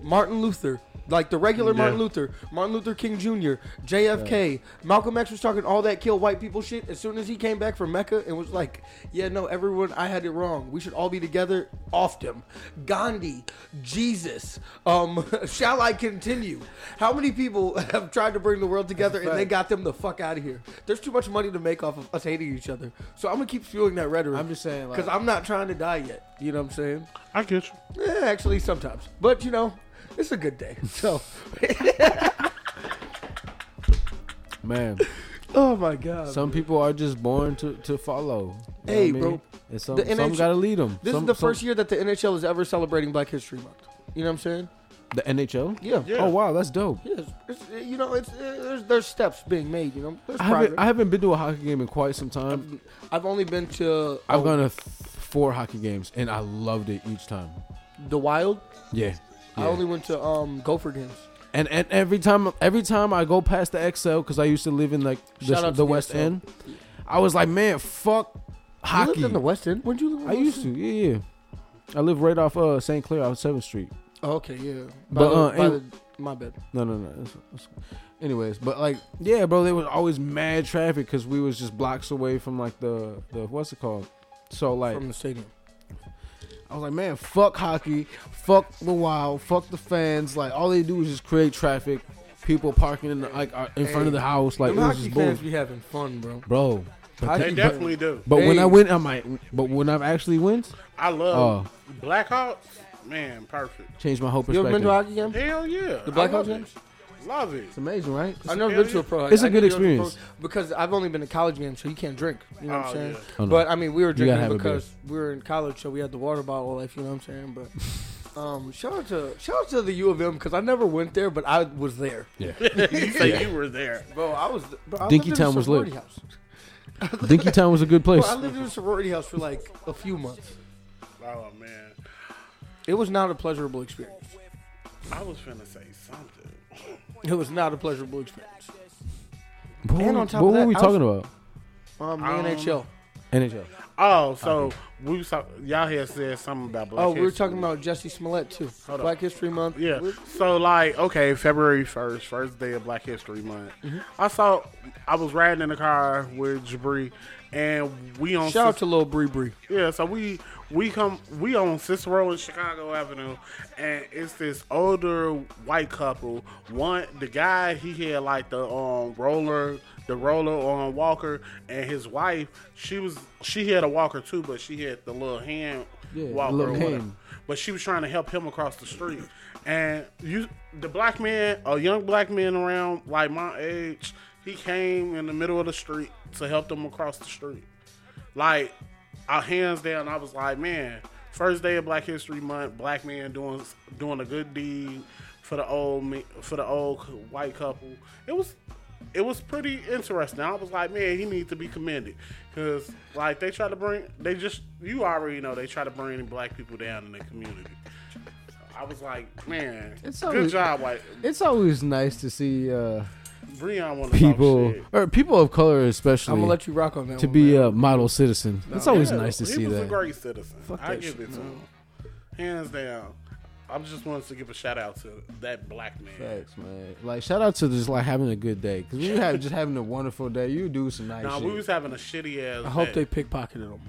[SPEAKER 1] Martin Luther, like the regular
[SPEAKER 2] Yeah.
[SPEAKER 1] Martin Luther, Martin Luther King Jr., JFK, Malcolm X was talking all that kill white people shit. As soon as he came back from Mecca and was like, yeah, no, everyone, I had it wrong. We should all be together. Off them. Gandhi, Jesus, um, shall I continue? How many people have tried to bring the world together and they got them the fuck out of here? There's too much money to make off of us hating each other. So I'm gonna keep fueling that rhetoric.
[SPEAKER 3] I'm just saying, like-
[SPEAKER 1] because I'm not trying to die yet. You know what I'm saying?
[SPEAKER 2] I get you.
[SPEAKER 1] Eh, actually, sometimes. But you know, it's a good day. So,
[SPEAKER 3] Man,
[SPEAKER 1] oh my god.
[SPEAKER 3] some people are just born to, to follow. You know
[SPEAKER 1] Hey,
[SPEAKER 3] what I
[SPEAKER 1] bro,
[SPEAKER 3] mean? And some,
[SPEAKER 1] the
[SPEAKER 3] some
[SPEAKER 1] NHL
[SPEAKER 3] gotta lead them.
[SPEAKER 1] this is the first year that the NHL is ever celebrating Black History Month. You know what I'm saying?
[SPEAKER 3] The NHL?
[SPEAKER 1] Yeah.
[SPEAKER 2] Yeah.
[SPEAKER 3] Oh wow, that's dope.
[SPEAKER 1] Yes, it's, you know, it's, there's, there's steps being made. You know, there's
[SPEAKER 3] I haven't,
[SPEAKER 1] progress.
[SPEAKER 3] I haven't been to a hockey game in quite some time.
[SPEAKER 1] I've only been Oh. to uh,
[SPEAKER 3] I've gone to th- four hockey games and I loved it each time.
[SPEAKER 1] the Wild.
[SPEAKER 3] Yeah.
[SPEAKER 1] I
[SPEAKER 3] Yeah.
[SPEAKER 1] only went to um Gopher games.
[SPEAKER 3] and and every time every time I go past the XL because I used to live in like the,
[SPEAKER 1] Shout out to
[SPEAKER 3] the
[SPEAKER 1] the
[SPEAKER 3] West
[SPEAKER 1] XL.
[SPEAKER 3] End, I was like, man, fuck
[SPEAKER 1] You
[SPEAKER 3] hockey.
[SPEAKER 1] lived in the West End. When did you live? In
[SPEAKER 3] I used to, yeah, yeah. I live right off uh St. Clair on Seventh Street.
[SPEAKER 1] Oh, okay, yeah.
[SPEAKER 3] But,
[SPEAKER 1] the-
[SPEAKER 3] uh,
[SPEAKER 1] by
[SPEAKER 3] and-
[SPEAKER 1] the- my bad.
[SPEAKER 3] No, no, no. That's- that's- anyways, but like, yeah, bro, there was always mad traffic because we was just blocks away from like the the what's it called. So like,
[SPEAKER 1] From the stadium.
[SPEAKER 3] I was like, man, fuck hockey, fuck the wild, fuck the fans. Like, all they do is just create traffic. People parking in the, like uh, in front of the house, like it
[SPEAKER 1] Them
[SPEAKER 3] was
[SPEAKER 1] hockey
[SPEAKER 3] just
[SPEAKER 1] fans
[SPEAKER 3] bull,
[SPEAKER 1] be having fun, bro.
[SPEAKER 3] bro. But,
[SPEAKER 1] Hockey
[SPEAKER 2] They
[SPEAKER 1] But-
[SPEAKER 2] definitely do.
[SPEAKER 3] but when I
[SPEAKER 1] Hey.
[SPEAKER 3] went, I'm like, but when I've actually went,
[SPEAKER 2] I love Blackhawks. Man, perfect.
[SPEAKER 3] changed my whole
[SPEAKER 1] You
[SPEAKER 3] perspective.
[SPEAKER 1] ever been to a hockey game?
[SPEAKER 2] Hell yeah. The
[SPEAKER 1] Blackhawks games?
[SPEAKER 2] Love it.
[SPEAKER 3] it's amazing, right?
[SPEAKER 1] I've never
[SPEAKER 2] hell
[SPEAKER 1] been to a
[SPEAKER 2] yeah.
[SPEAKER 1] pro.
[SPEAKER 3] It's
[SPEAKER 1] a
[SPEAKER 3] a good experience.
[SPEAKER 1] because I've only been to college games, so you can't drink. You know what I'm
[SPEAKER 2] Oh,
[SPEAKER 1] saying?
[SPEAKER 2] yeah.
[SPEAKER 3] Oh, no.
[SPEAKER 1] But I mean, we were
[SPEAKER 3] gotta
[SPEAKER 1] drinking
[SPEAKER 3] have a beer.
[SPEAKER 1] because we were in college, so we had the water bottle life. You know what I'm saying? But um, shout out to shout out to the U of M because I never went there, but I was there.
[SPEAKER 3] Yeah.
[SPEAKER 2] you say you were there.
[SPEAKER 1] Bro, I was. Bro, I
[SPEAKER 3] Dinky
[SPEAKER 1] lived in a
[SPEAKER 3] Town was
[SPEAKER 1] sorority
[SPEAKER 3] lit.
[SPEAKER 1] House.
[SPEAKER 3] Dinky Town was a good place.
[SPEAKER 1] Bro, I lived in a sorority house for like a few months.
[SPEAKER 2] Oh man,
[SPEAKER 1] It was not a pleasurable experience.
[SPEAKER 2] I was finna say something.
[SPEAKER 1] It was not a pleasurable experience.
[SPEAKER 3] But what
[SPEAKER 1] and
[SPEAKER 3] were-
[SPEAKER 1] on top
[SPEAKER 3] what
[SPEAKER 1] of
[SPEAKER 3] were
[SPEAKER 1] that,
[SPEAKER 3] we
[SPEAKER 1] I was-
[SPEAKER 3] talking about?
[SPEAKER 1] Um, the NHL.
[SPEAKER 3] NHL.
[SPEAKER 2] Oh, so we was talk- y'all had said something about Black
[SPEAKER 1] Oh, we were
[SPEAKER 2] History.
[SPEAKER 1] talking about Jesse Smollett too.
[SPEAKER 2] Hold up.
[SPEAKER 1] Black History Month.
[SPEAKER 2] Yeah.
[SPEAKER 1] We-
[SPEAKER 2] So like, okay, February first, first day of Black History Month.
[SPEAKER 1] Mm-hmm.
[SPEAKER 2] I saw I was riding in the car with Jabri, and we on
[SPEAKER 1] Shout out
[SPEAKER 2] Cis-
[SPEAKER 1] to Lil Bree Bree.
[SPEAKER 3] Oh,
[SPEAKER 2] yeah. So we we come we on Cicero and Chicago Avenue, and it's this older white couple. One the guy he had like the um roller the roller on walker, and his wife she was she had a walker too, but she had the little hand
[SPEAKER 3] Yeah,
[SPEAKER 2] walker
[SPEAKER 3] little
[SPEAKER 2] or whatever
[SPEAKER 3] hand.
[SPEAKER 2] but she was trying to help him across the street. And you, the black man, a young black man around like my age, he came in the middle of the street to help them across the street. Like, I hands down, I was like, man, first day of Black History Month, black man doing doing a good deed for the old me- for the old white couple. It was. It was pretty interesting. I was like, man, he needs to be commended, cause like they try to bring, they just you already know they try to bring black people down in the community. I was like, man,
[SPEAKER 3] It's
[SPEAKER 2] good
[SPEAKER 3] always-
[SPEAKER 2] job, white.
[SPEAKER 3] It's always nice to see uh, Oh,
[SPEAKER 2] Breon want to
[SPEAKER 3] people
[SPEAKER 2] talk shit.
[SPEAKER 3] or people of color, especially.
[SPEAKER 1] I'm gonna let you rock on that.
[SPEAKER 3] to
[SPEAKER 1] one,
[SPEAKER 3] be
[SPEAKER 1] man.
[SPEAKER 3] a model citizen. it's always
[SPEAKER 2] Yeah,
[SPEAKER 3] nice to
[SPEAKER 2] he
[SPEAKER 3] see
[SPEAKER 2] was
[SPEAKER 3] that.
[SPEAKER 2] a great citizen. I
[SPEAKER 1] that
[SPEAKER 2] give
[SPEAKER 1] shit,
[SPEAKER 2] it to him, hands down. I just wanted to give a shout out to that black man.
[SPEAKER 3] Facts, man. Like shout out to just like having a good day because you have just having a wonderful day. You do some nice
[SPEAKER 2] Nah,
[SPEAKER 3] shit.
[SPEAKER 2] we was having a shitty ass.
[SPEAKER 1] I hope they pickpocketed him.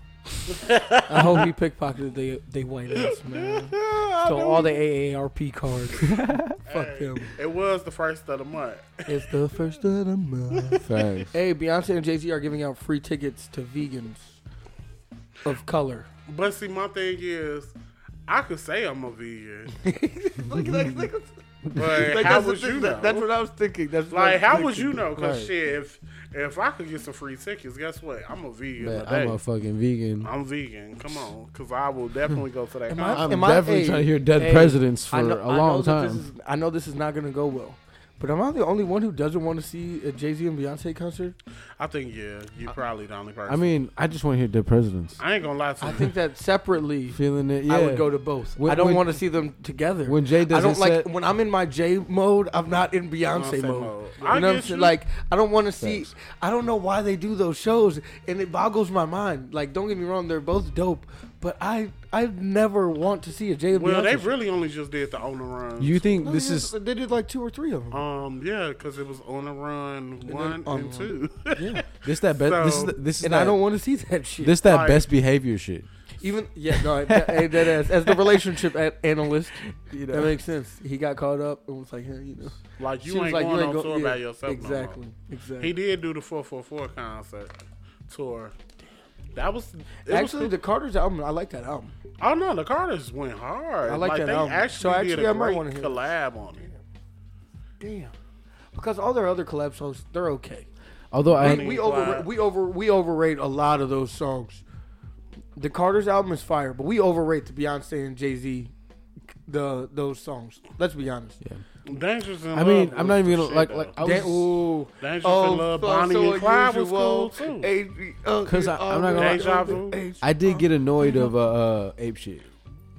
[SPEAKER 1] I hope he pickpocketed they they white ass man. So all the AARP cards. Fuck them.
[SPEAKER 2] It was the first of the month.
[SPEAKER 1] It's the first of the month.
[SPEAKER 3] Facts.
[SPEAKER 1] Hey, Beyonce and Jay Z are giving out free tickets to vegans of color.
[SPEAKER 2] But see, my thing is, I could say I'm a vegan,
[SPEAKER 1] like, like, like,
[SPEAKER 2] but
[SPEAKER 1] like,
[SPEAKER 2] how
[SPEAKER 1] that's the
[SPEAKER 2] would you
[SPEAKER 1] thing,
[SPEAKER 2] know?
[SPEAKER 1] that- That's what I was thinking. That's what I
[SPEAKER 2] like,
[SPEAKER 1] was
[SPEAKER 2] how
[SPEAKER 1] thinking.
[SPEAKER 2] would you know? Because
[SPEAKER 1] Right.
[SPEAKER 2] shit, if if I could get some free tickets, guess what? I'm a vegan.
[SPEAKER 3] Man,
[SPEAKER 2] today.
[SPEAKER 3] I'm a fucking vegan.
[SPEAKER 2] I'm vegan. Come on, because I will definitely go to that.
[SPEAKER 1] Am
[SPEAKER 2] concert.
[SPEAKER 1] I-
[SPEAKER 3] I'm
[SPEAKER 1] am
[SPEAKER 3] definitely
[SPEAKER 1] hey,
[SPEAKER 3] trying to hear dead
[SPEAKER 1] hey,
[SPEAKER 3] presidents for
[SPEAKER 1] I know-
[SPEAKER 3] a
[SPEAKER 1] I know
[SPEAKER 3] long
[SPEAKER 1] that this
[SPEAKER 3] time.
[SPEAKER 1] is- I know this is not gonna go well, but am I the only one who doesn't want to see a Jay Z and Beyonce concert?
[SPEAKER 2] I think yeah, you're probably the only person.
[SPEAKER 3] I mean, I just want to hear dead presidents.
[SPEAKER 2] I ain't gonna lie to
[SPEAKER 1] I
[SPEAKER 2] you.
[SPEAKER 1] think that separately,
[SPEAKER 3] Feeling it, yeah.
[SPEAKER 1] I would go to both.
[SPEAKER 3] When-
[SPEAKER 1] I don't
[SPEAKER 3] when-
[SPEAKER 1] want to see them together.
[SPEAKER 3] when Jay does
[SPEAKER 1] I don't
[SPEAKER 3] his
[SPEAKER 1] like
[SPEAKER 3] set-
[SPEAKER 1] when I'm in my Jay mode. I'm not in Beyonce,
[SPEAKER 2] Beyonce
[SPEAKER 1] mode.
[SPEAKER 2] mode.
[SPEAKER 1] You
[SPEAKER 2] I
[SPEAKER 1] know what I'm
[SPEAKER 2] get
[SPEAKER 1] saying?
[SPEAKER 2] you.
[SPEAKER 1] Like I don't want to see. I don't know why they do those shows, and it boggles my mind. Like don't get me wrong, they're both dope, but I I never want to see a Jay. and
[SPEAKER 2] well,
[SPEAKER 1] Beyonce
[SPEAKER 2] they
[SPEAKER 1] show.
[SPEAKER 2] really only just did the on the run.
[SPEAKER 3] You think
[SPEAKER 1] No,
[SPEAKER 3] this
[SPEAKER 1] they
[SPEAKER 3] is
[SPEAKER 1] did- they did like two or three of them.
[SPEAKER 2] Um, yeah, because it was on the run one and,
[SPEAKER 1] On the
[SPEAKER 2] two.
[SPEAKER 1] yeah,
[SPEAKER 3] this that best? this is
[SPEAKER 2] So-
[SPEAKER 3] the, this is
[SPEAKER 1] and
[SPEAKER 3] that,
[SPEAKER 1] I don't want to see that shit.
[SPEAKER 3] this that
[SPEAKER 2] Like-
[SPEAKER 3] best behavior shit.
[SPEAKER 1] Even yeah, no, that, hey, that ass. As the relationship a- analyst, that makes sense. He got caught up and was like, hey, you know,
[SPEAKER 2] like you
[SPEAKER 1] She was
[SPEAKER 2] ain't
[SPEAKER 1] like,
[SPEAKER 2] going on
[SPEAKER 1] go-
[SPEAKER 2] tour
[SPEAKER 1] yeah,
[SPEAKER 2] by yourself. no more.
[SPEAKER 1] Exactly, exactly.
[SPEAKER 2] He did do the 444 concert tour. That was it
[SPEAKER 1] Actually,
[SPEAKER 2] Was,
[SPEAKER 1] the Carter's album, I like that album.
[SPEAKER 2] oh no, the Carters went hard.
[SPEAKER 1] I like that
[SPEAKER 2] they
[SPEAKER 1] album.
[SPEAKER 2] Actually,
[SPEAKER 1] So
[SPEAKER 2] did
[SPEAKER 1] actually,
[SPEAKER 2] a
[SPEAKER 1] I might
[SPEAKER 2] great
[SPEAKER 1] wanna hear it.
[SPEAKER 2] collab on it.
[SPEAKER 1] Damn, because all their other collab songs, they're okay.
[SPEAKER 3] Although I,
[SPEAKER 1] We,
[SPEAKER 2] mean,
[SPEAKER 1] we over
[SPEAKER 2] like-
[SPEAKER 1] we over we overrate a lot of those songs. The Carter's album is fire, but we overrate the Beyonce and Jay Z, the those songs. Let's be honest.
[SPEAKER 2] Dangerous in
[SPEAKER 3] I mean,
[SPEAKER 2] Love
[SPEAKER 3] I'm not
[SPEAKER 2] was
[SPEAKER 3] even
[SPEAKER 2] the
[SPEAKER 3] gonna-
[SPEAKER 2] shit,
[SPEAKER 3] like
[SPEAKER 2] though.
[SPEAKER 3] like I
[SPEAKER 1] That-
[SPEAKER 3] was.
[SPEAKER 1] ooh.
[SPEAKER 2] Dangerous in
[SPEAKER 1] Oh,
[SPEAKER 2] Love,
[SPEAKER 1] so-
[SPEAKER 2] Bonnie
[SPEAKER 1] so
[SPEAKER 2] and Clyde was
[SPEAKER 1] unusual.
[SPEAKER 2] cool too.
[SPEAKER 1] Adri- uh,
[SPEAKER 3] 'Cause I- I'm not gonna
[SPEAKER 1] uh,
[SPEAKER 2] lie. Deja vu.
[SPEAKER 1] Adri-
[SPEAKER 3] I did get annoyed of uh, uh ape shit.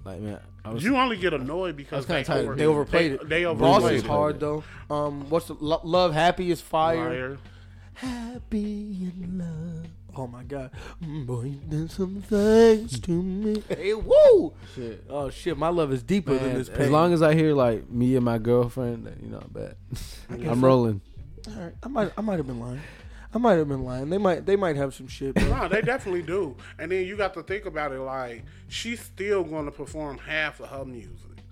[SPEAKER 3] Like man, I was
[SPEAKER 2] you only get annoyed because
[SPEAKER 3] kinda
[SPEAKER 2] they,
[SPEAKER 3] tired.
[SPEAKER 2] over-
[SPEAKER 1] They overplayed it.
[SPEAKER 2] They overplayed
[SPEAKER 1] Boss is
[SPEAKER 2] it.
[SPEAKER 1] hard though. Um, what's the, Lo- love? Happy is fire.
[SPEAKER 2] Liar.
[SPEAKER 1] Happy in love. Oh my God, Mm, boy, you did some things to me. Hey, woo!
[SPEAKER 3] shit.
[SPEAKER 1] Oh shit, my love is deeper than
[SPEAKER 3] Man,
[SPEAKER 1] this. Pain.
[SPEAKER 3] as long as I hear like me and my girlfriend, then, you know, bet I'm rolling.
[SPEAKER 1] All right, I might, I might have been lying. I might have been lying. They might, they might have some shit. Bro.
[SPEAKER 2] No, they definitely do. And then you got to think about it like she's still going to perform half of her music.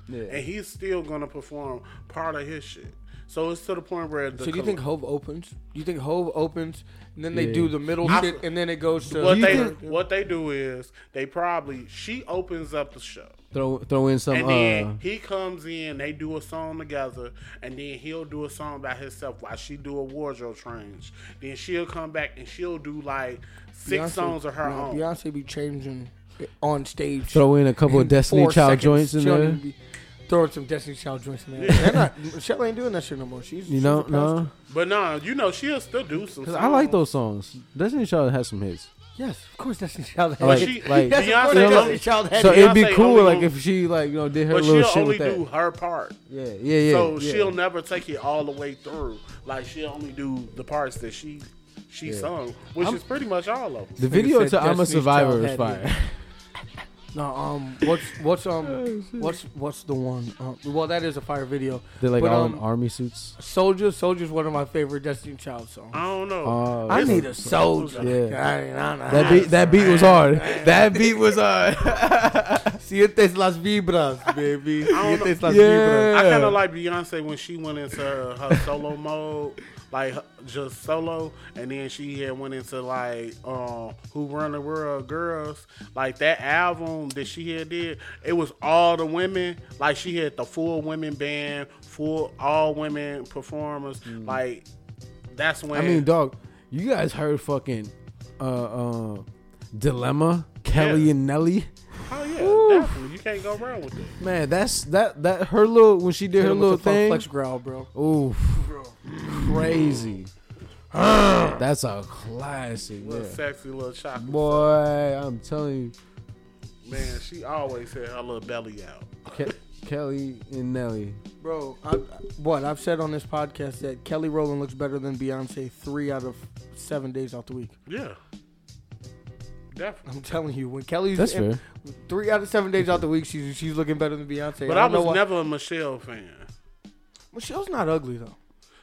[SPEAKER 3] Yeah.
[SPEAKER 2] And he's still going to perform part of his shit. So it's to the point where
[SPEAKER 1] so
[SPEAKER 2] the
[SPEAKER 1] do you
[SPEAKER 2] coll-
[SPEAKER 1] think Hove opens? Do you think Hove opens, and then they
[SPEAKER 3] Yeah.
[SPEAKER 1] do the middle
[SPEAKER 2] I-
[SPEAKER 1] shit, and then it goes to
[SPEAKER 2] what they
[SPEAKER 3] think-
[SPEAKER 2] what they do is they probably she opens up the show.
[SPEAKER 3] Throw throw in some
[SPEAKER 2] And
[SPEAKER 3] uh
[SPEAKER 2] then he comes in, they do a song together, and then he'll do a song by himself while she do a wardrobe change. Then she'll come back and she'll do like six songs of her
[SPEAKER 1] no,
[SPEAKER 2] own.
[SPEAKER 1] Beyonce be changing on stage.
[SPEAKER 3] throw in a couple of Destiny
[SPEAKER 1] four
[SPEAKER 3] Child
[SPEAKER 1] seconds.
[SPEAKER 3] joints in
[SPEAKER 1] She don't
[SPEAKER 3] there.
[SPEAKER 1] even be Throwing some Destiny Child joints in there. They're not, Michelle ain't doing that shit no more. She's
[SPEAKER 3] You know, no,
[SPEAKER 2] But no, you know she'll still do some.
[SPEAKER 3] because I like
[SPEAKER 2] songs.
[SPEAKER 3] those songs. Destiny Child has some hits.
[SPEAKER 1] Yes, of course Destiny Child had
[SPEAKER 3] Like-
[SPEAKER 1] it.
[SPEAKER 2] she,
[SPEAKER 3] like-
[SPEAKER 1] Yes, of course
[SPEAKER 2] Beyonce
[SPEAKER 1] Destiny
[SPEAKER 2] only-
[SPEAKER 1] Child had
[SPEAKER 3] So
[SPEAKER 1] it.
[SPEAKER 3] it'd be
[SPEAKER 2] Beyonce
[SPEAKER 3] cool,
[SPEAKER 2] only
[SPEAKER 3] like
[SPEAKER 2] gonna-
[SPEAKER 3] if she like you know did her
[SPEAKER 2] But
[SPEAKER 3] little
[SPEAKER 2] she'll
[SPEAKER 3] shit with
[SPEAKER 2] only
[SPEAKER 3] that.
[SPEAKER 2] do her part.
[SPEAKER 3] Yeah, yeah, yeah.
[SPEAKER 2] so
[SPEAKER 3] yeah.
[SPEAKER 2] she'll never take it all the way through. Like she'll only do the parts that she she sung, which is pretty much all of them.
[SPEAKER 3] The video
[SPEAKER 1] said
[SPEAKER 3] to I'm a
[SPEAKER 1] Destiny's
[SPEAKER 3] Survivor
[SPEAKER 1] Child
[SPEAKER 3] is
[SPEAKER 1] had
[SPEAKER 3] fire.
[SPEAKER 1] No, um, what's what's um, what's what's the one? Um, well, that is a fire video.
[SPEAKER 3] They're like
[SPEAKER 1] but,
[SPEAKER 3] all in
[SPEAKER 1] um,
[SPEAKER 3] army suits.
[SPEAKER 1] Soldier, Soldier's one of my favorite Destiny Child songs.
[SPEAKER 2] I don't know.
[SPEAKER 3] Oh,
[SPEAKER 1] I
[SPEAKER 3] yeah.
[SPEAKER 1] need a soldier.
[SPEAKER 3] Yeah.
[SPEAKER 1] I mean, I don't know.
[SPEAKER 3] That beat, that beat was hard. That beat was hard.
[SPEAKER 1] Sientes las vibras, baby.
[SPEAKER 2] don't know.
[SPEAKER 1] Sientes las
[SPEAKER 3] Yeah.
[SPEAKER 1] vibras.
[SPEAKER 2] I kind of like Beyonce when she went into her, her solo mode, like her- just solo, and then she had went into like um, Who Run the World Girls, like that album that she had did. It was all the women, like she had the full women band, full all women performers. Like that's when
[SPEAKER 3] Mm. I mean, dog, you guys heard fucking uh, uh, Dilemma, Kelly
[SPEAKER 2] Yeah.
[SPEAKER 3] and Nelly.
[SPEAKER 2] Oh yeah, definitely. You can't go wrong with it.
[SPEAKER 3] Man, that's that that her little when she did her
[SPEAKER 1] Hit him with
[SPEAKER 3] little
[SPEAKER 1] the funk
[SPEAKER 3] thing.
[SPEAKER 1] Flex growl, bro.
[SPEAKER 3] Oof, crazy. that's a classic,
[SPEAKER 2] Little
[SPEAKER 3] yeah.
[SPEAKER 2] sexy little chocolate.
[SPEAKER 3] boy. I'm telling you,
[SPEAKER 2] Man, she always had her little belly out.
[SPEAKER 3] Ke- Kelly and Nelly.
[SPEAKER 1] Bro, I, what I've said on this podcast that Kelly Rowland looks better than Beyonce three out of seven days out the week.
[SPEAKER 2] Yeah. Definitely.
[SPEAKER 1] I'm telling you, when Kelly's
[SPEAKER 3] That's
[SPEAKER 1] in-
[SPEAKER 3] fair.
[SPEAKER 1] three out of seven days out the week, she's she's looking better than Beyonce.
[SPEAKER 2] But
[SPEAKER 1] I
[SPEAKER 2] I
[SPEAKER 1] don't know
[SPEAKER 2] was
[SPEAKER 1] why.
[SPEAKER 2] never a Michelle fan.
[SPEAKER 1] Michelle's not ugly though.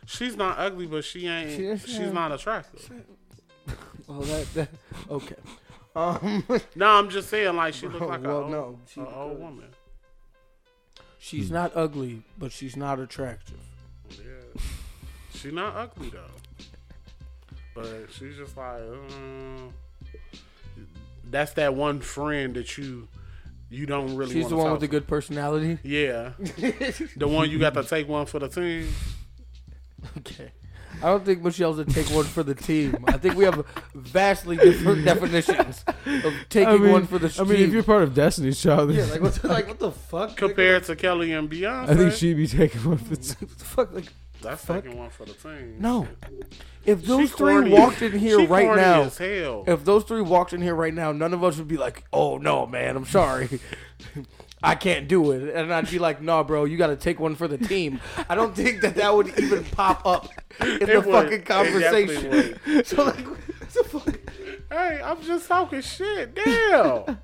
[SPEAKER 2] She's not ugly, but she ain't.
[SPEAKER 1] She-
[SPEAKER 2] she's
[SPEAKER 1] yeah.
[SPEAKER 2] not attractive.
[SPEAKER 1] Well, that, that okay. Um,
[SPEAKER 2] No, I'm just saying, like she looked like
[SPEAKER 1] well,
[SPEAKER 2] a old,
[SPEAKER 1] no, she
[SPEAKER 2] a
[SPEAKER 1] look
[SPEAKER 2] old
[SPEAKER 1] good.
[SPEAKER 2] woman.
[SPEAKER 1] she's not ugly, but she's not attractive.
[SPEAKER 2] Yeah, she not ugly though. But she's just like, mm. that's that one friend that you you don't really.
[SPEAKER 1] She's
[SPEAKER 2] wanna
[SPEAKER 1] the one
[SPEAKER 2] talk
[SPEAKER 1] with the
[SPEAKER 2] to.
[SPEAKER 1] good personality.
[SPEAKER 2] Yeah, the one you got to take one for the team.
[SPEAKER 1] Okay. I don't think Michelle's a take one for the team. I think we have vastly different definitions of taking one for the
[SPEAKER 3] I
[SPEAKER 1] team.
[SPEAKER 3] mean, if you're part of Destiny's Child,
[SPEAKER 1] yeah, like what, like what the fuck?
[SPEAKER 2] Compared to Kelly and Beyonce,
[SPEAKER 3] I think she'd be taking one for two.
[SPEAKER 1] Like, what the fuck? Like,
[SPEAKER 2] that's
[SPEAKER 1] fuck?
[SPEAKER 2] taking one for the team.
[SPEAKER 1] no. If those
[SPEAKER 2] She
[SPEAKER 1] three
[SPEAKER 2] corny
[SPEAKER 1] walked
[SPEAKER 2] as-
[SPEAKER 1] in here
[SPEAKER 2] she
[SPEAKER 1] right
[SPEAKER 2] corny
[SPEAKER 1] now,
[SPEAKER 2] as hell.
[SPEAKER 1] if those three walked in here right now, none of us would be like, "Oh no, man, I'm sorry." I can't do it, and I'd be like, "Nah, bro, you got to take one for the team." I don't think that that would even pop up in the
[SPEAKER 2] It would.
[SPEAKER 1] fucking
[SPEAKER 2] It definitely
[SPEAKER 1] conversation. So like, what the fuck?
[SPEAKER 2] Hey, I'm just talking shit. Damn.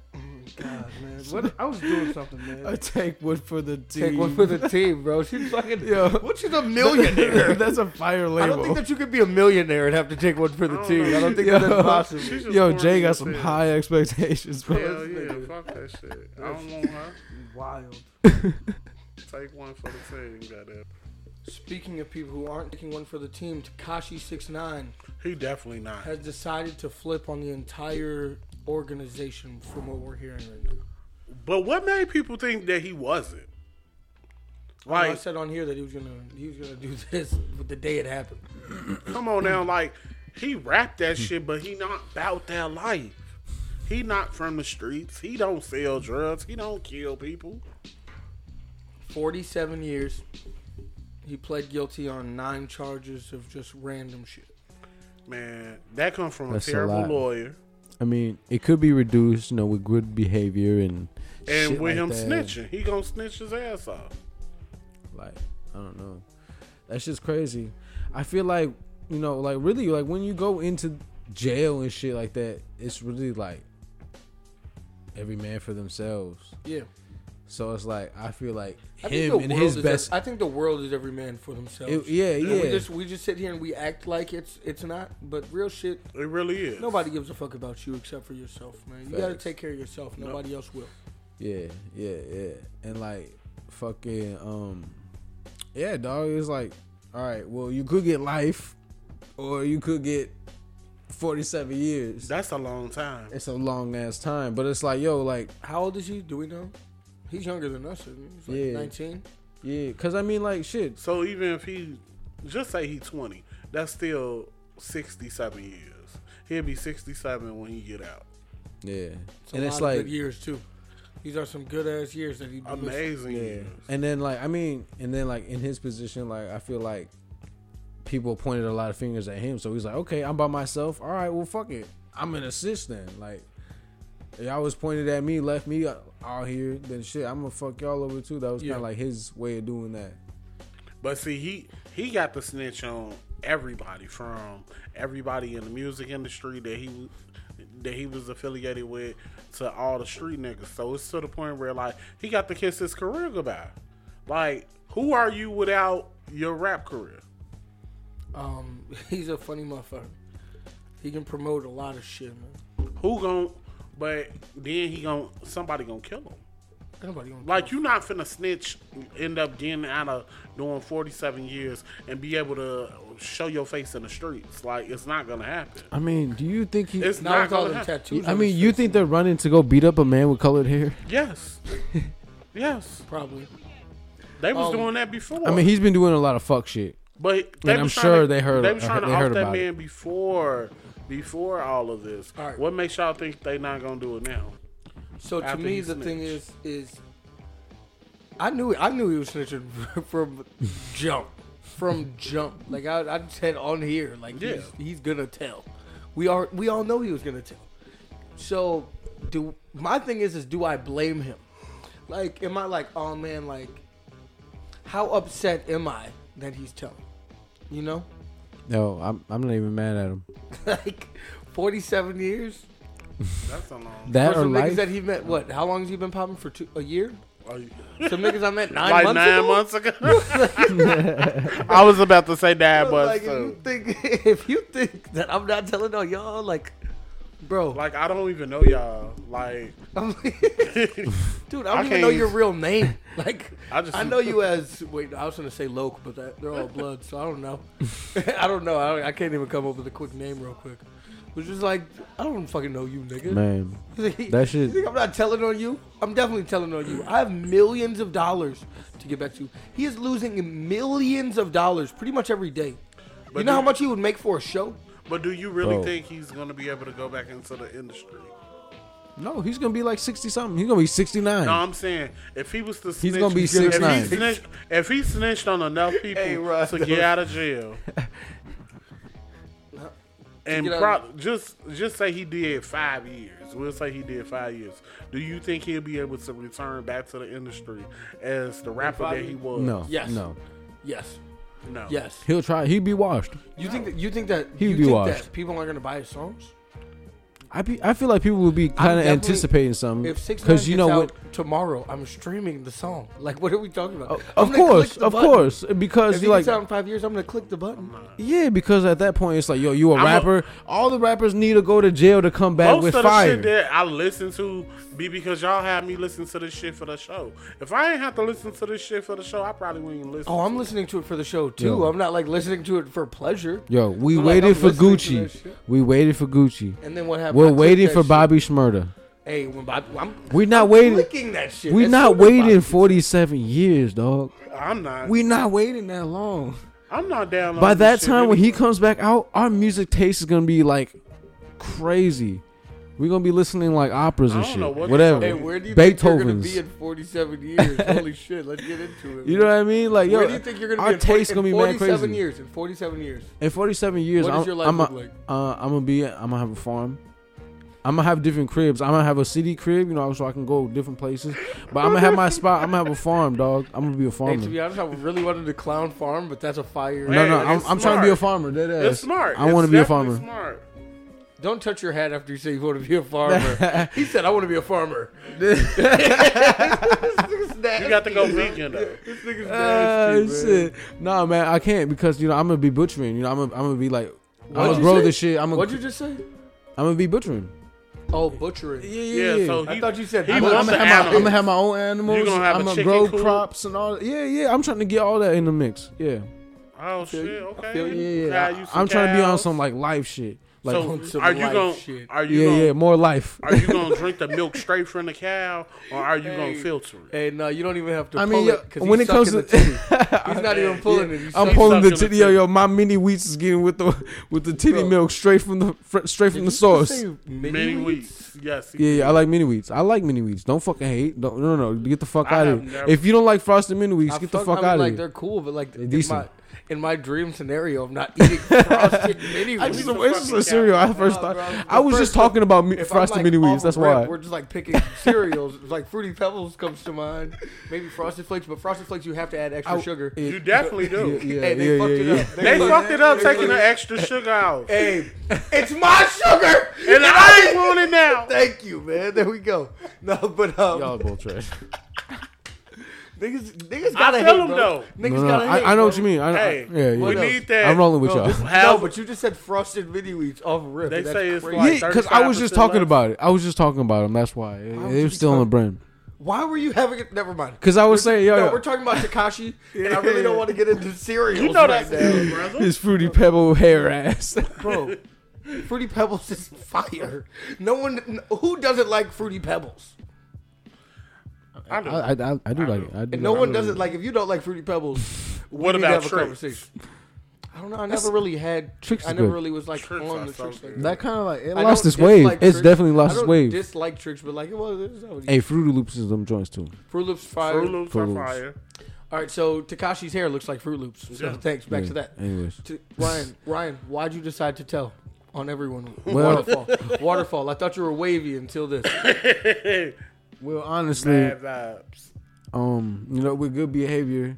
[SPEAKER 1] God, man. What, I was doing something, man.
[SPEAKER 3] take one for the team.
[SPEAKER 1] Take one for the team, bro. She's fucking.
[SPEAKER 3] Yo.
[SPEAKER 1] What? She's a millionaire.
[SPEAKER 3] That's a fire
[SPEAKER 1] I
[SPEAKER 3] label.
[SPEAKER 1] don't think that you could be a millionaire and have to take one for the
[SPEAKER 2] I don't
[SPEAKER 1] team.
[SPEAKER 2] know.
[SPEAKER 1] I don't think that
[SPEAKER 3] Yo.
[SPEAKER 1] that's possible.
[SPEAKER 2] She's just
[SPEAKER 3] Yo,
[SPEAKER 2] corny
[SPEAKER 3] Jay got
[SPEAKER 2] as
[SPEAKER 3] some
[SPEAKER 2] hell.
[SPEAKER 3] high expectations, bro.
[SPEAKER 2] Hell yeah, fuck that shit. I don't want her.
[SPEAKER 1] Wild.
[SPEAKER 2] Take one for the team, goddamn.
[SPEAKER 1] Speaking of people who aren't taking one for the team, Takashi Six Nine
[SPEAKER 2] He definitely not.
[SPEAKER 1] has decided to flip on the entire organization from what we're hearing right now.
[SPEAKER 2] But what made people think that he wasn't?
[SPEAKER 1] I know I
[SPEAKER 2] Like,
[SPEAKER 1] said on here that he was gonna he was gonna do this with the day it happened.
[SPEAKER 2] come on now, like he rapped that shit, but he not about that life. He not from the streets. He don't sell drugs. He don't kill people.
[SPEAKER 1] Forty seven years. He pled guilty on nine charges of just random shit.
[SPEAKER 2] Man, that come from
[SPEAKER 3] That's
[SPEAKER 2] a
[SPEAKER 3] a
[SPEAKER 2] terrible
[SPEAKER 3] lot.
[SPEAKER 2] lawyer.
[SPEAKER 3] I mean, it could be reduced, you know, with good behavior and
[SPEAKER 2] And
[SPEAKER 3] shit
[SPEAKER 2] with
[SPEAKER 3] like
[SPEAKER 2] him
[SPEAKER 3] that.
[SPEAKER 2] snitching, he gonna snitch his ass off.
[SPEAKER 3] Like, I don't know. That's just crazy. I feel like, you know, like really, like when you go into jail and shit like that, it's really like every man for themselves.
[SPEAKER 1] Yeah.
[SPEAKER 3] So it's like I feel like
[SPEAKER 1] I think
[SPEAKER 3] him
[SPEAKER 1] the
[SPEAKER 3] and
[SPEAKER 1] world
[SPEAKER 3] his
[SPEAKER 1] is
[SPEAKER 3] best.
[SPEAKER 1] ev- I think the world is every man for themselves.
[SPEAKER 3] it- yeah,
[SPEAKER 1] And We
[SPEAKER 3] yeah.
[SPEAKER 1] just we just sit here and we act like it's it's not, but real shit.
[SPEAKER 2] It really is.
[SPEAKER 1] Nobody gives a fuck about you except for yourself, man. You got to
[SPEAKER 3] Facts.
[SPEAKER 1] take care of yourself. Nobody else will.
[SPEAKER 3] Yeah, yeah, yeah. And like fucking um yeah, dog, it's like all right, well, you could get life or you could get 47 years.
[SPEAKER 2] That's a long time.
[SPEAKER 3] It's a long ass time, but it's like, yo, like
[SPEAKER 1] How old is he? Do we know? He's younger than us. Isn't he? He's like
[SPEAKER 3] Yeah.
[SPEAKER 1] 19.
[SPEAKER 3] yeah, cuz I mean like shit.
[SPEAKER 2] So even if he just say he twenty, that's still sixty seven years. He'll be sixty seven when he get out.
[SPEAKER 3] Yeah.
[SPEAKER 1] It's a
[SPEAKER 3] And
[SPEAKER 1] lot
[SPEAKER 3] it's
[SPEAKER 1] of
[SPEAKER 3] like
[SPEAKER 1] good years too. These are some good ass years that he missed.
[SPEAKER 2] Amazing
[SPEAKER 3] Yeah.
[SPEAKER 2] years.
[SPEAKER 3] And then like I mean, and then like in his position, like I feel like people pointed a lot of fingers at him. So he's like, okay, I'm by myself. All right, well, fuck it. I'm an assistant. Like y'all was pointed at me, left me out here. Then shit, I'm gonna fuck y'all over too. That was
[SPEAKER 1] Yeah.
[SPEAKER 3] kind of like his way of doing that.
[SPEAKER 2] But see, he he got the snitch on everybody from everybody in the music industry that he that he was affiliated with to all the street niggas. So it's to the point where like he got to kiss his career goodbye. Like, who are you without your rap career?
[SPEAKER 1] Um, he's a funny motherfucker. He can promote a lot of shit, man.
[SPEAKER 2] Who gon' but then he gon' somebody gonna kill him.
[SPEAKER 1] Nobody gonna
[SPEAKER 2] Like you not finna snitch, end up getting out of doing forty seven years and be able to show your face in the streets. Like it's not gonna happen.
[SPEAKER 3] I mean, do you think he?
[SPEAKER 2] It's
[SPEAKER 1] now
[SPEAKER 2] not
[SPEAKER 1] with all
[SPEAKER 2] gonna
[SPEAKER 1] them
[SPEAKER 2] happen.
[SPEAKER 1] tattoos.
[SPEAKER 3] I
[SPEAKER 1] on
[SPEAKER 3] mean,
[SPEAKER 1] his
[SPEAKER 3] you
[SPEAKER 1] face,
[SPEAKER 3] think they're running to go beat up a man with colored hair?
[SPEAKER 2] Yes, yes,
[SPEAKER 1] probably.
[SPEAKER 2] they was
[SPEAKER 1] Um,
[SPEAKER 2] doing that before.
[SPEAKER 3] I mean, he's been doing a lot of fuck shit.
[SPEAKER 2] but they
[SPEAKER 3] I'm
[SPEAKER 2] was trying
[SPEAKER 3] sure
[SPEAKER 2] to-
[SPEAKER 3] they heard-
[SPEAKER 2] They was trying to
[SPEAKER 3] they
[SPEAKER 2] off
[SPEAKER 3] heard
[SPEAKER 2] that
[SPEAKER 3] about it.
[SPEAKER 2] man before, before all of this.
[SPEAKER 1] All right.
[SPEAKER 2] What makes y'all think they not gonna do it now?
[SPEAKER 1] So to
[SPEAKER 2] After
[SPEAKER 1] me,
[SPEAKER 2] he
[SPEAKER 1] the thing
[SPEAKER 2] snitched.
[SPEAKER 1] is, is I knew I knew he was snitching from jump, from jump. Like I, I said on here, like
[SPEAKER 2] Yeah.
[SPEAKER 1] he's, he's gonna tell. We are we all know he was gonna tell. So do my thing is is do I blame him? Like am I like oh man like how upset am I that he's telling? You know,
[SPEAKER 3] No, I'm I'm not even mad at him.
[SPEAKER 1] like forty seven years.
[SPEAKER 2] That's a long.
[SPEAKER 3] That
[SPEAKER 1] For
[SPEAKER 3] or
[SPEAKER 1] some niggas
[SPEAKER 3] life.
[SPEAKER 1] that he met, what? How long has he been popping for? Two, a year?
[SPEAKER 2] Are you-
[SPEAKER 1] Some niggas I met nine
[SPEAKER 2] like
[SPEAKER 1] months
[SPEAKER 2] nine
[SPEAKER 1] ago.
[SPEAKER 2] months ago. I was about to say nine
[SPEAKER 1] like,
[SPEAKER 2] months.
[SPEAKER 1] if you
[SPEAKER 2] too.
[SPEAKER 1] think if you think that I'm not telling on y'all, like, bro,
[SPEAKER 2] like I don't even know y'all. Like
[SPEAKER 1] I'm like, dude, I
[SPEAKER 2] I
[SPEAKER 1] don't even
[SPEAKER 2] can't
[SPEAKER 1] know your
[SPEAKER 2] even-
[SPEAKER 1] real name. Like, I
[SPEAKER 2] I
[SPEAKER 1] just
[SPEAKER 2] just-
[SPEAKER 1] I know you as wait. I was gonna say Loke, but that, they're all blood, so I don't know. I don't know. I, don't, I can't even come up with a quick name real quick. Which is like, I don't fucking know you, nigga.
[SPEAKER 3] Man,
[SPEAKER 1] that
[SPEAKER 3] shit-
[SPEAKER 1] You think I'm not telling on you? I'm definitely telling on you. I have millions of dollars to get back to you. He is losing millions of dollars pretty much every day. you
[SPEAKER 2] But
[SPEAKER 1] know how
[SPEAKER 2] do-
[SPEAKER 1] much he would make for a show?
[SPEAKER 2] But do you really
[SPEAKER 3] Bro.
[SPEAKER 2] think he's gonna be able to go back into the industry?
[SPEAKER 3] no, he's gonna be like sixty something. He's gonna be sixty nine.
[SPEAKER 2] No, I'm saying if he was to snitch,
[SPEAKER 3] gonna be
[SPEAKER 2] if
[SPEAKER 3] 6'9".
[SPEAKER 2] He snitched, if he snitched on enough people
[SPEAKER 1] Hey, Russ,
[SPEAKER 2] to get out of jail, and
[SPEAKER 1] get out
[SPEAKER 2] pro- just just say he did five years, we'll say he did five years. Do you think he'll be able to return back to the industry as the rapper
[SPEAKER 1] five
[SPEAKER 2] that he
[SPEAKER 1] years?
[SPEAKER 2] was?
[SPEAKER 3] no,
[SPEAKER 1] Yes.
[SPEAKER 3] no.
[SPEAKER 1] Yes.
[SPEAKER 2] no.
[SPEAKER 1] Yes.
[SPEAKER 3] He'll try. He'd be washed.
[SPEAKER 1] You think that you think that
[SPEAKER 3] He would
[SPEAKER 1] you
[SPEAKER 3] be
[SPEAKER 1] think
[SPEAKER 3] washed.
[SPEAKER 1] that people aren't gonna buy his songs?
[SPEAKER 3] I be, I feel like people would be kind of
[SPEAKER 1] definitely-
[SPEAKER 3] anticipating something
[SPEAKER 1] If six
[SPEAKER 3] because you know what. Oh,
[SPEAKER 1] tomorrow I'm streaming the song. Like what are we talking about? I'm
[SPEAKER 3] Of
[SPEAKER 1] gonna click
[SPEAKER 3] course,
[SPEAKER 1] the
[SPEAKER 3] of
[SPEAKER 1] button.
[SPEAKER 3] course, because
[SPEAKER 1] If he
[SPEAKER 3] you like
[SPEAKER 1] gets out in five years, I'm gonna click the button.
[SPEAKER 3] yeah, because at that point it's like yo, you a
[SPEAKER 2] I'm a-
[SPEAKER 3] rapper. All the rappers need to go to jail to come back
[SPEAKER 2] Most
[SPEAKER 3] with
[SPEAKER 2] of the
[SPEAKER 3] fire.
[SPEAKER 2] shit that I listen to be because y'all had me listen to this shit for the show. If I ain't have to listen to this shit for the show, I probably wouldn't even listen.
[SPEAKER 1] Oh, I'm
[SPEAKER 2] to it.
[SPEAKER 1] listening to it for the show too.
[SPEAKER 3] Yo.
[SPEAKER 1] I'm not like listening to it for pleasure.
[SPEAKER 3] Yo, we
[SPEAKER 1] I'm like,
[SPEAKER 3] waited
[SPEAKER 1] I'm
[SPEAKER 3] for
[SPEAKER 1] listening to that
[SPEAKER 3] Gucci.
[SPEAKER 1] shit.
[SPEAKER 3] We waited for Gucci.
[SPEAKER 1] And then what happened?
[SPEAKER 3] We're
[SPEAKER 1] I clicked
[SPEAKER 3] waiting
[SPEAKER 1] that
[SPEAKER 3] for
[SPEAKER 1] shit.
[SPEAKER 3] Bobby Shmurda.
[SPEAKER 1] Hey, when Bobby, I'm
[SPEAKER 3] We're not
[SPEAKER 1] I'm
[SPEAKER 3] waiting-
[SPEAKER 1] Clicking that shit.
[SPEAKER 3] We
[SPEAKER 1] As
[SPEAKER 3] not
[SPEAKER 1] soon as
[SPEAKER 3] waiting
[SPEAKER 1] Bobby-
[SPEAKER 3] 47 years, dog.
[SPEAKER 2] I'm not.
[SPEAKER 3] We not waiting that long.
[SPEAKER 2] I'm not down.
[SPEAKER 3] By that time, when he comes back out, our music taste is gonna be like crazy. We're gonna be listening like operas
[SPEAKER 2] I
[SPEAKER 3] and
[SPEAKER 2] don't
[SPEAKER 3] shit,
[SPEAKER 2] know what
[SPEAKER 1] Hey,
[SPEAKER 3] whatever.
[SPEAKER 1] where do you
[SPEAKER 3] Beethoven's.
[SPEAKER 1] think you're gonna be in 47 years? Holy shit, let's get into it.
[SPEAKER 3] You know what I mean? Like, yo,
[SPEAKER 1] where do you think you're gonna
[SPEAKER 3] our
[SPEAKER 1] be? in 40
[SPEAKER 3] taste gonna be
[SPEAKER 1] in
[SPEAKER 3] mad
[SPEAKER 1] 47
[SPEAKER 3] crazy.
[SPEAKER 1] years. In 47 years.
[SPEAKER 3] In 47 years,
[SPEAKER 1] What does
[SPEAKER 3] I'm,
[SPEAKER 1] your life
[SPEAKER 3] I'm,
[SPEAKER 1] look
[SPEAKER 3] a-
[SPEAKER 1] like?
[SPEAKER 3] Uh, I'm gonna be. I'm gonna have a farm. I'm gonna have different cribs. I'm gonna have a city crib, you know, so I can go different places. But I'm gonna have my spot. I'm gonna have a farm, dog. I'm gonna be a
[SPEAKER 1] Hey, to be
[SPEAKER 3] farmer.
[SPEAKER 1] honest, I really wanted to clown farm, but that's a fire.
[SPEAKER 3] No, no,
[SPEAKER 2] Hey,
[SPEAKER 3] I'm,
[SPEAKER 2] it's
[SPEAKER 3] I'm trying to be a
[SPEAKER 2] smart.
[SPEAKER 3] farmer. Dead ass.
[SPEAKER 2] it's smart.
[SPEAKER 3] I want to
[SPEAKER 2] It's
[SPEAKER 3] be a
[SPEAKER 2] definitely
[SPEAKER 3] farmer.
[SPEAKER 2] Smart.
[SPEAKER 1] Don't touch your hat after you say you want to be a farmer. he said, "I want to be a farmer."
[SPEAKER 2] You got to go vegan though.
[SPEAKER 1] This nigga's
[SPEAKER 3] Uh,
[SPEAKER 1] nasty, man.
[SPEAKER 3] shit. Nah, man, I can't because you know I'm gonna be butchering. You know, I'm gonna, I'm gonna be like, I'm
[SPEAKER 1] What'd
[SPEAKER 3] gonna
[SPEAKER 1] you
[SPEAKER 3] grow
[SPEAKER 1] say?
[SPEAKER 3] this shit. I'm gonna,
[SPEAKER 1] What'd you just say?
[SPEAKER 3] I'm gonna be butchering.
[SPEAKER 1] Oh, butchering.
[SPEAKER 2] Yeah. So he,
[SPEAKER 1] I thought you said
[SPEAKER 2] he
[SPEAKER 1] I'm
[SPEAKER 3] I'm,
[SPEAKER 1] Well,
[SPEAKER 2] wants
[SPEAKER 3] gonna
[SPEAKER 2] the
[SPEAKER 3] have my, I'm
[SPEAKER 2] animals.
[SPEAKER 3] gonna have my own animals.
[SPEAKER 2] You gonna have a
[SPEAKER 3] I'm gonna
[SPEAKER 2] chicken
[SPEAKER 3] grow
[SPEAKER 2] coop?
[SPEAKER 3] crops and all. Yeah, yeah. I'm trying to get all that in the mix. Yeah,
[SPEAKER 2] Oh shit.
[SPEAKER 1] you. I
[SPEAKER 2] Okay.
[SPEAKER 1] feel you.
[SPEAKER 3] yeah, yeah.
[SPEAKER 2] Cow,
[SPEAKER 3] I-
[SPEAKER 2] you some
[SPEAKER 3] I'm trying to be on
[SPEAKER 2] cows.
[SPEAKER 3] some like life shit. Like,
[SPEAKER 2] So
[SPEAKER 1] some
[SPEAKER 2] are you
[SPEAKER 1] life
[SPEAKER 2] going?
[SPEAKER 1] shit.
[SPEAKER 2] Are you
[SPEAKER 3] yeah,
[SPEAKER 2] going?
[SPEAKER 3] yeah, more life.
[SPEAKER 2] Are you gonna drink the milk straight from the cow, or are you gonna
[SPEAKER 1] Hey.
[SPEAKER 2] filter it?
[SPEAKER 1] Hey, no, you don't even have to.
[SPEAKER 3] I
[SPEAKER 1] pull
[SPEAKER 3] mean,
[SPEAKER 1] it,
[SPEAKER 3] yeah,
[SPEAKER 1] 'cause
[SPEAKER 3] when
[SPEAKER 1] he's
[SPEAKER 3] it comes to,
[SPEAKER 1] sucking the titty. he's not even pulling it. He's
[SPEAKER 3] I'm
[SPEAKER 1] sucking-
[SPEAKER 3] pulling the
[SPEAKER 2] sucking the
[SPEAKER 3] titty. Yo, yo, my mini wheats is getting with the with the titty
[SPEAKER 1] Bro.
[SPEAKER 3] milk straight from the fr- straight from the
[SPEAKER 1] Did you just
[SPEAKER 3] source.
[SPEAKER 1] say mini
[SPEAKER 2] Many
[SPEAKER 1] wheats?
[SPEAKER 2] weeks. Yes. he
[SPEAKER 3] Yeah, yeah, I like mini wheats. I like mini wheats. Don't fucking hate. Don't, no, no, no. Get the fuck
[SPEAKER 2] I
[SPEAKER 3] out
[SPEAKER 2] have
[SPEAKER 3] of here.
[SPEAKER 2] never-
[SPEAKER 3] If you don't like frosted mini wheats,
[SPEAKER 1] I
[SPEAKER 3] get the
[SPEAKER 1] fuck-
[SPEAKER 3] fuck
[SPEAKER 1] I mean,
[SPEAKER 3] out
[SPEAKER 1] like,
[SPEAKER 3] of here.
[SPEAKER 1] They're cool, but like in my,
[SPEAKER 3] decent.
[SPEAKER 1] in my dream scenario, I'm not eating frosted mini
[SPEAKER 3] I
[SPEAKER 1] wheats.
[SPEAKER 3] just,
[SPEAKER 2] the
[SPEAKER 3] it's just
[SPEAKER 2] fucking
[SPEAKER 3] a cereal. I
[SPEAKER 2] cow.
[SPEAKER 3] first
[SPEAKER 1] Nah,
[SPEAKER 3] thought
[SPEAKER 1] bro.
[SPEAKER 3] I was
[SPEAKER 1] The
[SPEAKER 3] just
[SPEAKER 1] first
[SPEAKER 3] talking about mi-
[SPEAKER 1] If I'm,
[SPEAKER 3] frosted
[SPEAKER 1] like,
[SPEAKER 3] mini
[SPEAKER 1] off
[SPEAKER 3] wheats. That's
[SPEAKER 1] rip,
[SPEAKER 3] why.
[SPEAKER 1] we're just like picking cereals. like fruity pebbles comes to mind, maybe frosted flakes, but frosted flakes you have to add extra
[SPEAKER 3] I-
[SPEAKER 1] sugar.
[SPEAKER 3] yeah,
[SPEAKER 2] You definitely do.
[SPEAKER 3] Yeah,
[SPEAKER 1] hey, they
[SPEAKER 3] yeah,
[SPEAKER 1] fucked
[SPEAKER 3] yeah,
[SPEAKER 1] it
[SPEAKER 3] yeah.
[SPEAKER 1] up.
[SPEAKER 2] They fucked it up taking the extra sugar out, and
[SPEAKER 1] Hey, it's my sugar,
[SPEAKER 2] I ain't want it now.
[SPEAKER 1] Thank you, man. There we go. No, but um,
[SPEAKER 3] Y'all both trash.
[SPEAKER 1] niggas, niggas
[SPEAKER 2] I
[SPEAKER 1] gotta
[SPEAKER 2] feel
[SPEAKER 1] hate,
[SPEAKER 2] him,
[SPEAKER 1] bro.
[SPEAKER 2] though.
[SPEAKER 1] Niggas
[SPEAKER 3] No, no,
[SPEAKER 1] gotta hate,
[SPEAKER 3] I, I know
[SPEAKER 1] bro.
[SPEAKER 3] what you mean. I, I,
[SPEAKER 2] Hey,
[SPEAKER 3] yeah, yeah.
[SPEAKER 2] we
[SPEAKER 1] else?
[SPEAKER 2] need that.
[SPEAKER 3] I'm rolling with
[SPEAKER 1] Bro,
[SPEAKER 3] y'all.
[SPEAKER 1] this- no,
[SPEAKER 2] Have-
[SPEAKER 1] but you just said frosted mini wheats off rip.
[SPEAKER 2] They
[SPEAKER 1] That's
[SPEAKER 2] say it's
[SPEAKER 1] crazy.
[SPEAKER 2] like-
[SPEAKER 3] Yeah, because I was just
[SPEAKER 2] 35%
[SPEAKER 3] talking
[SPEAKER 2] left.
[SPEAKER 3] about it. I was just talking about him. That's why it,
[SPEAKER 1] would
[SPEAKER 3] it
[SPEAKER 1] you
[SPEAKER 3] was
[SPEAKER 1] be
[SPEAKER 3] still on the
[SPEAKER 1] talking-
[SPEAKER 3] brain.
[SPEAKER 1] Why were you having it? Never mind.
[SPEAKER 3] Because I was saying, yo,
[SPEAKER 1] no,
[SPEAKER 3] yo,
[SPEAKER 1] we're talking about Takashi, and I really don't want to get into cereals
[SPEAKER 2] You know
[SPEAKER 1] right
[SPEAKER 2] that's
[SPEAKER 1] now,
[SPEAKER 2] brother.
[SPEAKER 3] his fruity pebble hair ass.
[SPEAKER 1] bro. Fruity Pebbles is fire. No one, who doesn't like Fruity Pebbles,
[SPEAKER 2] I do.
[SPEAKER 3] I, I, I, I do like it. I do
[SPEAKER 1] and no
[SPEAKER 3] like
[SPEAKER 1] one
[SPEAKER 3] it.
[SPEAKER 1] doesn't like. If you don't like Fruity Pebbles, we
[SPEAKER 2] What
[SPEAKER 1] need
[SPEAKER 2] about
[SPEAKER 1] to have a
[SPEAKER 2] Trix?
[SPEAKER 1] conversation. I don't know. I never really had.
[SPEAKER 3] Trix is
[SPEAKER 1] I never
[SPEAKER 3] good.
[SPEAKER 1] really was like
[SPEAKER 2] Trix
[SPEAKER 1] on
[SPEAKER 2] are
[SPEAKER 1] the
[SPEAKER 2] so
[SPEAKER 1] tricks. Like
[SPEAKER 2] good.
[SPEAKER 1] that.
[SPEAKER 3] That kind of like it
[SPEAKER 1] I
[SPEAKER 3] lost
[SPEAKER 1] don't
[SPEAKER 3] its wave.
[SPEAKER 1] dislike
[SPEAKER 3] It's
[SPEAKER 1] Trix.
[SPEAKER 3] definitely lost
[SPEAKER 1] I
[SPEAKER 3] its
[SPEAKER 1] don't
[SPEAKER 3] wave.
[SPEAKER 1] Dislike tricks, but like it was. It was always-
[SPEAKER 3] hey, Fruity Loops is them joints too.
[SPEAKER 1] Fruit Loops fire.
[SPEAKER 2] Fruit Loops
[SPEAKER 3] Fruit
[SPEAKER 2] are
[SPEAKER 3] Loops.
[SPEAKER 2] fire.
[SPEAKER 1] All right, so Takashi's hair looks like Fruit Loops. So
[SPEAKER 2] Yeah.
[SPEAKER 1] thanks. Back
[SPEAKER 3] Yeah,
[SPEAKER 1] to that.
[SPEAKER 3] Anyways,
[SPEAKER 1] To, Ryan, Ryan, why'd you decide to tell on everyone?
[SPEAKER 3] Well-
[SPEAKER 1] waterfall, waterfall. I thought you were wavy until this.
[SPEAKER 3] well, honestly,
[SPEAKER 2] Bad vibes.
[SPEAKER 3] um, you know, with good behavior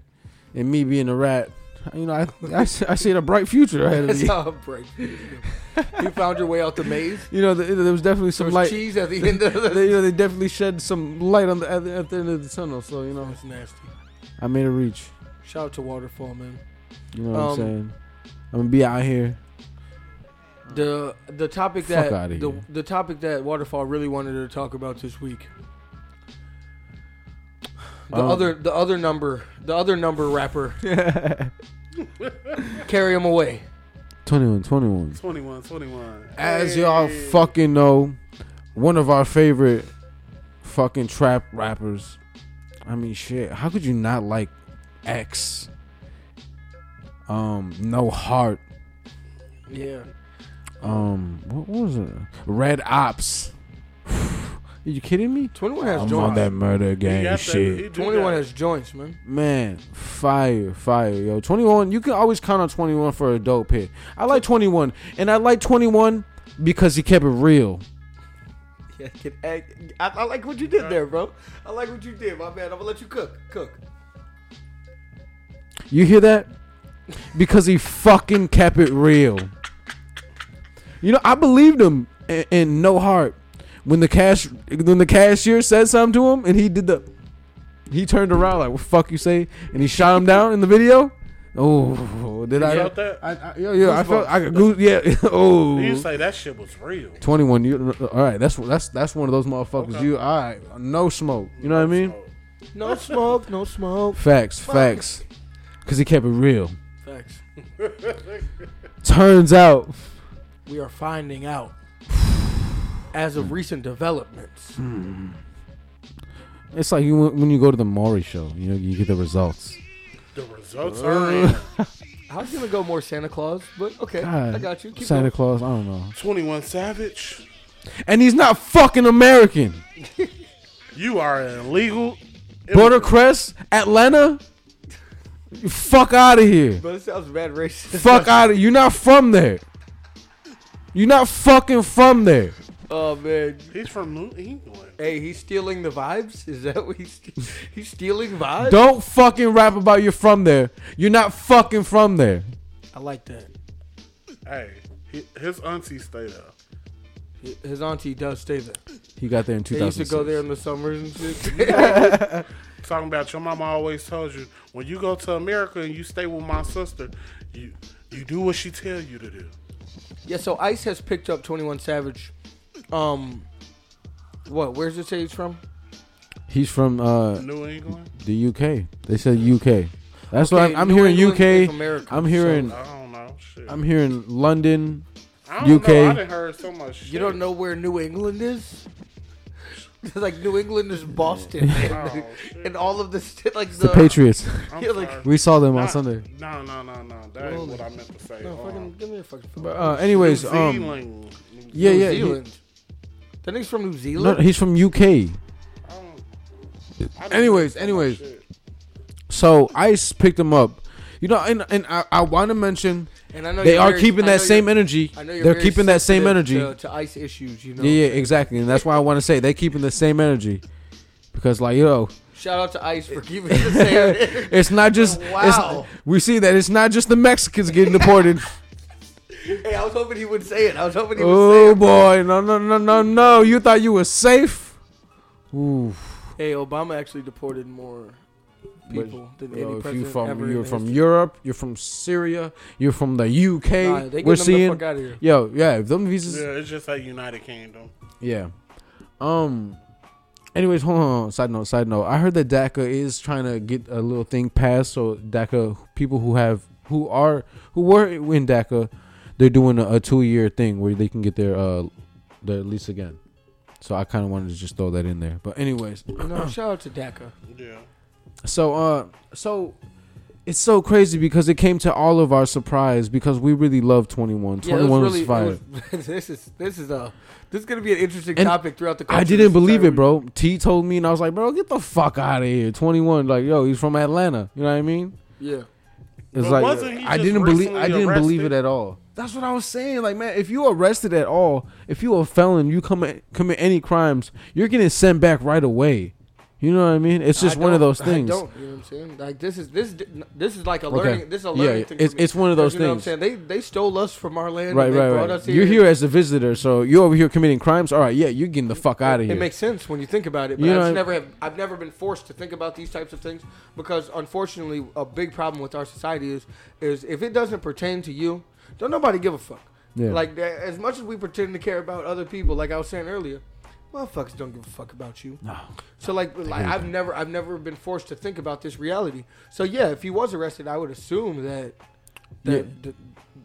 [SPEAKER 3] and me being a rat, you know, I I, see- I see a bright future ahead of
[SPEAKER 1] That's
[SPEAKER 3] me.
[SPEAKER 1] how I'm breaking. you found your way out the maze.
[SPEAKER 3] You know, th there was definitely
[SPEAKER 1] There
[SPEAKER 3] some
[SPEAKER 1] was
[SPEAKER 3] light.
[SPEAKER 1] cheese at the end of
[SPEAKER 3] They,
[SPEAKER 1] the.
[SPEAKER 3] you know, they definitely shed some light on the at, the at the end of the tunnel. So you know,
[SPEAKER 1] That's nasty.
[SPEAKER 3] I made a reach.
[SPEAKER 1] Shout out to Waterfall, man.
[SPEAKER 3] You know what
[SPEAKER 1] Um,
[SPEAKER 3] I'm saying? I'm gonna be out here.
[SPEAKER 1] The the topic
[SPEAKER 3] Fuck
[SPEAKER 1] that
[SPEAKER 3] outta
[SPEAKER 1] the
[SPEAKER 3] here.
[SPEAKER 1] the topic that Waterfall really wanted to talk about this week. The
[SPEAKER 3] Um,
[SPEAKER 1] other the other number the other number rapper carry him away.
[SPEAKER 3] 21, 21.
[SPEAKER 2] 21, 21.
[SPEAKER 3] As y'all fucking know, one of our favorite fucking trap rappers. I mean, shit. How could you not like X? Um, no heart.
[SPEAKER 1] Yeah.
[SPEAKER 3] Um, what was it? Red Ops. Are you kidding me?
[SPEAKER 1] Twenty one has
[SPEAKER 3] I'm on
[SPEAKER 1] joints.
[SPEAKER 3] that murder
[SPEAKER 2] He
[SPEAKER 3] gang
[SPEAKER 2] got that-
[SPEAKER 3] shit.
[SPEAKER 2] he do
[SPEAKER 1] Twenty one
[SPEAKER 2] got-
[SPEAKER 1] has joints, man.
[SPEAKER 3] Man, fire, fire, yo. 21, you can always count on 21 for a dope hit. I like 21, and I like 21 because he kept it real.
[SPEAKER 1] Yeah, kid, I, I, I like what you did there, bro. I like what you did, my man. I'm gonna let you cook. Cook.
[SPEAKER 3] You hear that? Because he fucking kept it real. You know, I believed him in, in no heart when the cash when the cashier said something to him and he did the he turned around like what fuck you say and he shot him down in the video. Oh, did I?
[SPEAKER 2] felt that?
[SPEAKER 3] I, I, yo, yo, I felt I goose, yeah.
[SPEAKER 2] He
[SPEAKER 3] oh.
[SPEAKER 2] used to say that shit was real.
[SPEAKER 3] 21 you all right that's that's that's one of those motherfuckers
[SPEAKER 2] Okay.
[SPEAKER 3] you all right no smoke you know what i mean
[SPEAKER 1] No smoke, no smoke.
[SPEAKER 3] facts facts because he kept it real
[SPEAKER 1] Facts.
[SPEAKER 3] turns out
[SPEAKER 1] We are finding out as of recent developments.
[SPEAKER 3] it's like you when you go to the maury show you know you get the results
[SPEAKER 2] The results
[SPEAKER 1] Uh.
[SPEAKER 2] are in.
[SPEAKER 1] I was gonna go more Santa Claus, but okay,
[SPEAKER 3] God,
[SPEAKER 1] I got you. Keep
[SPEAKER 3] santa
[SPEAKER 1] going.
[SPEAKER 3] claus i don't know
[SPEAKER 2] 21 Savage,
[SPEAKER 3] and he's not fucking american
[SPEAKER 2] you are an illegal.
[SPEAKER 3] buttercrest atlanta you fuck out of here
[SPEAKER 1] But it sounds bad racist.
[SPEAKER 3] fuck out of you're not from there you're not fucking from there
[SPEAKER 1] Oh man.
[SPEAKER 2] He's from New England.
[SPEAKER 1] Hey, he's stealing the vibes. Is that what he's ste- he's stealing vibes?
[SPEAKER 3] don't fucking rap about you're from there you're not fucking from there
[SPEAKER 1] I like that.
[SPEAKER 2] Hey, he, his auntie stayed up.
[SPEAKER 1] His auntie does stay there.
[SPEAKER 3] He got there in 2006.
[SPEAKER 1] They used to go there in the summers and shit.
[SPEAKER 2] Talking about your mama always tells you when you go to America and you stay with my sister, you you do what she tell you to do.
[SPEAKER 1] Yeah, so Ice has picked up 21 Savage. Um, what? Where's it say he's from?
[SPEAKER 3] He's from uh,
[SPEAKER 2] New England.
[SPEAKER 3] the UK. They said UK. That's why I'm, I'm
[SPEAKER 1] New
[SPEAKER 3] hearing
[SPEAKER 1] England is
[SPEAKER 3] UK.
[SPEAKER 1] America,
[SPEAKER 3] I'm hearing
[SPEAKER 2] I don't know. Shit.
[SPEAKER 3] I'm hearing London.
[SPEAKER 2] I don't know.
[SPEAKER 3] UK.
[SPEAKER 2] I done heard so much. Shit.
[SPEAKER 1] You don't know where New England is? It's like New England is Boston, and,
[SPEAKER 2] Oh, shit.
[SPEAKER 1] and all of this shit, like
[SPEAKER 3] The Patriots.
[SPEAKER 2] I'm
[SPEAKER 1] Yeah, like-
[SPEAKER 2] sorry.
[SPEAKER 3] we saw them on
[SPEAKER 2] Nah,
[SPEAKER 3] Sunday.
[SPEAKER 2] No, no, no, no. That ain't what I meant to say.
[SPEAKER 1] No,
[SPEAKER 2] Um,
[SPEAKER 1] fucking, give me a fucking.
[SPEAKER 3] But, uh, anyways,
[SPEAKER 2] New
[SPEAKER 3] um,
[SPEAKER 2] Zealand.
[SPEAKER 3] yeah,
[SPEAKER 1] New
[SPEAKER 3] yeah. he-
[SPEAKER 1] Zealand. that nigga's from New
[SPEAKER 3] no,
[SPEAKER 1] Zealand.
[SPEAKER 3] he's from UK.
[SPEAKER 2] I don't- I done
[SPEAKER 3] Anyways,
[SPEAKER 2] heard so much
[SPEAKER 3] anyways.
[SPEAKER 2] shit.
[SPEAKER 3] So Ice picked him up. You know, and and I, I want to mention
[SPEAKER 1] and I know
[SPEAKER 3] they
[SPEAKER 1] you're
[SPEAKER 3] are
[SPEAKER 1] very-
[SPEAKER 3] keeping
[SPEAKER 1] I know
[SPEAKER 3] that same
[SPEAKER 1] you're-
[SPEAKER 3] energy.
[SPEAKER 1] I know you're
[SPEAKER 3] They're
[SPEAKER 1] very
[SPEAKER 3] keeping that same
[SPEAKER 1] sensitive
[SPEAKER 3] energy.
[SPEAKER 1] to, to ice issues. You know,
[SPEAKER 3] Yeah, yeah, exactly. And that's why I want to say they're keeping the same energy because, like, yo,
[SPEAKER 1] shout out to Ice for keeping the same.
[SPEAKER 3] it's not just. it's-
[SPEAKER 1] Wow.
[SPEAKER 3] we see that it's not just the Mexicans getting deported.
[SPEAKER 1] hey, I was hoping he would say it. I was hoping he would
[SPEAKER 3] Oh
[SPEAKER 1] say it.
[SPEAKER 3] boy, no, no, no, no, no! You thought you were safe? Ooh,
[SPEAKER 1] Hey, Obama actually deported more people than any
[SPEAKER 3] yo, if you
[SPEAKER 1] president ever
[SPEAKER 3] from
[SPEAKER 1] in
[SPEAKER 3] you're
[SPEAKER 1] the
[SPEAKER 3] from
[SPEAKER 1] history.
[SPEAKER 3] Europe, you're from Syria, you're from the
[SPEAKER 1] Nah,
[SPEAKER 3] UK.
[SPEAKER 1] they
[SPEAKER 3] we're
[SPEAKER 1] getting them the
[SPEAKER 3] seeing,
[SPEAKER 1] fuck out of here.
[SPEAKER 3] yo, yeah, if them visas,
[SPEAKER 2] Yeah, it's just like United Kingdom.
[SPEAKER 3] yeah. Um. Anyways, hold on, hold on. Side note, side note. I heard that DACA is trying to get a little thing passed, so DACA people who have who are who were in DACA, they're doing a, a two year thing where they can get their uh their lease again. So I kind of wanted to just throw that in there. But anyways.
[SPEAKER 1] No, shout out to DACA.
[SPEAKER 2] Yeah.
[SPEAKER 3] So uh so it's so crazy because it came to all of our surprise because we really love 21. 21 was, fire.
[SPEAKER 1] this is this is a this is gonna be an interesting
[SPEAKER 3] And
[SPEAKER 1] topic throughout the. Country
[SPEAKER 3] I
[SPEAKER 1] this
[SPEAKER 3] didn't believe
[SPEAKER 1] entire
[SPEAKER 3] it, bro. T told me and I was like, "Bro, get the fuck out of here." 21 like, "Yo, he's from Atlanta." You know what I mean?
[SPEAKER 1] week.
[SPEAKER 3] It's
[SPEAKER 2] But
[SPEAKER 3] like
[SPEAKER 2] wasn't he
[SPEAKER 3] I
[SPEAKER 2] just
[SPEAKER 3] didn't believe I
[SPEAKER 2] recently
[SPEAKER 3] didn't believe
[SPEAKER 2] arrested?
[SPEAKER 3] it at all. That's what I was saying. Like, man, if you arrested at all, if you a felon, you come commit any crimes, you're getting sent back right away. You know what I mean? It's just
[SPEAKER 1] I
[SPEAKER 3] one of
[SPEAKER 1] don't-
[SPEAKER 3] those things.
[SPEAKER 1] I don't. You know what I'm saying? Like this is this this is like a
[SPEAKER 3] Okay.
[SPEAKER 1] learning. This is a
[SPEAKER 3] Yeah,
[SPEAKER 1] learning thing. for
[SPEAKER 3] it's-
[SPEAKER 1] me.
[SPEAKER 3] it's one of those
[SPEAKER 1] You know what I'm
[SPEAKER 3] things.
[SPEAKER 1] saying? They they stole us from our land.
[SPEAKER 3] Right,
[SPEAKER 1] and they
[SPEAKER 3] right,
[SPEAKER 1] brought
[SPEAKER 3] right.
[SPEAKER 1] Us here.
[SPEAKER 3] You're here as a visitor, so you're over here committing crimes. All right, yeah, you're getting the fuck out of
[SPEAKER 1] It
[SPEAKER 3] here.
[SPEAKER 1] makes sense when you think about it, but
[SPEAKER 3] You
[SPEAKER 1] I
[SPEAKER 3] know
[SPEAKER 1] just
[SPEAKER 3] what-
[SPEAKER 1] never have. I've never been forced to think about these types of things because, unfortunately, a big problem with our society is is if it doesn't pertain to you, don't nobody give a fuck.
[SPEAKER 3] Yeah.
[SPEAKER 1] Like that- as much as we pretend to care about other people, like I was saying earlier, motherfuckers don't give a fuck about you. No. So like, like I've never, I've never been forced to think about this reality. So yeah, if he was arrested, I would assume that. That, that,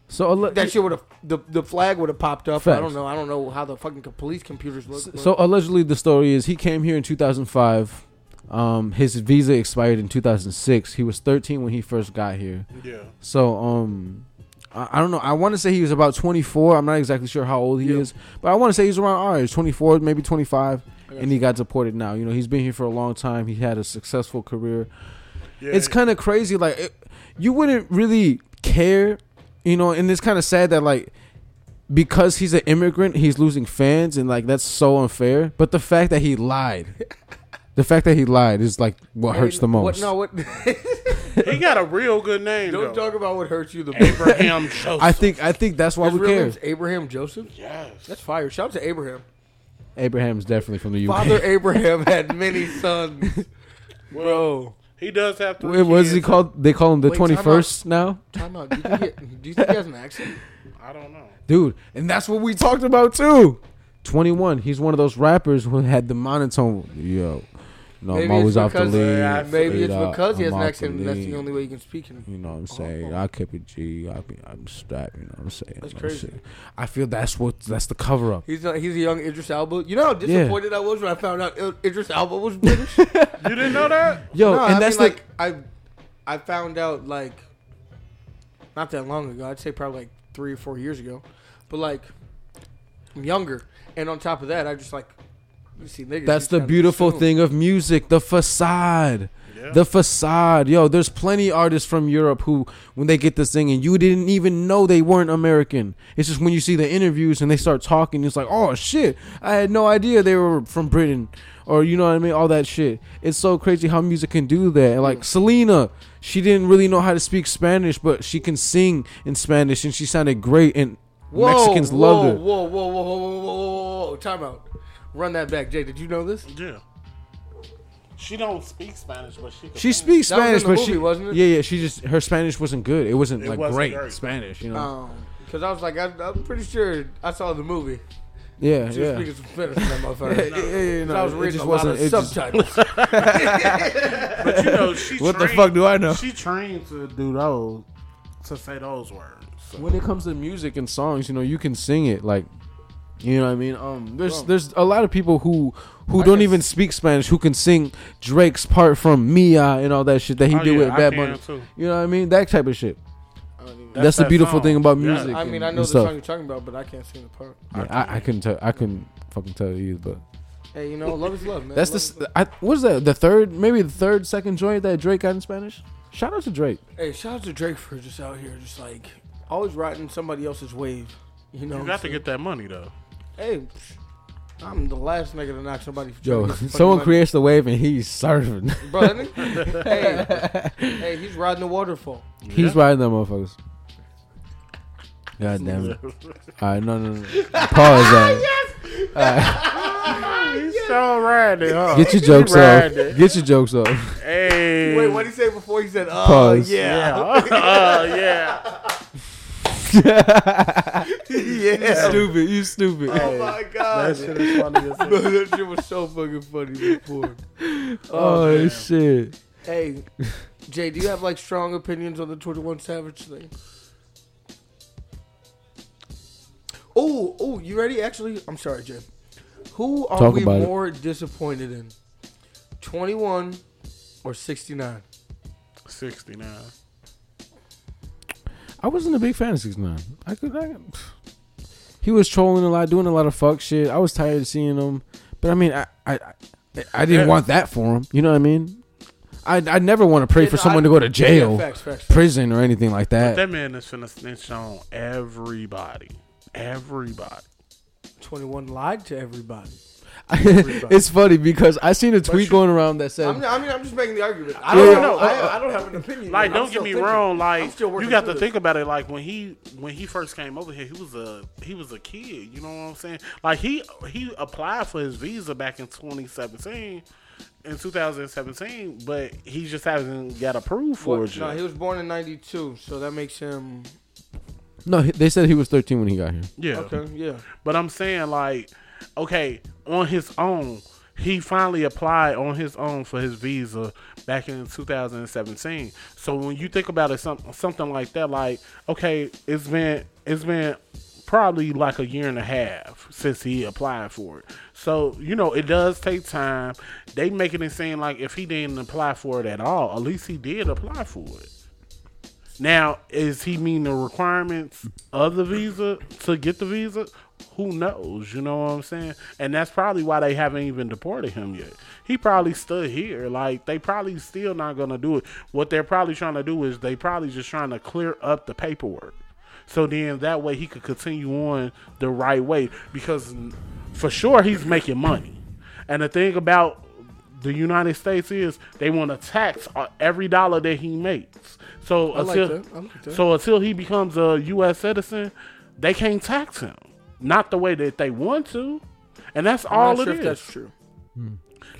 [SPEAKER 3] so a le-
[SPEAKER 1] that shit would have the the flag would have popped up. I
[SPEAKER 3] Facts.
[SPEAKER 1] don't know. I don't know how the fucking police computers look. but-
[SPEAKER 3] So allegedly, the story is he came here in 2005. Um, his visa expired in 2006. He was 13 when he first got here.
[SPEAKER 2] Yeah.
[SPEAKER 3] So um, I, I don't know. I want to say he was about 24. I'm not exactly sure how old he
[SPEAKER 1] Yeah.
[SPEAKER 3] is, but I want to say he's around our age, 24, maybe 25. And he got deported now. You know, he's been here for a long time. He had a successful career.
[SPEAKER 2] yeah.
[SPEAKER 3] It's kind of crazy. Like, it, you wouldn't really care, you know. And it's kind of sad that like because he's an immigrant, he's losing fans, and like that's so unfair. But the fact that he lied, the fact that he lied is like what hurts the most.
[SPEAKER 1] What, no, what?
[SPEAKER 2] he got a real good name.
[SPEAKER 1] Don't
[SPEAKER 2] though.
[SPEAKER 1] talk about what hurts you the most.
[SPEAKER 2] Abraham Joseph.
[SPEAKER 3] I think I think that's why
[SPEAKER 1] His
[SPEAKER 3] we
[SPEAKER 1] real
[SPEAKER 3] care.
[SPEAKER 1] name's Abraham Joseph.
[SPEAKER 2] yes.
[SPEAKER 1] That's fire. Shout out to Abraham.
[SPEAKER 3] Abraham's definitely from the UK.
[SPEAKER 1] Father Abraham had many sons.
[SPEAKER 2] Bro, he does have three.
[SPEAKER 3] Wait, what is
[SPEAKER 2] kids.
[SPEAKER 3] he called? They call him the
[SPEAKER 1] Wait, time
[SPEAKER 3] twenty
[SPEAKER 1] out.
[SPEAKER 3] first now,
[SPEAKER 1] Time out. Do you, think he, do you think he has an accent?
[SPEAKER 2] I don't know.
[SPEAKER 3] dude. And that's what we talked about too. Twenty one. He's one of those rappers who had the monotone. Yo, no, I'm
[SPEAKER 1] Maybe
[SPEAKER 3] always
[SPEAKER 1] it's
[SPEAKER 3] off the
[SPEAKER 1] because- uh,
[SPEAKER 3] lead.
[SPEAKER 1] Maybe it's
[SPEAKER 3] Straight up,
[SPEAKER 1] because he has
[SPEAKER 3] I'm
[SPEAKER 1] an
[SPEAKER 3] off
[SPEAKER 1] accent. and That's the
[SPEAKER 3] lead.
[SPEAKER 1] only way you can speak him.
[SPEAKER 3] You know what I'm saying? I kept it G. I be, I'm strapped. You know what I'm saying?
[SPEAKER 1] That's
[SPEAKER 3] I'm
[SPEAKER 1] crazy.
[SPEAKER 3] saying- I feel that's what that's the cover up.
[SPEAKER 1] He's a, he's a young Idris Elba. You know how disappointed I was when I found out Il- Idris Elba was British. no,
[SPEAKER 2] You didn't know that?
[SPEAKER 3] Yo, and
[SPEAKER 1] I
[SPEAKER 3] that's
[SPEAKER 1] mean,
[SPEAKER 3] like,
[SPEAKER 1] like I I found out like not that long ago. I'd say probably like three or four years ago. But like I'm younger, and on top of that, I just like you see niggas.
[SPEAKER 3] that's
[SPEAKER 1] you
[SPEAKER 3] the
[SPEAKER 1] kinda
[SPEAKER 3] beautiful
[SPEAKER 1] assume.
[SPEAKER 3] thing of music, the facade.
[SPEAKER 2] Yeah.
[SPEAKER 3] The facade, yo. There's plenty artists from Europe who, when they get this thing, and you didn't even know they weren't American. It's just when you see the interviews and they start talking, it's like, oh shit, I had no idea they were from Britain, or you know what I mean, all that shit. It's so crazy how music can do that. And, Like Selena, she didn't really know how to speak Spanish, but she can sing in Spanish, and she sounded great, and
[SPEAKER 1] Whoa,
[SPEAKER 3] Mexicans
[SPEAKER 1] whoa,
[SPEAKER 3] loved her.
[SPEAKER 1] Whoa, whoa, whoa, whoa, whoa, whoa, whoa, whoa! Time out. Run that back, Jay. Did you know this?
[SPEAKER 2] Yeah. She don't speak Spanish, but she. Can
[SPEAKER 3] She
[SPEAKER 2] sing.
[SPEAKER 3] speaks
[SPEAKER 1] That was in
[SPEAKER 3] Spanish,
[SPEAKER 1] the
[SPEAKER 3] but
[SPEAKER 1] movie,
[SPEAKER 3] she
[SPEAKER 1] wasn't it?
[SPEAKER 3] Yeah, yeah. She just her Spanish wasn't good. It wasn't
[SPEAKER 2] It
[SPEAKER 3] like
[SPEAKER 2] wasn't
[SPEAKER 3] great,
[SPEAKER 2] great.
[SPEAKER 3] Spanish, you know.
[SPEAKER 1] Um, because I was like, I, I'm pretty sure I saw the movie.
[SPEAKER 3] yeah,
[SPEAKER 1] She
[SPEAKER 3] yeah.
[SPEAKER 1] was speaking some Spanish in that motherfucker.
[SPEAKER 3] Yeah, yeah, yeah,
[SPEAKER 1] 'Cause
[SPEAKER 3] no,
[SPEAKER 1] I was
[SPEAKER 3] it
[SPEAKER 1] reading
[SPEAKER 3] just
[SPEAKER 1] a lot
[SPEAKER 3] wasn't-
[SPEAKER 1] of
[SPEAKER 3] it just-
[SPEAKER 1] subtitles.
[SPEAKER 2] But you know, she.
[SPEAKER 3] What the
[SPEAKER 2] trained-
[SPEAKER 3] fuck do I know?
[SPEAKER 2] She trained to do those, to say those words. So.
[SPEAKER 3] When it comes to music and songs, you know, you can sing it like you know what I mean? Um there's
[SPEAKER 1] Bro.
[SPEAKER 3] there's a lot of people who who don't
[SPEAKER 1] can
[SPEAKER 3] even speak Spanish who can sing Drake's part from Mia and all that shit that he
[SPEAKER 2] Oh,
[SPEAKER 3] did
[SPEAKER 2] yeah,
[SPEAKER 3] with
[SPEAKER 2] I
[SPEAKER 3] Bad
[SPEAKER 2] can
[SPEAKER 3] Bunny.
[SPEAKER 2] too.
[SPEAKER 3] You know what I mean? That type of shit.
[SPEAKER 1] I don't even-
[SPEAKER 3] That's, the
[SPEAKER 2] that
[SPEAKER 3] beautiful
[SPEAKER 2] song.
[SPEAKER 3] thing about
[SPEAKER 2] Yeah.
[SPEAKER 3] music.
[SPEAKER 1] I mean, I
[SPEAKER 3] and
[SPEAKER 1] know the
[SPEAKER 3] stuff.
[SPEAKER 1] song you're talking about, but I can't sing the part.
[SPEAKER 3] Yeah, I, I couldn't tell I couldn't fucking tell you but
[SPEAKER 1] Hey, you know, love is love, man.
[SPEAKER 3] That's
[SPEAKER 1] Love
[SPEAKER 3] the
[SPEAKER 1] is
[SPEAKER 3] s- I was that the third maybe the third second joint that Drake got in Spanish. Shout out to Drake.
[SPEAKER 1] Hey, shout out to Drake for just out here, just like always riding somebody else's wave. You know,
[SPEAKER 2] You got to get that money though.
[SPEAKER 1] Hey, psh, I'm the last nigga to knock somebody. for
[SPEAKER 3] Yo,
[SPEAKER 1] trying to get some fucking
[SPEAKER 3] someone
[SPEAKER 1] money.
[SPEAKER 3] creates the wave and he's serving.
[SPEAKER 1] Bro, that nigga- hey, hey, he's riding the waterfall.
[SPEAKER 3] he's
[SPEAKER 2] Yeah.
[SPEAKER 3] riding them motherfuckers. God damn it! All right, no, no, no. Pause that.
[SPEAKER 2] He's so riding, huh?
[SPEAKER 3] Get your
[SPEAKER 2] He
[SPEAKER 3] jokes off.
[SPEAKER 2] riding.
[SPEAKER 3] Get your jokes off.
[SPEAKER 2] Hey.
[SPEAKER 1] Wait, what did he say before? He said, "Oh
[SPEAKER 3] Pause.
[SPEAKER 1] yeah,
[SPEAKER 2] Oh, yeah.
[SPEAKER 1] yeah."
[SPEAKER 3] Stupid, you stupid.
[SPEAKER 1] Oh my god,
[SPEAKER 2] That shit is funny as hell.
[SPEAKER 1] Bro, that shit was so fucking funny before.
[SPEAKER 3] oh shit.
[SPEAKER 1] Hey, Jay, do you have like strong opinions on the Twenty One Savage thing? Oh, oh, you ready? Actually, I'm sorry, Jay. Who are
[SPEAKER 3] Talk
[SPEAKER 1] we
[SPEAKER 3] about it.
[SPEAKER 1] more disappointed in, Twenty One or Sixty Nine?
[SPEAKER 2] 69.
[SPEAKER 3] I wasn't a big fan of Six Nine. I could. I, he was trolling a lot, doing a lot of fuck shit. I was tired of seeing him, but I mean, I I, I- I didn't
[SPEAKER 2] Yeah.
[SPEAKER 3] want that for him. You know what I mean? I I never want to pray for someone to go to jail,
[SPEAKER 1] facts, facts.
[SPEAKER 3] prison, or anything like that.
[SPEAKER 2] That man is finna snitch on everybody. Everybody.
[SPEAKER 1] Twenty One lied to everybody.
[SPEAKER 3] it's funny because I seen a tweet going around that said,
[SPEAKER 1] I'm, I mean, I'm just making the argument. I
[SPEAKER 2] Well,
[SPEAKER 1] don't know.
[SPEAKER 2] no,
[SPEAKER 1] I, I don't have an opinion.
[SPEAKER 2] Like,
[SPEAKER 1] I'm
[SPEAKER 2] don't get
[SPEAKER 1] still
[SPEAKER 2] me
[SPEAKER 1] thinking.
[SPEAKER 2] wrong.
[SPEAKER 1] I'm
[SPEAKER 2] Like,
[SPEAKER 1] still working
[SPEAKER 2] you got
[SPEAKER 1] through this.
[SPEAKER 2] to think about it. Like when he when he first came over here, he was a he was a kid. You know what I'm saying? Like he he applied for his visa back in 2017, in 2017, but he just hasn't got approved for
[SPEAKER 1] What-
[SPEAKER 2] it
[SPEAKER 1] No,
[SPEAKER 2] yet.
[SPEAKER 1] he was born in '92, so that makes him
[SPEAKER 3] no, he- they said he was 13 when he got here.
[SPEAKER 2] yeah.
[SPEAKER 1] okay. Yeah,
[SPEAKER 2] But I'm saying like, okay, on his own, he finally applied on his own for his visa back in 2017. So when you think about it, some, something like that, like okay, it's been it's been probably like a year and a half since he applied for it. So you know it does take time. They making it seem like if he didn't apply for it at all, at least he did apply for it. Now, is he mean the requirements of the visa to get the visa? Who knows? You know what I'm saying? And that's probably why they haven't even deported him yet. He probably still here. Like they probably still not gonna do it. What they're probably trying to do is they probably just trying to clear up the paperwork. So then that way he could continue on the right way because for sure he's making money. And the thing about the United States is they want to tax uh, every dollar that he makes. So
[SPEAKER 1] like
[SPEAKER 2] until
[SPEAKER 1] that. I like that.
[SPEAKER 2] so until he becomes a U.S. citizen, they can't tax him. Not the way that they want to, and that's all
[SPEAKER 1] I'm
[SPEAKER 2] it
[SPEAKER 1] not
[SPEAKER 2] is.
[SPEAKER 1] sure if that's true.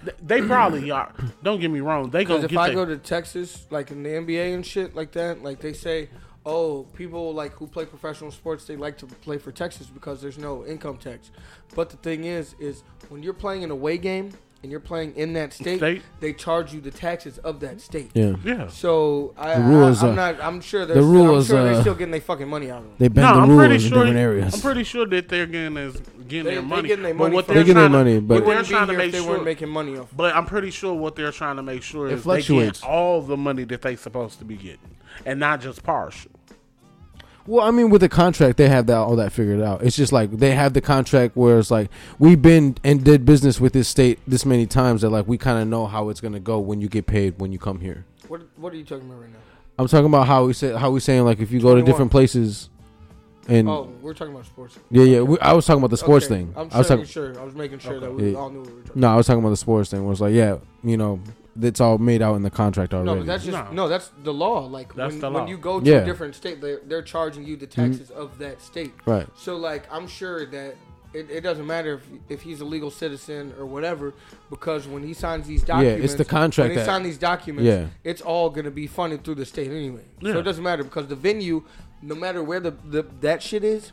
[SPEAKER 2] Th- They probably are. Don't get me wrong. They
[SPEAKER 1] Because
[SPEAKER 2] gonna
[SPEAKER 1] if
[SPEAKER 2] get
[SPEAKER 1] I
[SPEAKER 2] their-
[SPEAKER 1] go to Texas, like in the NBA and shit like that, like they say, oh, people like who play professional sports, they like to play for Texas because there's no income tax. But the thing is, is when you're playing an away game and you're playing in that state,
[SPEAKER 2] State.
[SPEAKER 1] they charge you the taxes of that state.
[SPEAKER 3] Yeah,
[SPEAKER 2] yeah.
[SPEAKER 1] So I,
[SPEAKER 3] The rule is,
[SPEAKER 1] I, am
[SPEAKER 3] uh,
[SPEAKER 1] not. I'm sure they're.
[SPEAKER 3] the
[SPEAKER 1] still,
[SPEAKER 3] rule
[SPEAKER 1] I'm
[SPEAKER 3] is,
[SPEAKER 1] sure
[SPEAKER 3] uh,
[SPEAKER 1] they're still getting their fucking money out of them.
[SPEAKER 3] they bend
[SPEAKER 2] No,
[SPEAKER 3] the
[SPEAKER 2] I'm
[SPEAKER 3] rules
[SPEAKER 2] pretty
[SPEAKER 3] in
[SPEAKER 2] sure.
[SPEAKER 3] different areas.
[SPEAKER 2] I'm pretty sure that they're getting is getting
[SPEAKER 1] They-
[SPEAKER 2] their
[SPEAKER 1] they
[SPEAKER 2] money.
[SPEAKER 1] getting their
[SPEAKER 2] but
[SPEAKER 1] money
[SPEAKER 2] what
[SPEAKER 1] from-
[SPEAKER 2] they're
[SPEAKER 1] They
[SPEAKER 3] getting their
[SPEAKER 2] tryna-
[SPEAKER 3] money, but-
[SPEAKER 1] They
[SPEAKER 2] what they're
[SPEAKER 1] wouldn't be here
[SPEAKER 2] trying to
[SPEAKER 1] if
[SPEAKER 2] make
[SPEAKER 1] they
[SPEAKER 2] sure.
[SPEAKER 1] weren't making money off.
[SPEAKER 2] But I'm pretty sure what they're trying to make sure is they
[SPEAKER 3] fluctuates.
[SPEAKER 2] get all the money that they supposed to be getting, and not just partial.
[SPEAKER 3] Well, I mean, with the contract, they have that all that figured out. It's just like they have the contract where it's like we've been and did business with this state this many times that like we kind of know how it's gonna go when you get paid when you come here.
[SPEAKER 1] What What are you talking about right now?
[SPEAKER 3] I'm talking about how we say how we saying like if you go to
[SPEAKER 1] 21.
[SPEAKER 3] different places, and
[SPEAKER 1] Oh, we're talking about sports.
[SPEAKER 3] Mm. yeah, yeah, we, I was talking about the sports
[SPEAKER 1] Okay,
[SPEAKER 3] thing.
[SPEAKER 1] I'm
[SPEAKER 3] I was
[SPEAKER 1] saying
[SPEAKER 3] talking,
[SPEAKER 1] sure. I was making sure that we
[SPEAKER 3] Yeah.
[SPEAKER 1] all knew what we were talking.
[SPEAKER 3] no, I was talking about the sports thing. Where it's like, yeah, you know, it's all made out in the contract already.
[SPEAKER 1] No, but that's just
[SPEAKER 2] No.
[SPEAKER 1] no. That's the law. Like
[SPEAKER 2] That's
[SPEAKER 1] when,
[SPEAKER 2] the law.
[SPEAKER 1] when you go to
[SPEAKER 3] Yeah. Mm-hmm.
[SPEAKER 1] a different state, they're, they're charging you the taxes of that state.
[SPEAKER 3] Right.
[SPEAKER 1] So like, I'm sure that it, it doesn't matter if if he's a legal citizen or whatever, because when he signs these
[SPEAKER 3] Yeah,
[SPEAKER 1] documents,
[SPEAKER 3] it's the contract
[SPEAKER 1] When he
[SPEAKER 3] that-
[SPEAKER 1] signs these documents,
[SPEAKER 3] Yeah.
[SPEAKER 1] it's all gonna be funded through the state anyway.
[SPEAKER 2] Yeah.
[SPEAKER 1] So it doesn't matter because the venue, no matter where the, the that shit is.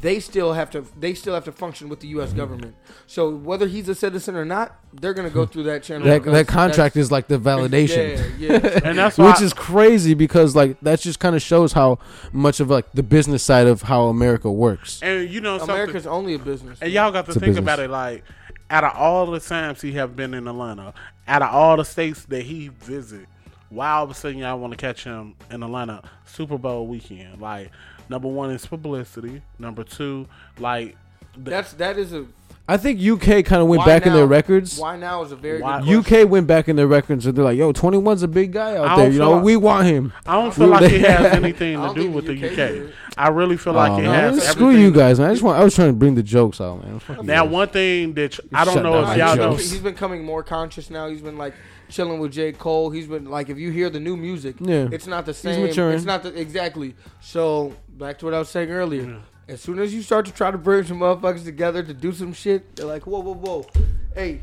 [SPEAKER 1] They still have to. They still have to function with the U.S.
[SPEAKER 3] Mm-hmm.
[SPEAKER 1] government. So whether he's a citizen or not, they're going to go through that channel.
[SPEAKER 3] that,
[SPEAKER 1] because
[SPEAKER 3] that contract
[SPEAKER 1] that's-
[SPEAKER 3] is like the validation.
[SPEAKER 1] Yeah, yeah.
[SPEAKER 2] And that's why
[SPEAKER 3] which is crazy because like that just kind of shows how much of like the business side of how America works.
[SPEAKER 2] and you know something.
[SPEAKER 1] America's only a business.
[SPEAKER 2] And y'all got to
[SPEAKER 3] It's a
[SPEAKER 2] think
[SPEAKER 3] business.
[SPEAKER 2] about it like out of all the times he have been in Atlanta, out of all the states that he visit, why all of a sudden y'all want to catch him in Atlanta Super Bowl weekend? Like number one is publicity. Number two, like the,
[SPEAKER 1] That's that is a
[SPEAKER 3] I think UK kind of went
[SPEAKER 1] why
[SPEAKER 3] back in
[SPEAKER 1] now-
[SPEAKER 3] their records.
[SPEAKER 1] Why now is a very
[SPEAKER 2] Why-
[SPEAKER 1] good question.
[SPEAKER 3] UK went back in their records and they're like, "Yo, 21's a big guy
[SPEAKER 2] I
[SPEAKER 3] out
[SPEAKER 2] don't
[SPEAKER 3] there. You
[SPEAKER 2] feel
[SPEAKER 3] know,
[SPEAKER 2] like-
[SPEAKER 3] we want him."
[SPEAKER 2] I don't feel
[SPEAKER 3] We-
[SPEAKER 2] like it
[SPEAKER 3] they-
[SPEAKER 2] has anything
[SPEAKER 1] I
[SPEAKER 2] to
[SPEAKER 1] don't
[SPEAKER 2] do
[SPEAKER 1] think
[SPEAKER 2] with
[SPEAKER 1] the
[SPEAKER 2] the
[SPEAKER 1] UK
[SPEAKER 2] UK.
[SPEAKER 1] did.
[SPEAKER 2] I really feel like
[SPEAKER 3] Oh,
[SPEAKER 2] it
[SPEAKER 3] man,
[SPEAKER 2] has
[SPEAKER 3] screw
[SPEAKER 2] everything
[SPEAKER 3] you guys, man. I just want I was trying to bring the jokes out, man. Fuck you
[SPEAKER 2] Now,
[SPEAKER 3] guys.
[SPEAKER 2] one thing that I don't
[SPEAKER 3] Shut
[SPEAKER 2] know
[SPEAKER 3] up,
[SPEAKER 2] if y'all
[SPEAKER 1] Nah,
[SPEAKER 2] know,
[SPEAKER 3] Joe.
[SPEAKER 1] he's, he's been coming more conscious now. He's been like chilling with J. Cole. He's been like, if you hear the new music,
[SPEAKER 3] Yeah.
[SPEAKER 1] it's not the same.
[SPEAKER 3] maturing.
[SPEAKER 1] It's not the, exactly. So back to what I was saying earlier. As soon as you start to try to bring some motherfuckers together to do some shit, they're like, whoa, whoa, whoa, hey,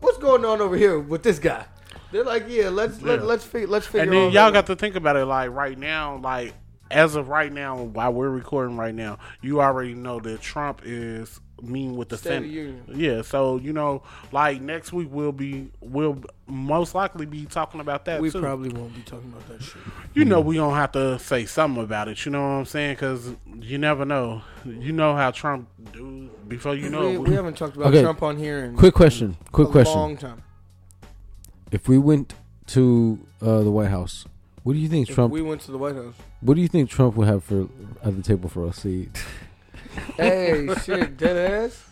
[SPEAKER 1] what's going on over here with this guy? They're like, yeah, let's Let,
[SPEAKER 2] Yeah.
[SPEAKER 1] let's fi- let's figure.
[SPEAKER 2] and then
[SPEAKER 1] all
[SPEAKER 2] y'all
[SPEAKER 1] that out.
[SPEAKER 2] got to think about it like right now like as of right now while we're recording right now you already know that trump is mean with the
[SPEAKER 1] State of
[SPEAKER 2] senate
[SPEAKER 1] the Union.
[SPEAKER 2] yeah so you know like next week we'll be we'll most likely be talking about that
[SPEAKER 1] We
[SPEAKER 2] too.
[SPEAKER 1] probably won't be talking about that shit.
[SPEAKER 2] you know we gonna have to say something about it you know what i'm saying because you never know you know how trump do before you know
[SPEAKER 1] we,
[SPEAKER 2] it,
[SPEAKER 1] we haven't talked about
[SPEAKER 3] Oh, Okay.
[SPEAKER 1] Trump on here in
[SPEAKER 3] quick question. Quick
[SPEAKER 1] a
[SPEAKER 3] question.
[SPEAKER 1] long time.
[SPEAKER 3] if we went to uh, the White House, what do you think
[SPEAKER 1] If
[SPEAKER 3] Trump?
[SPEAKER 1] we went to the White House.
[SPEAKER 3] what do you think Trump would have for at the table for us? See,
[SPEAKER 1] hey, shit, dead ass.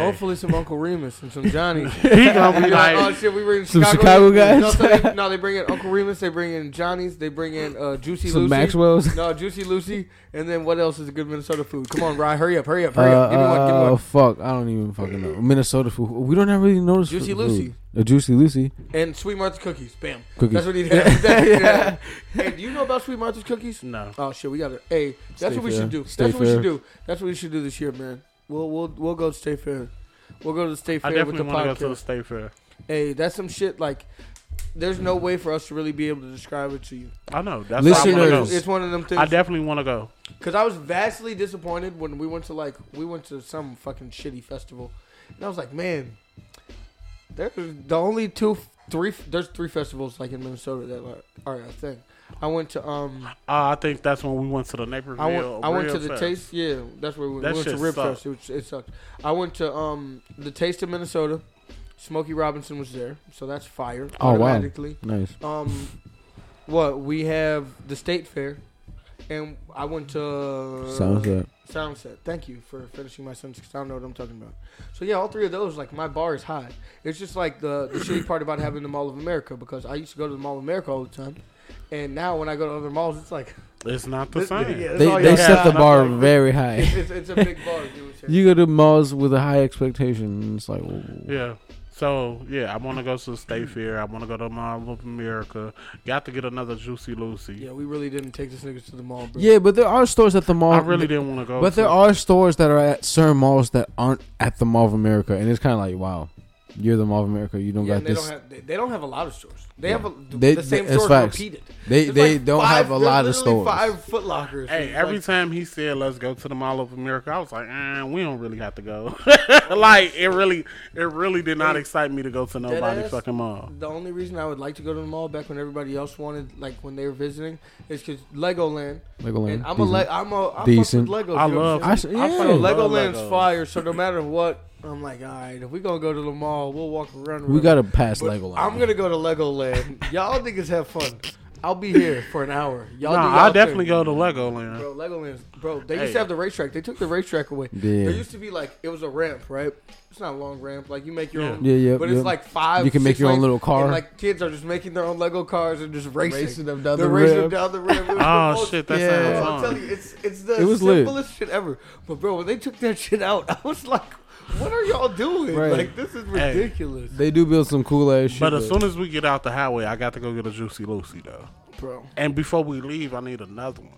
[SPEAKER 1] Hopefully, some Uncle Remus and some Johnny.
[SPEAKER 2] he gonna
[SPEAKER 1] You
[SPEAKER 2] be
[SPEAKER 1] know, oh
[SPEAKER 2] like,
[SPEAKER 1] shit, we bring
[SPEAKER 3] Some Chicago
[SPEAKER 1] No,
[SPEAKER 3] guys?
[SPEAKER 1] so they, no, they bring in Uncle Remus. They bring in Johnny's. They bring in uh, Juicy
[SPEAKER 3] Some
[SPEAKER 1] Lucy.
[SPEAKER 3] Maxwell's.
[SPEAKER 1] No, Juicy Lucy. And then what else is a good Minnesota food? Come on, Ryan, hurry up, hurry up,
[SPEAKER 3] Uh,
[SPEAKER 1] hurry up. Give me one, give me
[SPEAKER 3] uh,
[SPEAKER 1] one.
[SPEAKER 3] fuck! I don't even fucking know Minnesota food. We don't have really notice
[SPEAKER 1] Juicy
[SPEAKER 3] food.
[SPEAKER 1] Lucy.
[SPEAKER 3] A juicy Lucy.
[SPEAKER 1] And Sweet Martha's cookies. Bam.
[SPEAKER 3] Cookies.
[SPEAKER 1] That's what he did. yeah. Hey, do you know about Sweet Martha's cookies?
[SPEAKER 2] no.
[SPEAKER 1] Oh shit, we got it. Hey, that's
[SPEAKER 3] Stay
[SPEAKER 1] what we
[SPEAKER 3] fair.
[SPEAKER 1] should do.
[SPEAKER 3] Stay
[SPEAKER 1] that's what we
[SPEAKER 3] fair.
[SPEAKER 1] should do. That's what we should do this year, man. We'll we'll we'll go to Stay Fair. We'll go to the Stay
[SPEAKER 2] I
[SPEAKER 1] Fair with
[SPEAKER 2] definitely
[SPEAKER 1] the
[SPEAKER 2] want to go
[SPEAKER 1] podcast.
[SPEAKER 2] to the state fair.
[SPEAKER 1] hey, that's some shit. Like, there's no way for us to really be able to describe it to you.
[SPEAKER 2] I know. That's why I want
[SPEAKER 3] Listeners.
[SPEAKER 2] to
[SPEAKER 1] It's one of them
[SPEAKER 2] go. I
[SPEAKER 1] things.
[SPEAKER 2] definitely want to go.
[SPEAKER 1] Because I was vastly disappointed when we went to like we went to some fucking shitty festival, and I was like, man, there's the only two, three. There's three festivals like in Minnesota that are, are a thing. I went to um,
[SPEAKER 2] Uh, I think that's when we went to the Naperville.
[SPEAKER 1] I went I went to
[SPEAKER 2] Rib
[SPEAKER 1] the
[SPEAKER 2] Fest.
[SPEAKER 1] taste. Yeah, that's where we,
[SPEAKER 2] That
[SPEAKER 1] we went to
[SPEAKER 2] shit
[SPEAKER 1] Rib
[SPEAKER 2] sucked.
[SPEAKER 1] Fest. It, was- it sucked. I went to um, the Taste of Minnesota. Smokey Robinson was there, so that's fire.
[SPEAKER 3] Oh, wow.
[SPEAKER 1] automatically.
[SPEAKER 3] Nice.
[SPEAKER 1] Um, what we have the state fair, and I went to
[SPEAKER 3] Sounds good.
[SPEAKER 1] Sound set. Thank you for finishing my sentence 'cause I don't know what I'm talking about. So yeah, all three of those, like my bar is high. It's just like the, the shitty part about having the Mall of America because I used to go to the Mall of America all the time, and now when I go to other malls, it's like
[SPEAKER 2] It's not the
[SPEAKER 1] This-
[SPEAKER 2] same.
[SPEAKER 1] yeah,
[SPEAKER 3] They
[SPEAKER 1] all
[SPEAKER 3] they
[SPEAKER 1] y'all
[SPEAKER 3] set
[SPEAKER 1] got.
[SPEAKER 3] the bar
[SPEAKER 2] Nothing.
[SPEAKER 3] very high.
[SPEAKER 1] it's, it's a big bar. You know what I'm saying?
[SPEAKER 3] You go to malls with a high expectation, and it's like, whoa.
[SPEAKER 2] Yeah. So yeah, I want to go to the state fair. I want to go to Mall of America. Got to get another Juicy Lucy.
[SPEAKER 1] yeah, we really didn't take this niggas to the mall, bro.
[SPEAKER 3] yeah, but there are stores at the mall.
[SPEAKER 2] I really didn't want to go.
[SPEAKER 3] But there
[SPEAKER 2] to-
[SPEAKER 3] are stores that are at certain malls that aren't at the Mall of America, and it's kind of like, wow, you're the Mall of America. You don't
[SPEAKER 1] Yeah,
[SPEAKER 3] got
[SPEAKER 1] and they
[SPEAKER 3] this.
[SPEAKER 1] don't have they, they don't have a lot of stores. They have a,
[SPEAKER 3] They-
[SPEAKER 1] the same
[SPEAKER 3] it's
[SPEAKER 1] stores
[SPEAKER 3] facts.
[SPEAKER 1] repeated.
[SPEAKER 3] they
[SPEAKER 1] There's
[SPEAKER 3] they
[SPEAKER 1] like
[SPEAKER 3] don't
[SPEAKER 1] five-
[SPEAKER 3] have a
[SPEAKER 1] there's
[SPEAKER 3] lot of
[SPEAKER 1] literally
[SPEAKER 3] stores.
[SPEAKER 1] Five Foot Lockers.
[SPEAKER 2] Hey,
[SPEAKER 1] It's
[SPEAKER 2] every
[SPEAKER 1] like-
[SPEAKER 2] time he said let's go to the Mall of America, I was like, eh, we don't really have to go. like it really, it really did not excite me to go to nobody
[SPEAKER 1] Deadass.
[SPEAKER 2] fucking mall.
[SPEAKER 1] The only reason I would like to go to the mall back when everybody else wanted, like when they were visiting, is because Legoland.
[SPEAKER 3] Legoland,
[SPEAKER 1] And I'm a
[SPEAKER 3] decent.
[SPEAKER 1] le- I'm a I
[SPEAKER 3] Decent.
[SPEAKER 1] Decent. Fuck with Legos.
[SPEAKER 2] I
[SPEAKER 1] you know
[SPEAKER 2] love.
[SPEAKER 1] what I'm saying?
[SPEAKER 3] I
[SPEAKER 2] I
[SPEAKER 3] yeah.
[SPEAKER 2] fucking love
[SPEAKER 1] Legoland's
[SPEAKER 2] Legos.
[SPEAKER 1] fire, so no matter what, I'm like, all right, if we gonna go to the mall, we'll walk around.
[SPEAKER 3] we gotta pass Legoland.
[SPEAKER 1] I'm gonna go to Legoland. y'all niggas have fun. I'll be here for an hour. Y'all, do
[SPEAKER 2] Nah,
[SPEAKER 1] y'all
[SPEAKER 2] I definitely
[SPEAKER 1] thing.
[SPEAKER 2] go to Legoland.
[SPEAKER 1] Bro, Legoland, bro, they
[SPEAKER 2] Hey.
[SPEAKER 1] used to have the racetrack. They took the racetrack away.
[SPEAKER 3] Yeah.
[SPEAKER 1] There used to be like it was a ramp, right? It's not a long ramp. Like you make your
[SPEAKER 2] Yeah.
[SPEAKER 1] own.
[SPEAKER 3] Yeah, yeah,
[SPEAKER 1] But
[SPEAKER 3] yeah.
[SPEAKER 1] it's like five.
[SPEAKER 3] You can make
[SPEAKER 1] six
[SPEAKER 3] your own
[SPEAKER 1] lanes,
[SPEAKER 3] little car.
[SPEAKER 1] And like kids are just making their own Lego cars and just racing.
[SPEAKER 3] Racing them down
[SPEAKER 1] They're
[SPEAKER 3] the
[SPEAKER 1] racing
[SPEAKER 3] ramp.
[SPEAKER 1] down the ramp. It was the
[SPEAKER 2] Oh
[SPEAKER 1] most-
[SPEAKER 2] shit, that
[SPEAKER 3] Yeah.
[SPEAKER 1] Bro,
[SPEAKER 2] sounds
[SPEAKER 1] I'm telling
[SPEAKER 2] fun.
[SPEAKER 1] you, it's it's the
[SPEAKER 3] It was lit.
[SPEAKER 1] simplest shit ever. But bro, when they took that shit out, I was like, "What are y'all doing?
[SPEAKER 3] Right.
[SPEAKER 1] Like this is
[SPEAKER 2] Hey.
[SPEAKER 1] ridiculous,
[SPEAKER 3] They do build some cool ass shit.
[SPEAKER 2] But as soon as we get out the highway, I got to go get a Juicy Lucy though.
[SPEAKER 1] bro."
[SPEAKER 2] And before we leave, I need another one.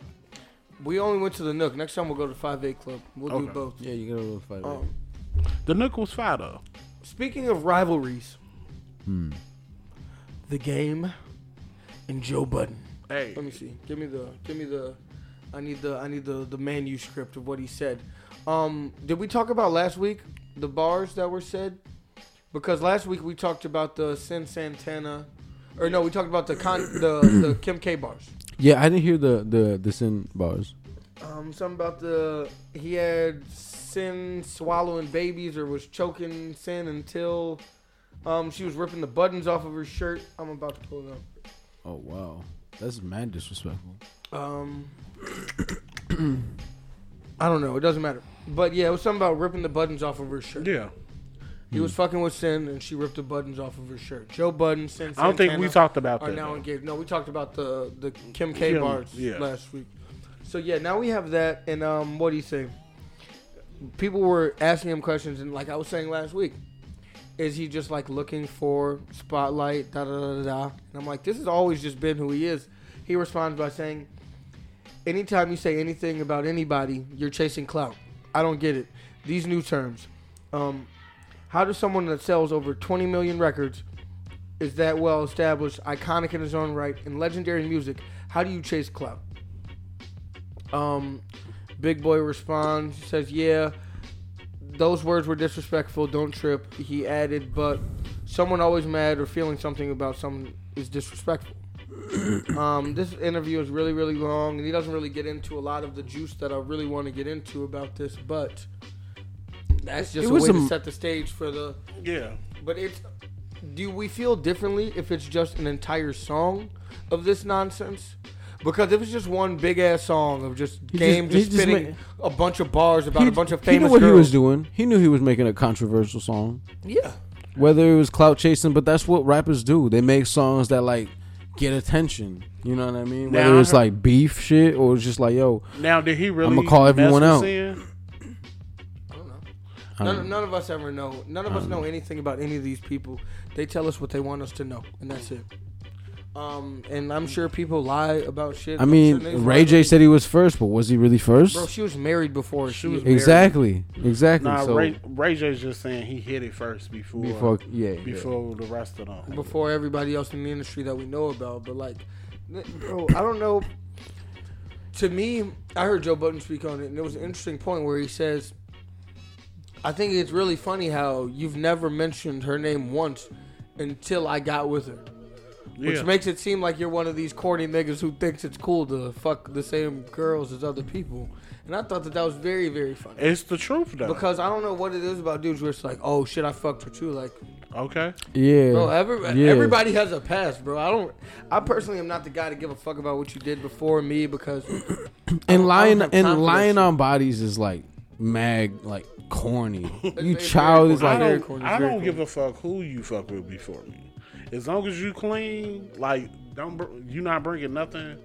[SPEAKER 1] We only went to the Nook. Next time we'll go to Five Eight Club. We'll do
[SPEAKER 2] Okay.
[SPEAKER 1] both.
[SPEAKER 3] yeah, you gotta go fight.
[SPEAKER 1] Um,
[SPEAKER 2] The Nook was fire though.
[SPEAKER 1] Speaking of rivalries, the game and Joe Budden.
[SPEAKER 2] Hey,
[SPEAKER 1] Let me see. Give me the. Give me the. I need the. I need the the manuscript of what he said. Um, did we talk about last week the bars that were said? Because last week we talked about the Sin Santana, or no, we talked about the con, the the Kim K bars.
[SPEAKER 3] yeah, I didn't hear the the the sin bars.
[SPEAKER 1] Um, something about the he had sin swallowing babies or was choking sin until um she was ripping the buttons off of her shirt. I'm about to pull it up.
[SPEAKER 3] Oh wow, that's mad disrespectful.
[SPEAKER 1] Um, I don't know. It doesn't matter. But yeah, it was something about ripping the buttons off of her shirt.
[SPEAKER 2] yeah.
[SPEAKER 1] He was fucking with sin and she ripped the buttons off of her shirt. Joe Budden, sin.
[SPEAKER 2] I don't think
[SPEAKER 1] Santana
[SPEAKER 2] we talked about
[SPEAKER 1] Are
[SPEAKER 2] that.
[SPEAKER 1] now
[SPEAKER 2] though.
[SPEAKER 1] engaged. No, we talked about the the Kim K
[SPEAKER 2] Kim,
[SPEAKER 1] bars
[SPEAKER 2] yeah.
[SPEAKER 1] last week. So yeah, now we have that, and um, what do you say? People were asking him questions, and like I was saying last week, is he just like looking for spotlight? Da da da da. da? And I'm like, this has always just been who he is. He responds by saying, "Anytime you say anything about anybody, you're chasing clout. I don't get it. These new terms. Um, how does someone that sells over 20 million records is that well established, iconic in his own right, and legendary in music. How do you chase clout? Um, Big Boy responds, says, "Yeah, those words were disrespectful. Don't trip." He added, "But someone always mad or feeling something about someone is disrespectful." um, this interview is really, really long, and he doesn't really get into a lot of the juice that I really want to get into about this, but. That's just
[SPEAKER 3] It
[SPEAKER 1] a
[SPEAKER 3] was
[SPEAKER 1] way
[SPEAKER 3] some-
[SPEAKER 1] to set the stage for the
[SPEAKER 2] Yeah.
[SPEAKER 1] but it's do we feel differently if it's just an entire song of this nonsense? Because it was just one big ass song of just
[SPEAKER 3] He
[SPEAKER 1] game
[SPEAKER 3] just- he
[SPEAKER 1] just,
[SPEAKER 3] just
[SPEAKER 1] spitting a bunch of bars about a bunch of famous
[SPEAKER 3] he knew what
[SPEAKER 1] girls.
[SPEAKER 3] he was doing. He knew he was making a controversial song.
[SPEAKER 1] Yeah.
[SPEAKER 3] whether it was clout chasing, but that's what rappers do. They make songs that like get attention. You know what I mean?
[SPEAKER 2] Now,
[SPEAKER 3] Whether
[SPEAKER 2] I
[SPEAKER 3] it's
[SPEAKER 2] heard-
[SPEAKER 3] like beef shit or it's just like yo,
[SPEAKER 2] Now did he really?
[SPEAKER 3] I'ma call
[SPEAKER 2] mess
[SPEAKER 3] everyone
[SPEAKER 2] with
[SPEAKER 3] out.
[SPEAKER 2] Sin?
[SPEAKER 1] I don't know. None, none of us ever know. None of us know anything about any of these people. They tell us what they want us to know, and that's it. Um, and I'm sure people lie about shit.
[SPEAKER 3] I
[SPEAKER 1] I'm
[SPEAKER 3] mean,
[SPEAKER 1] sure niggas
[SPEAKER 3] Ray
[SPEAKER 1] lie.
[SPEAKER 3] J said he was first, but was he really first?
[SPEAKER 1] "Bro, she was married before she was
[SPEAKER 3] exactly, exactly.
[SPEAKER 2] Nah,
[SPEAKER 3] so
[SPEAKER 2] Ray, Ray J's just saying he hit it first before
[SPEAKER 3] before, yeah, yeah.
[SPEAKER 2] before the rest of them.
[SPEAKER 1] before everybody else in the industry that we know about." But like, n- bro, I don't know. To me, I heard Joe Budden speak on it, and it was an interesting point where he says, "I think it's really funny how you've never mentioned her name once until I got with her." Which
[SPEAKER 2] Yeah.
[SPEAKER 1] makes it seem like you're one of these corny niggas who thinks it's cool to fuck the same girls as other people. And I thought that that was very, very funny.
[SPEAKER 2] it's the truth though.
[SPEAKER 1] Because I don't know what it is about dudes where it's like, oh shit, I fucked her too. Like,
[SPEAKER 2] okay.
[SPEAKER 3] yeah,
[SPEAKER 1] bro, every,
[SPEAKER 3] yeah.
[SPEAKER 1] everybody has a past, bro. I don't, I personally am not the guy to give a fuck about what you did before me because
[SPEAKER 3] and lying
[SPEAKER 1] have time for
[SPEAKER 3] and
[SPEAKER 1] that
[SPEAKER 3] lying
[SPEAKER 1] shit.
[SPEAKER 3] on bodies is like mag, like corny. you
[SPEAKER 1] very
[SPEAKER 3] child is
[SPEAKER 1] corny.
[SPEAKER 2] I
[SPEAKER 3] like,
[SPEAKER 1] very
[SPEAKER 2] don't.
[SPEAKER 1] corny,
[SPEAKER 2] I
[SPEAKER 1] very
[SPEAKER 2] don't
[SPEAKER 1] corny.
[SPEAKER 2] give a fuck who you fuck with before me. As long as you clean, like don't br- you not bringing nothing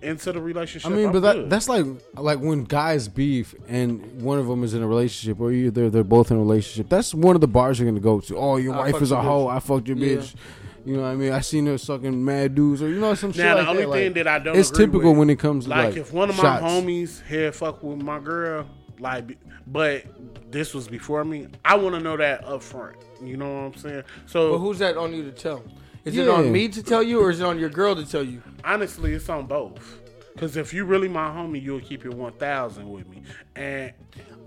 [SPEAKER 2] into the relationship.
[SPEAKER 3] I mean,
[SPEAKER 2] I'm
[SPEAKER 3] but that,
[SPEAKER 2] good.
[SPEAKER 3] that's like like when guys beef and one of them is in a relationship or either they're, they're both in a relationship. That's one of the bars you're gonna go to. Oh, your
[SPEAKER 1] I
[SPEAKER 3] wife
[SPEAKER 1] fucked
[SPEAKER 3] is a
[SPEAKER 1] your
[SPEAKER 3] hoe. I fucked your
[SPEAKER 1] Yeah.
[SPEAKER 3] bitch. You know what I mean? I seen her sucking mad dudes or you know some shit
[SPEAKER 2] Now,
[SPEAKER 3] like
[SPEAKER 2] the only
[SPEAKER 3] that.
[SPEAKER 2] thing
[SPEAKER 3] like,
[SPEAKER 2] that I don't
[SPEAKER 3] it's
[SPEAKER 2] agree
[SPEAKER 3] typical
[SPEAKER 2] with,
[SPEAKER 3] when it comes to
[SPEAKER 2] like,
[SPEAKER 3] like,
[SPEAKER 2] if one of my
[SPEAKER 3] shots.
[SPEAKER 2] homies had fuck with my girl, like, be- but this was before me. I want to know that up front. You know what I'm saying?
[SPEAKER 1] but
[SPEAKER 2] So
[SPEAKER 1] who's that on you to tell? Is it
[SPEAKER 3] Yeah.
[SPEAKER 1] on me to tell you or is it on your girl to tell you?
[SPEAKER 2] honestly, it's on both. Because if you really my homie, you'll keep your 1,000 with me. And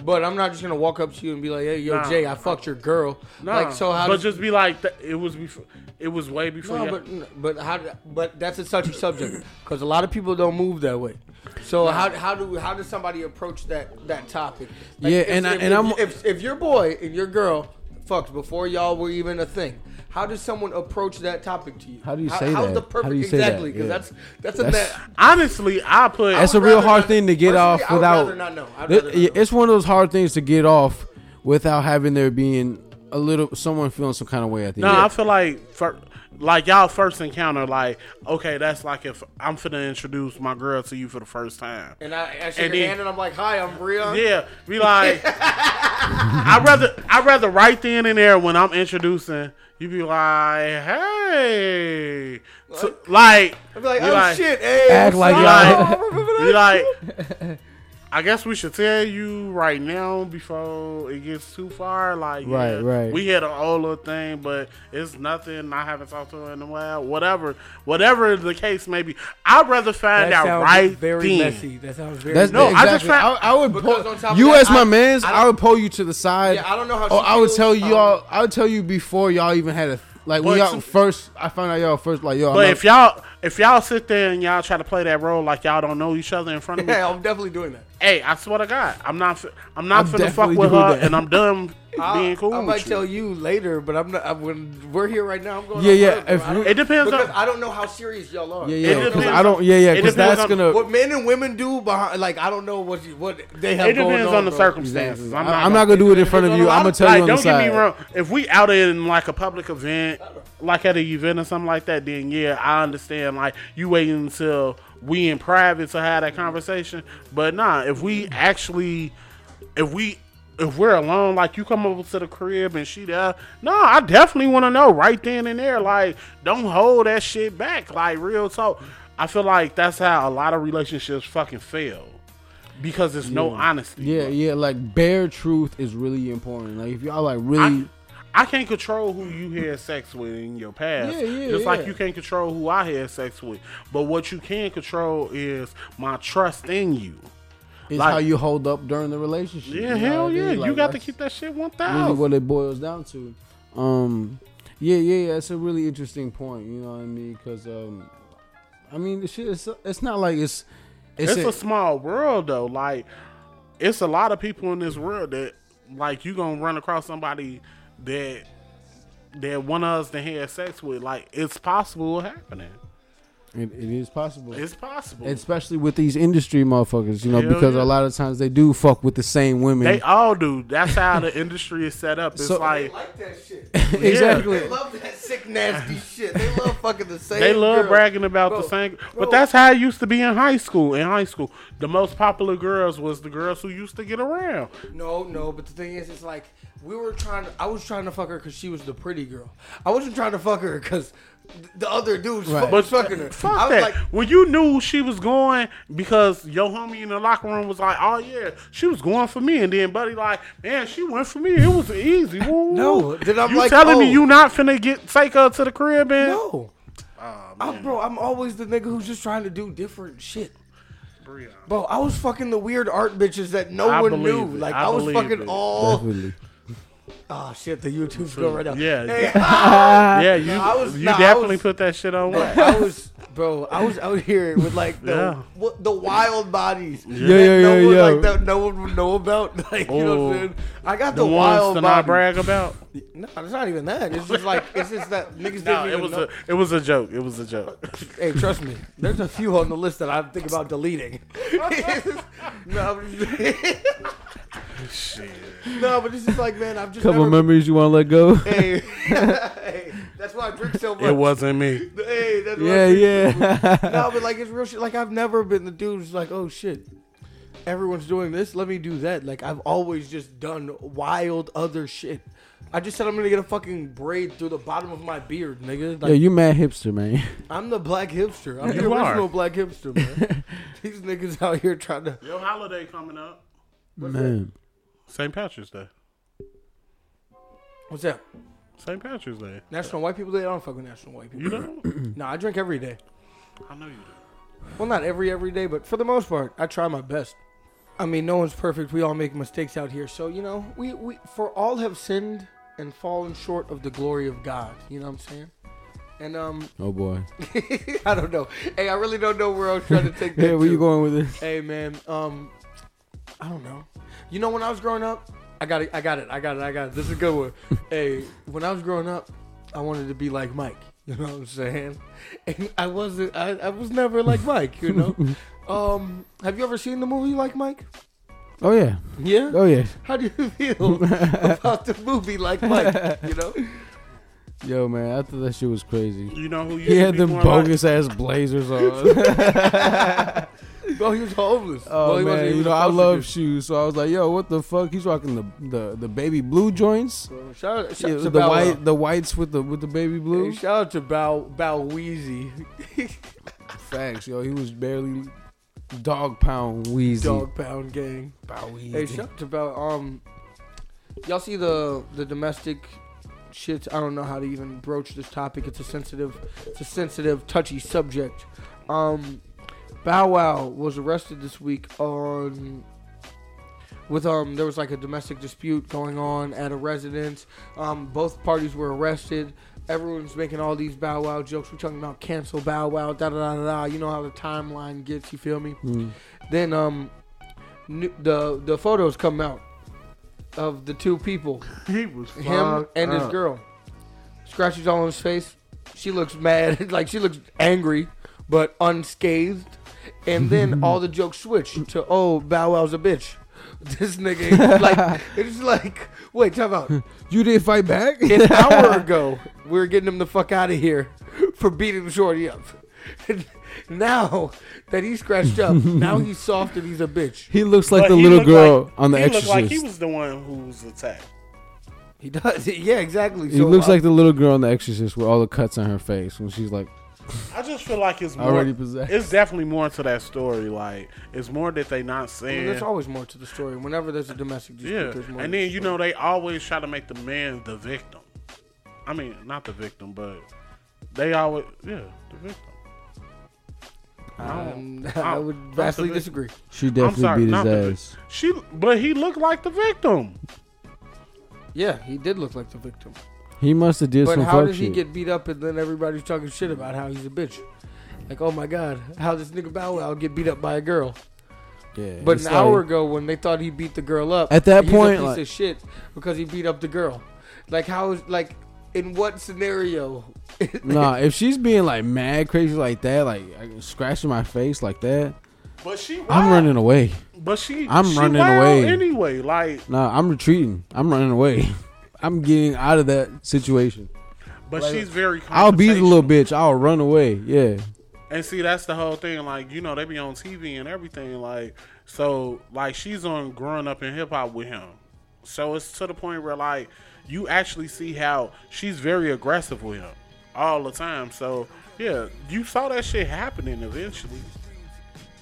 [SPEAKER 1] But I'm not just gonna walk up to you and be like, hey, yo,
[SPEAKER 2] Nah.
[SPEAKER 1] Jay, I fucked your girl.
[SPEAKER 2] no,
[SPEAKER 1] like, so how
[SPEAKER 2] but
[SPEAKER 1] does
[SPEAKER 2] just be like, th- it was before, it was way before.
[SPEAKER 1] No,
[SPEAKER 2] your-
[SPEAKER 1] but but how? do- But that's a touchy subject because a lot of people don't move that way. So how how do how does somebody approach that that topic?
[SPEAKER 3] Yeah,
[SPEAKER 1] if,
[SPEAKER 3] and I-
[SPEAKER 1] if,
[SPEAKER 3] and
[SPEAKER 1] if,
[SPEAKER 3] I'm-
[SPEAKER 1] if if your boy and your girl fucked before y'all were even a thing. How does someone approach that topic to you?
[SPEAKER 3] How do you say
[SPEAKER 1] how's
[SPEAKER 3] that?
[SPEAKER 1] The
[SPEAKER 3] How
[SPEAKER 1] perfect,
[SPEAKER 3] do you say that?
[SPEAKER 1] exactly,
[SPEAKER 3] Yeah.
[SPEAKER 1] because that's that's a
[SPEAKER 3] That's-
[SPEAKER 1] that,
[SPEAKER 2] honestly, I put.
[SPEAKER 3] That's
[SPEAKER 1] I
[SPEAKER 3] a
[SPEAKER 1] would
[SPEAKER 3] real
[SPEAKER 1] rather
[SPEAKER 3] hard
[SPEAKER 1] not-
[SPEAKER 3] thing to get
[SPEAKER 1] personally,
[SPEAKER 3] off
[SPEAKER 1] I would
[SPEAKER 3] without.
[SPEAKER 1] rather not know. I'd
[SPEAKER 3] Th-
[SPEAKER 1] rather not
[SPEAKER 3] yeah,
[SPEAKER 1] know.
[SPEAKER 3] It's one of those hard things to get off without having there being a little someone feeling some kind of way at the
[SPEAKER 2] No,
[SPEAKER 3] end.
[SPEAKER 2] I feel like for, like y'all first encounter, like okay, that's like if I'm finna introduce my girl to you for the first time.
[SPEAKER 1] and I, I shake
[SPEAKER 2] And
[SPEAKER 1] her
[SPEAKER 2] then-
[SPEAKER 1] hand and I'm like, "Hi, I'm Breon."
[SPEAKER 2] Yeah, be like, I rather I rather right then and there when I'm introducing, you be like, hey, So, like,
[SPEAKER 1] I'd be like,
[SPEAKER 2] you
[SPEAKER 1] "Oh shit, hey,
[SPEAKER 3] Act
[SPEAKER 1] what's
[SPEAKER 3] like
[SPEAKER 1] up?
[SPEAKER 2] y'all-
[SPEAKER 1] Remember that
[SPEAKER 2] you like. I guess we should tell you right now before it gets too far. Like,
[SPEAKER 3] Right,
[SPEAKER 2] yeah,
[SPEAKER 3] right.
[SPEAKER 2] We had an old little thing, but it's nothing. I haven't talked to her in a while. Whatever, whatever the case may be, I'd rather find
[SPEAKER 1] That
[SPEAKER 2] out
[SPEAKER 1] sounds
[SPEAKER 2] right
[SPEAKER 1] very
[SPEAKER 2] then.
[SPEAKER 1] messy. That sounds very
[SPEAKER 3] That's
[SPEAKER 2] No,
[SPEAKER 3] no,
[SPEAKER 1] messy.
[SPEAKER 2] I just
[SPEAKER 3] exactly. I
[SPEAKER 2] found-
[SPEAKER 3] I would
[SPEAKER 1] Because
[SPEAKER 3] pull,
[SPEAKER 1] on top of
[SPEAKER 3] you
[SPEAKER 1] that,
[SPEAKER 3] as my
[SPEAKER 1] I-
[SPEAKER 3] man's.
[SPEAKER 1] I
[SPEAKER 3] I, would pull you to the side.
[SPEAKER 1] Yeah, I don't know how
[SPEAKER 3] Oh,
[SPEAKER 1] she
[SPEAKER 3] I would
[SPEAKER 1] feels,
[SPEAKER 3] tell you
[SPEAKER 1] um,
[SPEAKER 3] all. I would tell you before y'all even had a th- like when
[SPEAKER 2] But
[SPEAKER 3] y'all
[SPEAKER 2] some-
[SPEAKER 3] first. I found out y'all first. Like yo,
[SPEAKER 2] But
[SPEAKER 3] I'm
[SPEAKER 2] if y'all if y'all sit there and y'all try to play that role like y'all don't know each other in front of me,
[SPEAKER 1] Yeah, I'm definitely doing that.
[SPEAKER 2] hey, I swear to God, I'm not fi- I'm not
[SPEAKER 3] I'm
[SPEAKER 2] finna fuck
[SPEAKER 3] definitely
[SPEAKER 2] with
[SPEAKER 3] doing
[SPEAKER 2] her,
[SPEAKER 3] that.
[SPEAKER 2] and I'm done being
[SPEAKER 1] I'll-
[SPEAKER 2] cool.
[SPEAKER 1] I
[SPEAKER 2] with
[SPEAKER 1] might
[SPEAKER 2] you.
[SPEAKER 1] tell you later, but I'm not. I'm, when we're here right now, I'm going.
[SPEAKER 3] Yeah,
[SPEAKER 1] on
[SPEAKER 3] yeah,
[SPEAKER 1] Word, bro.
[SPEAKER 3] if
[SPEAKER 1] I don't-
[SPEAKER 3] we-
[SPEAKER 2] It depends
[SPEAKER 1] because
[SPEAKER 2] on
[SPEAKER 1] I don't know how serious y'all are.
[SPEAKER 3] yeah,
[SPEAKER 2] It
[SPEAKER 3] yeah. Because
[SPEAKER 2] depends
[SPEAKER 3] I don't. Yeah, yeah.
[SPEAKER 2] on- it
[SPEAKER 3] Because
[SPEAKER 2] depends
[SPEAKER 3] that's
[SPEAKER 2] on
[SPEAKER 3] gonna.
[SPEAKER 1] What men and women do behind, like, I don't know what you, what they have.
[SPEAKER 2] it depends
[SPEAKER 1] going
[SPEAKER 2] on,
[SPEAKER 1] on
[SPEAKER 2] the
[SPEAKER 1] bro.
[SPEAKER 2] circumstances. I'm not,
[SPEAKER 3] I'm not gonna do it in front of
[SPEAKER 1] on
[SPEAKER 3] you.
[SPEAKER 1] a lot
[SPEAKER 3] I'm gonna
[SPEAKER 1] of-
[SPEAKER 3] tell
[SPEAKER 2] like,
[SPEAKER 3] you on the
[SPEAKER 2] don't get
[SPEAKER 3] side.
[SPEAKER 2] me wrong. If we out in like a public event, like at an event or something like that, then yeah, I understand. Like you waiting until we in private to have that conversation. But nah, if we actually, if we, if we're alone, like you come over to the crib and she there, no, nah, I definitely want to know right then and there. Like don't hold that shit back. Like real talk, I feel like that's how a lot of relationships fucking fail because there's no honesty.
[SPEAKER 3] Yeah,
[SPEAKER 2] bro.
[SPEAKER 3] yeah. Like bare truth is really important. Like if y'all like
[SPEAKER 2] I,
[SPEAKER 3] really.
[SPEAKER 2] I can't control who you had sex with in your past.
[SPEAKER 3] Yeah, yeah,
[SPEAKER 2] just
[SPEAKER 3] yeah.
[SPEAKER 2] like you can't control who I had sex with. But what you can control is my trust in you.
[SPEAKER 3] It's
[SPEAKER 2] like-
[SPEAKER 3] how you hold up during the relationship.
[SPEAKER 2] Yeah,
[SPEAKER 3] you know
[SPEAKER 2] hell
[SPEAKER 3] what I mean?
[SPEAKER 2] yeah.
[SPEAKER 3] Like,
[SPEAKER 2] you got to
[SPEAKER 3] that's-
[SPEAKER 2] keep that shit one
[SPEAKER 3] really
[SPEAKER 2] thousand.
[SPEAKER 3] what it boils down to. Um, yeah, yeah, yeah. That's a really interesting point. You know what I mean? Because um, I mean, the shit. It's, it's not like it's. It's,
[SPEAKER 2] it's a small world though. Like it's a lot of people in this world that like you gonna run across somebody that that one of us to have sex with. Like it's possible happening.
[SPEAKER 3] It, it is possible.
[SPEAKER 2] It's possible.
[SPEAKER 3] Especially with these industry motherfuckers, you know,
[SPEAKER 2] Hell
[SPEAKER 3] because
[SPEAKER 2] yeah.
[SPEAKER 3] a lot of times they do fuck with the same women.
[SPEAKER 2] they all do. That's how the industry is set up. It's
[SPEAKER 3] So-
[SPEAKER 1] They
[SPEAKER 2] like
[SPEAKER 1] like that shit.
[SPEAKER 3] exactly.
[SPEAKER 1] They love that sick, nasty shit. They love fucking the same.
[SPEAKER 2] they love
[SPEAKER 1] girl.
[SPEAKER 2] bragging about the
[SPEAKER 1] Bro,
[SPEAKER 2] same.
[SPEAKER 1] bro.
[SPEAKER 2] But that's how it used to be in high school. In high school, the most popular girls was the girls who used to get around.
[SPEAKER 1] No, no, but the thing is, it's like we were trying. To, I was trying to fuck her because she was the pretty girl. I wasn't trying to fuck her because the other dudes
[SPEAKER 3] Right.
[SPEAKER 1] fuck-
[SPEAKER 2] But
[SPEAKER 1] was fucking her.
[SPEAKER 2] fuck
[SPEAKER 1] I was
[SPEAKER 2] that.
[SPEAKER 1] like,
[SPEAKER 2] when you knew she was going because your homie in the locker room was like, "Oh yeah, she was going for me," and then Buddy like, "Man, she went for me. It was easy." Woo."
[SPEAKER 1] No, then I'm
[SPEAKER 2] you
[SPEAKER 1] like,
[SPEAKER 2] telling
[SPEAKER 1] oh.
[SPEAKER 2] me you not finna get take her to the crib and
[SPEAKER 1] no. I, bro, I'm always the nigga who's just trying to do different shit.
[SPEAKER 2] Breon.
[SPEAKER 1] Bro, I was fucking the weird art bitches that no
[SPEAKER 2] I
[SPEAKER 1] one
[SPEAKER 2] believe
[SPEAKER 1] knew.
[SPEAKER 2] it.
[SPEAKER 1] Like
[SPEAKER 2] I
[SPEAKER 1] I, was
[SPEAKER 2] believe
[SPEAKER 1] fucking
[SPEAKER 2] it.
[SPEAKER 1] all.
[SPEAKER 3] Definitely.
[SPEAKER 1] Oh shit, the YouTube's going right now.
[SPEAKER 2] Yeah,
[SPEAKER 1] Hey,
[SPEAKER 2] yeah, you
[SPEAKER 1] I was-
[SPEAKER 2] you
[SPEAKER 1] nah, I
[SPEAKER 2] definitely
[SPEAKER 1] was-
[SPEAKER 2] put that shit on.
[SPEAKER 1] Bro, I was, bro, I was out here with like the
[SPEAKER 2] Yeah.
[SPEAKER 1] what, the wild bodies.
[SPEAKER 3] yeah,
[SPEAKER 1] Yeah, no
[SPEAKER 3] yeah,
[SPEAKER 1] one,
[SPEAKER 3] yeah.
[SPEAKER 1] Like that, no one would know about. Like, you know what
[SPEAKER 2] Oh.
[SPEAKER 1] I'm saying? I got the,
[SPEAKER 2] the ones
[SPEAKER 1] wild
[SPEAKER 2] to
[SPEAKER 1] bodies.
[SPEAKER 2] not brag about.
[SPEAKER 1] No, it's not even that. It's just like it's just that niggas
[SPEAKER 2] No,
[SPEAKER 1] didn't
[SPEAKER 2] it
[SPEAKER 1] even
[SPEAKER 2] was
[SPEAKER 1] know.
[SPEAKER 2] a it was a joke. It was a joke.
[SPEAKER 1] Hey, trust me. There's a few on the list that I think about deleting. no, I'm just- no, but it's just like, man, I've just
[SPEAKER 3] Couple
[SPEAKER 1] never.
[SPEAKER 3] memories you want to let go.
[SPEAKER 1] hey, hey, that's why I drink so much.
[SPEAKER 2] it wasn't me.
[SPEAKER 1] Hey, that's why I
[SPEAKER 3] yeah,
[SPEAKER 1] drink
[SPEAKER 3] yeah.
[SPEAKER 1] no, but like it's real shit. Like I've never been the dude who's like, oh shit, everyone's doing this, let me do that. Like I've always just done wild other shit. I just said I'm gonna get a fucking braid through the bottom of my beard, nigga. Like
[SPEAKER 3] Yo, you mad hipster, man.
[SPEAKER 1] I'm the black hipster. I'm the
[SPEAKER 2] You are.
[SPEAKER 1] original black hipster, man. These niggas out here trying to.
[SPEAKER 2] Your holiday coming up.
[SPEAKER 3] Man.
[SPEAKER 2] St. Patrick's Day.
[SPEAKER 1] What's that?
[SPEAKER 2] St. Patrick's Day.
[SPEAKER 1] National White People Day. I don't fuck with National White
[SPEAKER 2] You
[SPEAKER 1] People.
[SPEAKER 2] know?
[SPEAKER 3] Mm.
[SPEAKER 1] no, I drink every day.
[SPEAKER 2] I know you do.
[SPEAKER 1] Well, not every every day, but for the most part, I try my best. I mean, no one's perfect. We all make mistakes out here, so you know, we we for all have sinned and fallen short of the glory of God. You know what I'm saying? And um,
[SPEAKER 3] Oh boy.
[SPEAKER 1] I don't know. Hey, I really don't know where I was trying to take that.
[SPEAKER 3] Yeah, where
[SPEAKER 1] to.
[SPEAKER 3] you going with this?
[SPEAKER 1] Hey, man. Um, I don't know. You know, when I was growing up, I got it. I got it. I got it. I got it. This is a good one. hey, when I was growing up, I wanted to be like Mike. You know what I'm saying? And I wasn't. I, I was never like Mike. You know. um, have you ever seen the movie like Mike?
[SPEAKER 3] Oh yeah.
[SPEAKER 1] Yeah.
[SPEAKER 3] Oh yeah.
[SPEAKER 1] How do you feel about the movie like Mike? You know.
[SPEAKER 3] Yo, man, I thought that shit was crazy.
[SPEAKER 2] You know who you
[SPEAKER 3] He had them
[SPEAKER 2] more like?
[SPEAKER 3] bogus ass blazers on.
[SPEAKER 1] Well, he was homeless.
[SPEAKER 3] Oh
[SPEAKER 1] well, he wasn't,
[SPEAKER 3] man,
[SPEAKER 1] he
[SPEAKER 3] you
[SPEAKER 1] was a
[SPEAKER 3] know I
[SPEAKER 1] prostitute.
[SPEAKER 3] love shoes, so I was like, "Yo, what the fuck?" He's rocking the the, the baby blue joints,
[SPEAKER 1] So, Shout out, shout
[SPEAKER 3] Yeah,
[SPEAKER 1] out to
[SPEAKER 3] the
[SPEAKER 1] Bow Wow.
[SPEAKER 3] white the whites with the with the baby
[SPEAKER 1] Hey,
[SPEAKER 3] blue.
[SPEAKER 1] shout out to Bow Bow Weezy.
[SPEAKER 3] Facts, yo, he was barely dog pound wheezy.
[SPEAKER 1] Dog Pound Gang.
[SPEAKER 3] pound wheezy.
[SPEAKER 1] Hey, shout out to Bow. Um, y'all see the the domestic shits? I don't know how to even broach this topic. It's a sensitive, it's a sensitive, touchy subject. Um, Bow Wow was arrested this week on. With um, there was like a domestic dispute going on at a residence. Um, both parties were arrested. Everyone's making all these Bow Wow jokes. We're talking about cancel Bow Wow, da da da da. da. You know how the timeline gets. You feel me? Then um, new, the the photos come out of the two people,
[SPEAKER 2] He was
[SPEAKER 1] him
[SPEAKER 2] fucked
[SPEAKER 1] and his
[SPEAKER 2] up.
[SPEAKER 1] girl. Scratches all on his face. She looks mad, like she looks angry, but unscathed. And then all the jokes switch to oh Bow Wow's a bitch. This nigga like it's like wait time out.
[SPEAKER 3] You didn't fight back.
[SPEAKER 1] An hour ago we were getting him the fuck out of here for beating Shorty up. now that he's scratched up, now he's soft and he's a bitch.
[SPEAKER 3] he looks like
[SPEAKER 2] But
[SPEAKER 3] the
[SPEAKER 2] he
[SPEAKER 3] little
[SPEAKER 2] looked
[SPEAKER 3] girl
[SPEAKER 2] like-
[SPEAKER 3] on The
[SPEAKER 2] he looked
[SPEAKER 3] Exorcist.
[SPEAKER 2] like he was the one who was attacked.
[SPEAKER 1] He does. Yeah, exactly. uh,
[SPEAKER 3] He looks like the little girl on The Exorcist with all the cuts on her face when she's like
[SPEAKER 2] I just feel like it's more.
[SPEAKER 3] already possessed.
[SPEAKER 2] It's definitely more to that story. Like it's more that they not saying.
[SPEAKER 1] there's always more to the story. Whenever there's a domestic dispute,
[SPEAKER 2] yeah,
[SPEAKER 1] there's more.
[SPEAKER 2] and
[SPEAKER 1] to the
[SPEAKER 2] then you
[SPEAKER 1] story.
[SPEAKER 2] know they always try to make the man the victim. I mean, not the victim, but they always yeah the victim.
[SPEAKER 1] Um, I would
[SPEAKER 2] I'm
[SPEAKER 1] vastly
[SPEAKER 2] the vic-
[SPEAKER 1] disagree.
[SPEAKER 3] she
[SPEAKER 2] I'm
[SPEAKER 3] definitely
[SPEAKER 2] sorry,
[SPEAKER 3] beat
[SPEAKER 2] not the
[SPEAKER 3] his
[SPEAKER 2] vic-
[SPEAKER 3] ass.
[SPEAKER 2] She, but he looked like the victim.
[SPEAKER 1] Yeah, he did look like the victim.
[SPEAKER 3] He must have did
[SPEAKER 1] But
[SPEAKER 3] some
[SPEAKER 1] how
[SPEAKER 3] fuck
[SPEAKER 1] did he
[SPEAKER 3] shit.
[SPEAKER 1] get beat up and then everybody's talking shit about how he's a bitch? Like, oh my god, how this nigga Bow Wow get beat up by a girl?
[SPEAKER 3] yeah,
[SPEAKER 1] But
[SPEAKER 3] it's
[SPEAKER 1] an hour
[SPEAKER 3] like-
[SPEAKER 1] ago, when they thought he beat the girl up,
[SPEAKER 3] At that
[SPEAKER 1] he's a
[SPEAKER 3] point,
[SPEAKER 1] piece
[SPEAKER 3] like-
[SPEAKER 1] of shit because he beat up the girl. Like how is like in what scenario?
[SPEAKER 3] nah, if she's being like mad crazy like that, like scratching my face like that,
[SPEAKER 2] But she wild.
[SPEAKER 3] I'm running away.
[SPEAKER 2] But she
[SPEAKER 3] I'm
[SPEAKER 2] she
[SPEAKER 3] running
[SPEAKER 2] wild
[SPEAKER 3] away.
[SPEAKER 2] anyway. Like
[SPEAKER 3] Nah, I'm retreating. I'm running away. I'm getting out of that situation.
[SPEAKER 2] but she's very
[SPEAKER 3] I'll be the
[SPEAKER 2] confrontational.
[SPEAKER 3] little bitch. I'll run away. Yeah.
[SPEAKER 2] And see, that's the whole thing. Like, you know, they be on TV and everything. Like, so, like, she's on growing up in hip hop with him. So it's to the point where, like, you actually see how she's very aggressive with him all the time. So, yeah, you saw that shit happening eventually.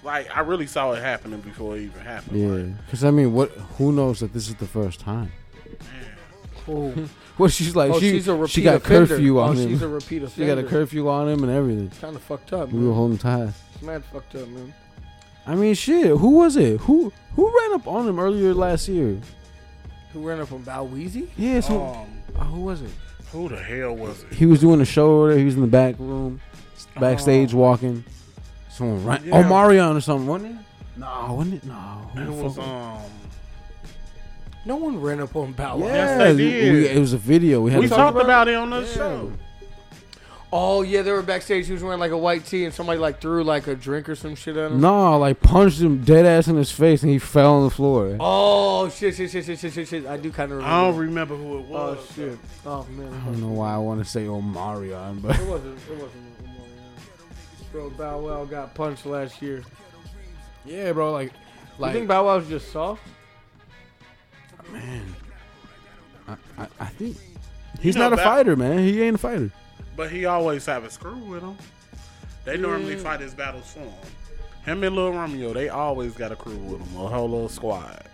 [SPEAKER 2] Like, I really saw it happening before it even happened.
[SPEAKER 3] Yeah.
[SPEAKER 2] Like,
[SPEAKER 3] Because, I mean, what? who knows that this is the first time?
[SPEAKER 1] Oh,
[SPEAKER 3] Well, she's like,
[SPEAKER 1] oh,
[SPEAKER 3] she,
[SPEAKER 1] she's a repeat
[SPEAKER 3] she got
[SPEAKER 1] offender.
[SPEAKER 3] curfew on
[SPEAKER 1] oh,
[SPEAKER 3] him.
[SPEAKER 1] She's a repeat offender.
[SPEAKER 3] she got a curfew on him and everything.
[SPEAKER 1] Kind of fucked up.
[SPEAKER 3] We were
[SPEAKER 1] Man.
[SPEAKER 3] holding ties.
[SPEAKER 1] It's mad fucked up, man.
[SPEAKER 3] I mean, shit. Who was it? Who who ran up on him earlier last year?
[SPEAKER 1] Who ran up from Balweezy?
[SPEAKER 3] Yeah, so
[SPEAKER 2] um,
[SPEAKER 3] oh, who was it?
[SPEAKER 2] who the hell was it?
[SPEAKER 3] He was doing a show over there. He was in the back room, backstage walking. Someone ran.
[SPEAKER 2] Oh. Yeah.
[SPEAKER 3] Oh, Marion or something, wasn't it? No, wasn't it? No. Who
[SPEAKER 2] It
[SPEAKER 3] the fuck
[SPEAKER 2] was,
[SPEAKER 3] was-
[SPEAKER 2] um,
[SPEAKER 1] No one ran up on Bow Wow.
[SPEAKER 2] Yes,
[SPEAKER 3] Yeah,
[SPEAKER 2] they
[SPEAKER 3] we-
[SPEAKER 2] did.
[SPEAKER 3] we- it was a video. We had
[SPEAKER 2] we
[SPEAKER 3] to-
[SPEAKER 2] talked about it on the show.
[SPEAKER 1] Oh yeah, they were backstage. He was wearing like a white tee, and somebody like threw like a drink or some shit at him.
[SPEAKER 3] No, like punched him dead ass in his face and he fell on the floor.
[SPEAKER 1] Oh shit, shit, shit, shit, shit, shit, shit. I do kind of remember.
[SPEAKER 2] I don't remember who it was.
[SPEAKER 1] oh shit. Oh
[SPEAKER 3] I
[SPEAKER 1] man,
[SPEAKER 3] don't know why I want to say Omarion, but
[SPEAKER 1] it wasn't. It wasn't. Omarion. Bro, Bow Wow got punched last year.
[SPEAKER 3] yeah, bro, like,
[SPEAKER 1] you
[SPEAKER 3] like
[SPEAKER 1] think Bow Wow's just soft?
[SPEAKER 3] I, I, I think he's
[SPEAKER 2] know
[SPEAKER 3] not a
[SPEAKER 2] that-
[SPEAKER 3] fighter, man. He ain't a fighter.
[SPEAKER 2] But he always have a screw with him. They normally fight his battles for him. Him and Lil Romeo, they always got a crew with him, a whole little squad.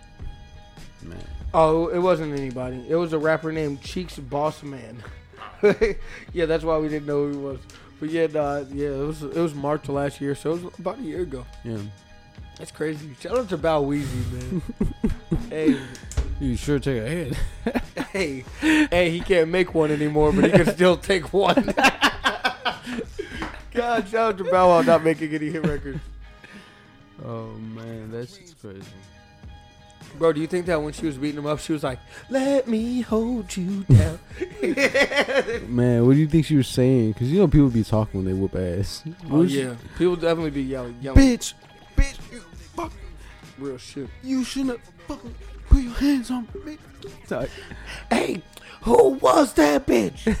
[SPEAKER 1] Oh, it wasn't anybody. It was a rapper named Cheeks Boss Man. yeah, that's why we didn't know who he was. But yeah, nah, yeah, it was it was March last year, so it was about a year ago.
[SPEAKER 3] Yeah,
[SPEAKER 1] That's crazy. Shout out to Bow Weezy, man. hey,
[SPEAKER 3] you sure take a hit.
[SPEAKER 1] hey, hey, he can't make one anymore, but he can still take one. God, shout out to Bow Wow not making any hit records.
[SPEAKER 3] Oh man, that's shit's crazy.
[SPEAKER 1] Bro, do you think that when she was beating him up, she was like, "Let me hold you down"?
[SPEAKER 3] Man, what do you think she was saying? Because you know people be talking when they whoop ass.
[SPEAKER 1] oh yeah, people definitely be yelling, yelling,
[SPEAKER 3] bitch, bitch, you fuck,
[SPEAKER 1] real shit.
[SPEAKER 3] you shouldn't have fucking put your hands on me. Like,
[SPEAKER 1] Hey, who was that bitch?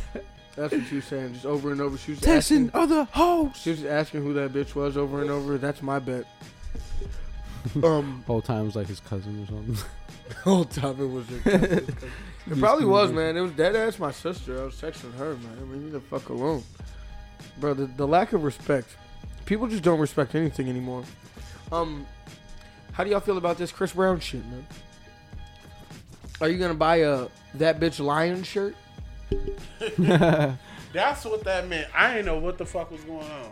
[SPEAKER 1] That's what she was saying, just over and over. She was asking,
[SPEAKER 3] other hoes.
[SPEAKER 1] she was asking who that bitch was over and over. That's my bet. Um,
[SPEAKER 3] Whole time it was like his cousin or something.
[SPEAKER 1] whole time it was. It probably was, man. It was dead ass. My sister. I was texting her, man. Leave me the fuck alone, bro. The, the lack of respect. People just don't respect anything anymore. Um, how do y'all feel about this Chris Brown shit, man? Are you gonna buy a that bitch lion shirt?
[SPEAKER 2] That's what that meant. I didn't know what the fuck was going on.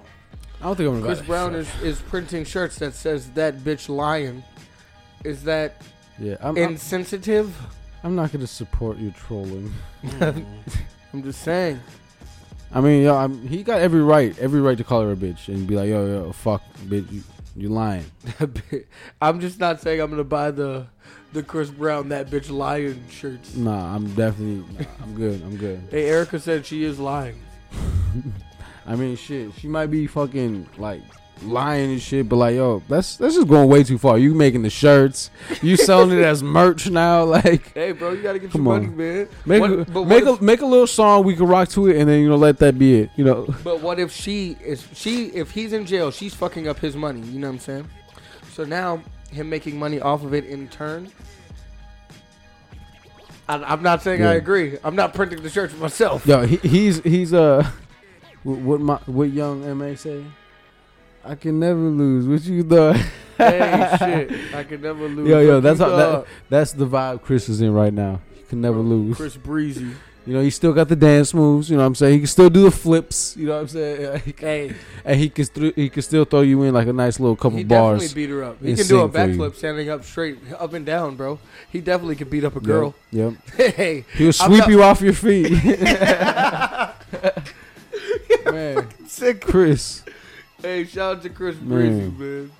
[SPEAKER 3] I don't think I'm gonna.
[SPEAKER 1] Chris
[SPEAKER 3] buy that
[SPEAKER 1] Brown
[SPEAKER 3] shit.
[SPEAKER 1] is, is printing shirts that says that bitch lion. Is that
[SPEAKER 3] Yeah, I'm, I'm,
[SPEAKER 1] insensitive?
[SPEAKER 3] I'm not gonna support you trolling.
[SPEAKER 1] I'm just saying.
[SPEAKER 3] I mean, yo, I'm, he got every right, every right to call her a bitch and be like, yo, yo, fuck, bitch, you, you lying.
[SPEAKER 1] I'm just not saying I'm gonna buy the the Chris Brown that bitch lion shirts.
[SPEAKER 3] Nah, I'm definitely, nah, I'm good, I'm good.
[SPEAKER 1] Hey, Erica said she is lying.
[SPEAKER 3] I mean, shit, she might be fucking like lying and shit, but like, yo, that's that's just going way too far. You making the shirts, you selling it as merch now, like.
[SPEAKER 1] Hey, bro, you gotta get
[SPEAKER 3] Come
[SPEAKER 1] your
[SPEAKER 3] on.
[SPEAKER 1] money, man.
[SPEAKER 3] Make,
[SPEAKER 1] What- but
[SPEAKER 3] make
[SPEAKER 1] what
[SPEAKER 3] a make a little song we can rock to it, and then you know let that be it. You know,
[SPEAKER 1] But what if she is she if he's in jail, she's fucking up his money, you know what I'm saying? So now him making money off of it in turn. I, I'm not saying I
[SPEAKER 3] Yeah.
[SPEAKER 1] agree. I'm not printing the shirts myself.
[SPEAKER 3] yo, he, he's he's uh, wh- what my what young ma say? I can never lose. What you the?
[SPEAKER 1] hey, shit. I could never lose.
[SPEAKER 3] Yo, yo,
[SPEAKER 1] Fuck
[SPEAKER 3] that's
[SPEAKER 1] you,
[SPEAKER 3] how, that,
[SPEAKER 1] dog.
[SPEAKER 3] that's the vibe Chris is in right now. He can never lose.
[SPEAKER 1] Chris Breezy.
[SPEAKER 3] You know, he still got the dance moves. You know what I'm saying? He can still do the flips. You know what I'm saying? Yeah, he can-
[SPEAKER 1] Hey,
[SPEAKER 3] and he can th- he can still throw you in like a nice little couple
[SPEAKER 1] he
[SPEAKER 3] bars.
[SPEAKER 1] definitely beat her up. He
[SPEAKER 3] and
[SPEAKER 1] can do a
[SPEAKER 3] sing for you.
[SPEAKER 1] backflip standing up straight, up and down, bro. He definitely could beat up a girl.
[SPEAKER 3] Yep. yep.
[SPEAKER 1] hey,
[SPEAKER 3] He'll
[SPEAKER 1] I'm
[SPEAKER 3] sweep
[SPEAKER 1] not-
[SPEAKER 3] you off your feet. Man,
[SPEAKER 1] sick.
[SPEAKER 3] Chris.
[SPEAKER 1] Hey, shout out to Chris
[SPEAKER 3] Man.
[SPEAKER 1] Breezy, man.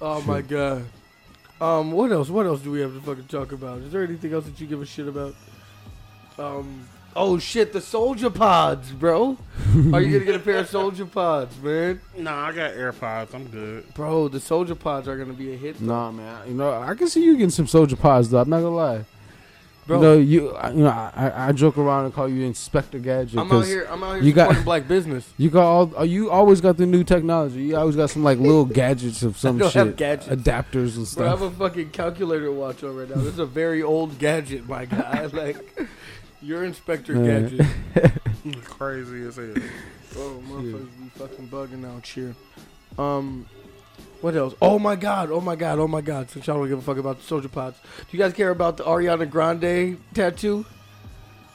[SPEAKER 1] Oh my god. Um, what else? What else do we have to fucking talk about? Is there anything else that you give a shit about? Um, Oh shit, the soldier pods, bro. Are you gonna get a pair of soldier pods, man?
[SPEAKER 2] Nah, I got AirPods. I'm good.
[SPEAKER 1] Bro, the soldier pods are gonna be a hit.
[SPEAKER 3] Nah, man. You know, I can see you getting some soldier pods though. I'm not gonna lie.
[SPEAKER 1] Bro.
[SPEAKER 3] You know, you, I- you know, I, I- I joke around and call you Inspector Gadget.
[SPEAKER 1] I'm out
[SPEAKER 3] 'cause
[SPEAKER 1] here. I'm out here
[SPEAKER 3] you got-
[SPEAKER 1] supporting black business.
[SPEAKER 3] You got all. uh, You always got the new technology. You always got some like little gadgets of some
[SPEAKER 1] don't have
[SPEAKER 3] shit,
[SPEAKER 1] gadgets.
[SPEAKER 3] adapters and
[SPEAKER 1] Bro, I
[SPEAKER 3] stuff.
[SPEAKER 1] have a fucking calculator watch on right now. This is a very old gadget, my guy. Like, your Inspector
[SPEAKER 3] Yeah.
[SPEAKER 1] Gadget.
[SPEAKER 2] Crazy as hell.
[SPEAKER 1] Oh, motherfuckers be fucking bugging out here. Um, what else? Oh my god! Oh my god! Oh my god! Since y'all don't give a fuck about the soldier pods, do you guys care about the Ariana Grande tattoo?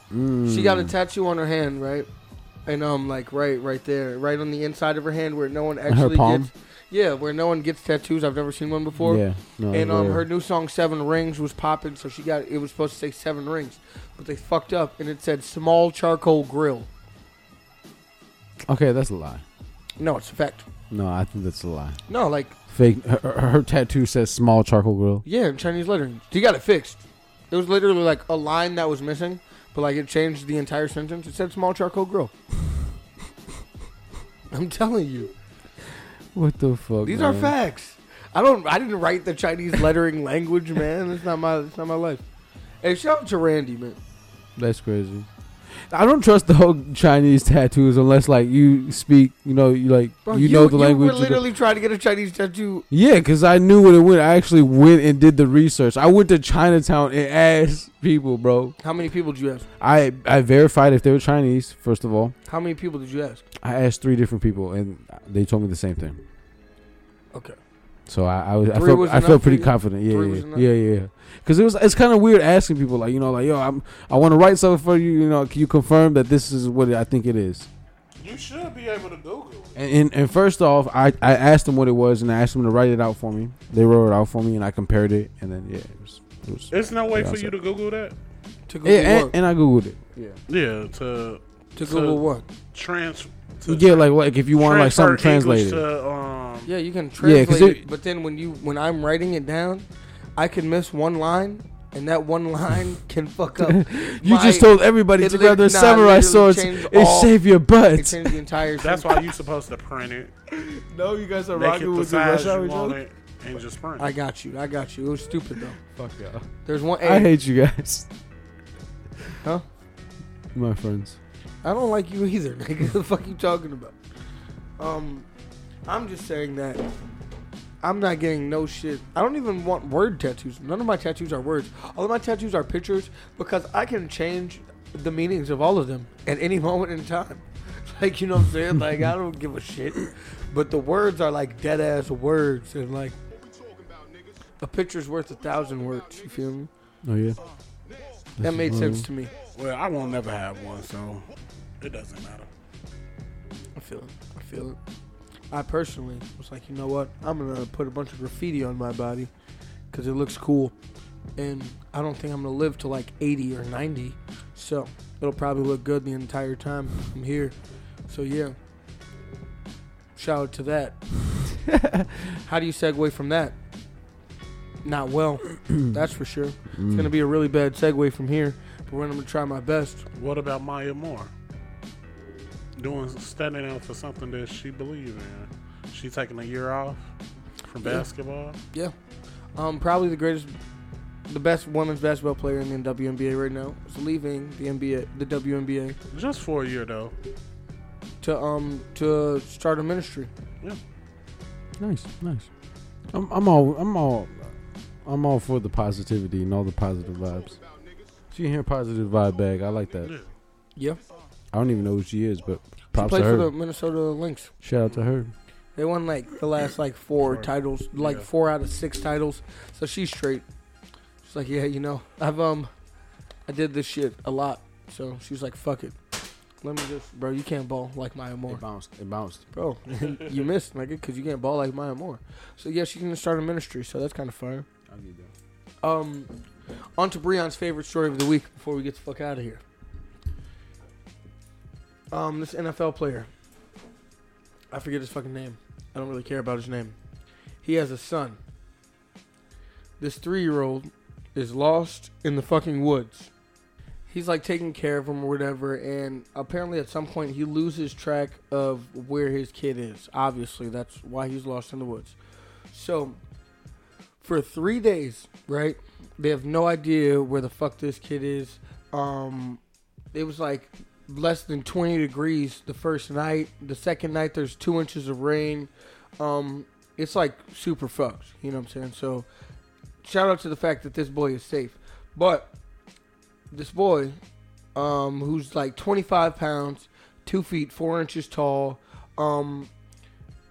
[SPEAKER 1] She
[SPEAKER 3] Mm. Hmm.
[SPEAKER 1] got a tattoo on her hand, right? And um, like right, right there, right on the inside of her hand, where no one actually
[SPEAKER 3] palm?
[SPEAKER 1] gets. Yeah, where no one gets tattoos. I've never seen one before.
[SPEAKER 3] yeah. No,
[SPEAKER 1] And um,
[SPEAKER 3] Oh, yeah.
[SPEAKER 1] her new song Seven Rings was popping, so she got it was supposed to say Seven Rings, but they fucked up and it said Small Charcoal Grill.
[SPEAKER 3] Okay, that's a lie.
[SPEAKER 1] No, it's a fact.
[SPEAKER 3] No, I think that's a lie.
[SPEAKER 1] No, like
[SPEAKER 3] Fake. Her, her, her tattoo says small charcoal grill.
[SPEAKER 1] yeah, in Chinese lettering. She got it fixed. It was literally like a line that was missing, but like it changed the entire sentence. It said Small Charcoal Grill. I'm telling you,
[SPEAKER 3] What the fuck?
[SPEAKER 1] these are
[SPEAKER 3] man?
[SPEAKER 1] facts. I don't. I didn't write the Chinese lettering language, man. That's not my. That's not my life. Hey, shout out to Randy, man.
[SPEAKER 3] That's crazy. I don't trust the whole Chinese tattoos unless like you speak. You know, you like
[SPEAKER 1] Bro,
[SPEAKER 3] you, know the language.
[SPEAKER 1] You were
[SPEAKER 3] you know-
[SPEAKER 1] literally trying to get a Chinese tattoo
[SPEAKER 3] Yeah, because I knew what it went. I actually went and did the research. I went to Chinatown and asked people, bro.
[SPEAKER 1] How many people did you ask?
[SPEAKER 3] I, I verified if they were Chinese, first of all.
[SPEAKER 1] How many people did you ask?
[SPEAKER 3] I asked three different people, and they told me the same thing.
[SPEAKER 1] Okay.
[SPEAKER 3] So I, I, was, I
[SPEAKER 1] Three
[SPEAKER 3] felt,
[SPEAKER 1] was
[SPEAKER 3] I
[SPEAKER 1] enough
[SPEAKER 3] felt
[SPEAKER 1] for
[SPEAKER 3] pretty
[SPEAKER 1] you?
[SPEAKER 3] confident. Yeah,
[SPEAKER 1] Three was
[SPEAKER 3] yeah,
[SPEAKER 1] enough?
[SPEAKER 3] yeah, yeah. Because it was, it's kind of weird asking people, like, you know, like, yo, I'm, I want to write something for you. You know, can you confirm that this is what I think it is?
[SPEAKER 2] You should be able to Google.
[SPEAKER 3] And, and, and first off, I, I asked them what it was, and I asked them to write it out for me. They wrote it out for me, and I compared it, and then, yeah, it was. It was
[SPEAKER 2] There's no way
[SPEAKER 3] Yeah,
[SPEAKER 2] for
[SPEAKER 3] I
[SPEAKER 2] you
[SPEAKER 3] said-
[SPEAKER 2] to Google that.
[SPEAKER 1] To Google
[SPEAKER 3] yeah, and,
[SPEAKER 1] what?
[SPEAKER 3] and I Googled it.
[SPEAKER 2] Yeah, to
[SPEAKER 1] to
[SPEAKER 2] so-
[SPEAKER 1] Google what?
[SPEAKER 2] trans. To
[SPEAKER 3] Yeah, like like if you want like
[SPEAKER 2] transfer
[SPEAKER 3] something
[SPEAKER 2] English
[SPEAKER 3] translated.
[SPEAKER 2] To, um,
[SPEAKER 1] Yeah, you can
[SPEAKER 3] Yeah, 'cause
[SPEAKER 1] translate
[SPEAKER 3] it-
[SPEAKER 1] it, but then when you when I'm writing it down, I can miss one line, and that one line can fuck up.
[SPEAKER 3] you
[SPEAKER 1] my-
[SPEAKER 3] just told everybody
[SPEAKER 1] it
[SPEAKER 3] to grab their
[SPEAKER 1] lit- nah,
[SPEAKER 3] samurai
[SPEAKER 1] literally
[SPEAKER 3] swords
[SPEAKER 1] changed
[SPEAKER 3] and
[SPEAKER 1] all-
[SPEAKER 3] save your
[SPEAKER 1] it
[SPEAKER 3] butts.
[SPEAKER 1] changed the entire.
[SPEAKER 2] That's
[SPEAKER 1] sentence.
[SPEAKER 2] why you're supposed to print it,
[SPEAKER 3] No, you guys are
[SPEAKER 2] make it the size you want it, and just print.
[SPEAKER 1] I
[SPEAKER 2] it.
[SPEAKER 1] got you. I got you. It was stupid though.
[SPEAKER 3] Fuck y'all.
[SPEAKER 1] There's one.
[SPEAKER 3] I
[SPEAKER 1] I,
[SPEAKER 3] hate you guys.
[SPEAKER 1] Huh?
[SPEAKER 3] My friends.
[SPEAKER 1] I don't like you either. Nigga. What the fuck you talking about? Um, I'm just saying that I'm not getting no shit. I don't even want word tattoos. None of my tattoos are words. All of my tattoos are pictures because I can change the meanings of all of them at any moment in time. Like you know what I'm saying? Like I don't give a shit. But the words are like dead ass words and like a picture's worth a thousand words. You feel me?
[SPEAKER 3] Oh yeah.
[SPEAKER 1] That made sense to me.
[SPEAKER 2] Well, I won't never have one, so it doesn't matter.
[SPEAKER 1] I feel it. I feel it. I personally was like, you know what? I'm gonna put a bunch of graffiti on my body because it looks cool, and I don't think I'm gonna live to like 80 or 90, so it'll probably look good the entire time I'm here. So yeah. Shout out to that. How do you segue from that? Not well, that's for sure. It's gonna be a really bad segue from here, but we're gonna try my best.
[SPEAKER 2] What about Maya Moore? Doing standing out for something that she believes in. She taking a year off from
[SPEAKER 1] Yeah.
[SPEAKER 2] basketball.
[SPEAKER 1] Yeah. Um, probably the greatest, the best women's basketball player in the WNBA right now is leaving the NBA, the WNBA,
[SPEAKER 2] Just for a year though.
[SPEAKER 1] to um to start a ministry.
[SPEAKER 3] Nice, nice. I'm I'm all I'm all I'm all for the positivity and all the positive vibes. She in here positive vibe bag. I like that.
[SPEAKER 1] Yeah.
[SPEAKER 3] I don't even know who she is, but
[SPEAKER 1] She
[SPEAKER 3] props to
[SPEAKER 1] played for the
[SPEAKER 3] her.
[SPEAKER 1] Minnesota Lynx.
[SPEAKER 3] Shout out to her.
[SPEAKER 1] They won like the last like four
[SPEAKER 2] Four.
[SPEAKER 1] titles, like
[SPEAKER 2] Yeah.
[SPEAKER 1] four out of six titles. So she's straight. She's like, yeah, you know, I've um, I did this shit a lot. So she's like, fuck it. Let me just, bro. You can't ball like Maya Moore.
[SPEAKER 3] It bounced. It bounced.
[SPEAKER 1] bro, you missed, nigga, because you can't ball like Maya Moore. So yeah, she's gonna start a ministry, so that's kind of fire.
[SPEAKER 3] I need that.
[SPEAKER 1] Um, on to Breon's favorite story of the week before we get the fuck out of here. Um, this NFL player, I forget his fucking name. I don't really care about his name. He has a son. This three-year-old is lost in the fucking woods. he's like taking care of him or whatever, and apparently at some point he loses track of where his kid is. Obviously, that's why he's lost in the woods. So for three days, right? They have no idea where the fuck this kid is. Um, it was like less than 20 degrees the first night. The second night, there's two inches of rain. Um, it's like super fucked. You know what I'm saying? So, shout out to the fact that this boy is safe. But this boy, um, who's like 25 pounds, two feet four inches tall, um,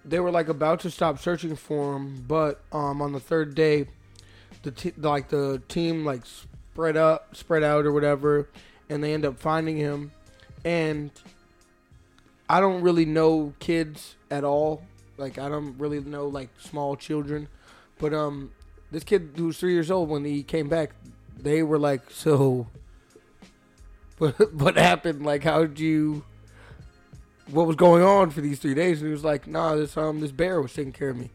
[SPEAKER 1] they were like about to stop searching for him, but um, on the third day, the t- like the team like spread up, spread out or whatever, and they end up finding him. And I don't really know kids at all. Like I don't really know like small children, but um, this kid who was three years old when he came back, they were like, so, what what happened? Like how'd you? what was going on for these three days, and he was like, "Nah, this um, this bear was taking care of me,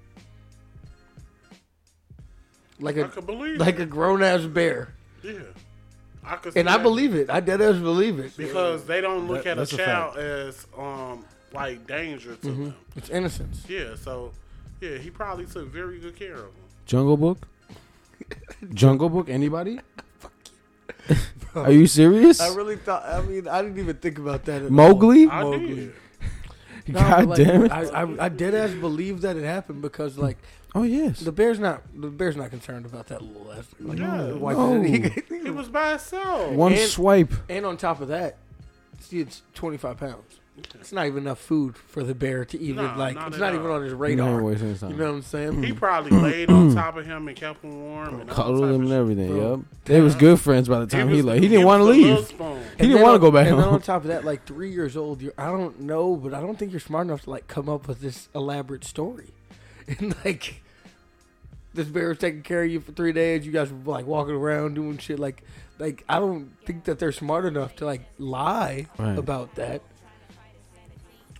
[SPEAKER 1] like
[SPEAKER 2] I
[SPEAKER 1] a
[SPEAKER 2] could believe
[SPEAKER 1] like a grown ass bear."
[SPEAKER 2] it. Yeah. I could see
[SPEAKER 1] And I
[SPEAKER 2] that.
[SPEAKER 1] believe it. I dead ass believe it.
[SPEAKER 2] because they don't look
[SPEAKER 3] That-
[SPEAKER 2] at
[SPEAKER 3] that's
[SPEAKER 2] a Mm-hmm.
[SPEAKER 3] a
[SPEAKER 2] child as um like danger to them.
[SPEAKER 1] It's innocence.
[SPEAKER 2] Yeah, so yeah, he probably took very good care of him.
[SPEAKER 3] Jungle Book? Jungle Book? Anybody? Are you serious?
[SPEAKER 1] I really thought. I mean, I didn't even think about that. At
[SPEAKER 3] Mowgli?
[SPEAKER 2] I
[SPEAKER 1] Mowgli. all.
[SPEAKER 2] did.
[SPEAKER 1] No, but,
[SPEAKER 3] God
[SPEAKER 1] like,
[SPEAKER 3] damn it.
[SPEAKER 1] I, I, I dead ass believe that it happened because like
[SPEAKER 3] oh, yes.
[SPEAKER 1] the bear's not the bear's not concerned about that little ass. Like,
[SPEAKER 2] Yeah,
[SPEAKER 1] why
[SPEAKER 3] no.
[SPEAKER 1] did he-
[SPEAKER 2] He was by himself.
[SPEAKER 3] One
[SPEAKER 1] and-
[SPEAKER 3] swipe.
[SPEAKER 1] And on top of that, see, it's 25 pounds. It's not even enough food for the bear to even,
[SPEAKER 2] Nah,
[SPEAKER 1] like,
[SPEAKER 2] not
[SPEAKER 1] it's
[SPEAKER 2] at
[SPEAKER 1] not
[SPEAKER 2] all.
[SPEAKER 1] even on his
[SPEAKER 3] You
[SPEAKER 1] radar.
[SPEAKER 3] never waste his time.
[SPEAKER 1] You know what I'm saying?
[SPEAKER 2] He probably laid on top of him and kept him warm and all
[SPEAKER 3] Cuddled
[SPEAKER 2] type
[SPEAKER 3] him
[SPEAKER 2] of
[SPEAKER 3] and
[SPEAKER 2] shit.
[SPEAKER 3] everything.
[SPEAKER 1] Bro.
[SPEAKER 3] Yep. They was good friends by the time he
[SPEAKER 2] was-
[SPEAKER 3] left. He didn't want to
[SPEAKER 2] was the love
[SPEAKER 3] leave.
[SPEAKER 2] spoon.
[SPEAKER 3] He didn't
[SPEAKER 1] then
[SPEAKER 3] want to
[SPEAKER 1] on-
[SPEAKER 3] go back
[SPEAKER 1] And then
[SPEAKER 3] home.
[SPEAKER 1] on top of that, like, three years old, you're, I don't know, but I don't think you're smart enough to, like, come up with this elaborate story. And, like, this bear was taking care of you for three days. You guys were, like, walking around doing shit. Like, like I don't think that they're smart enough to, like, lie
[SPEAKER 3] Right.
[SPEAKER 1] about that.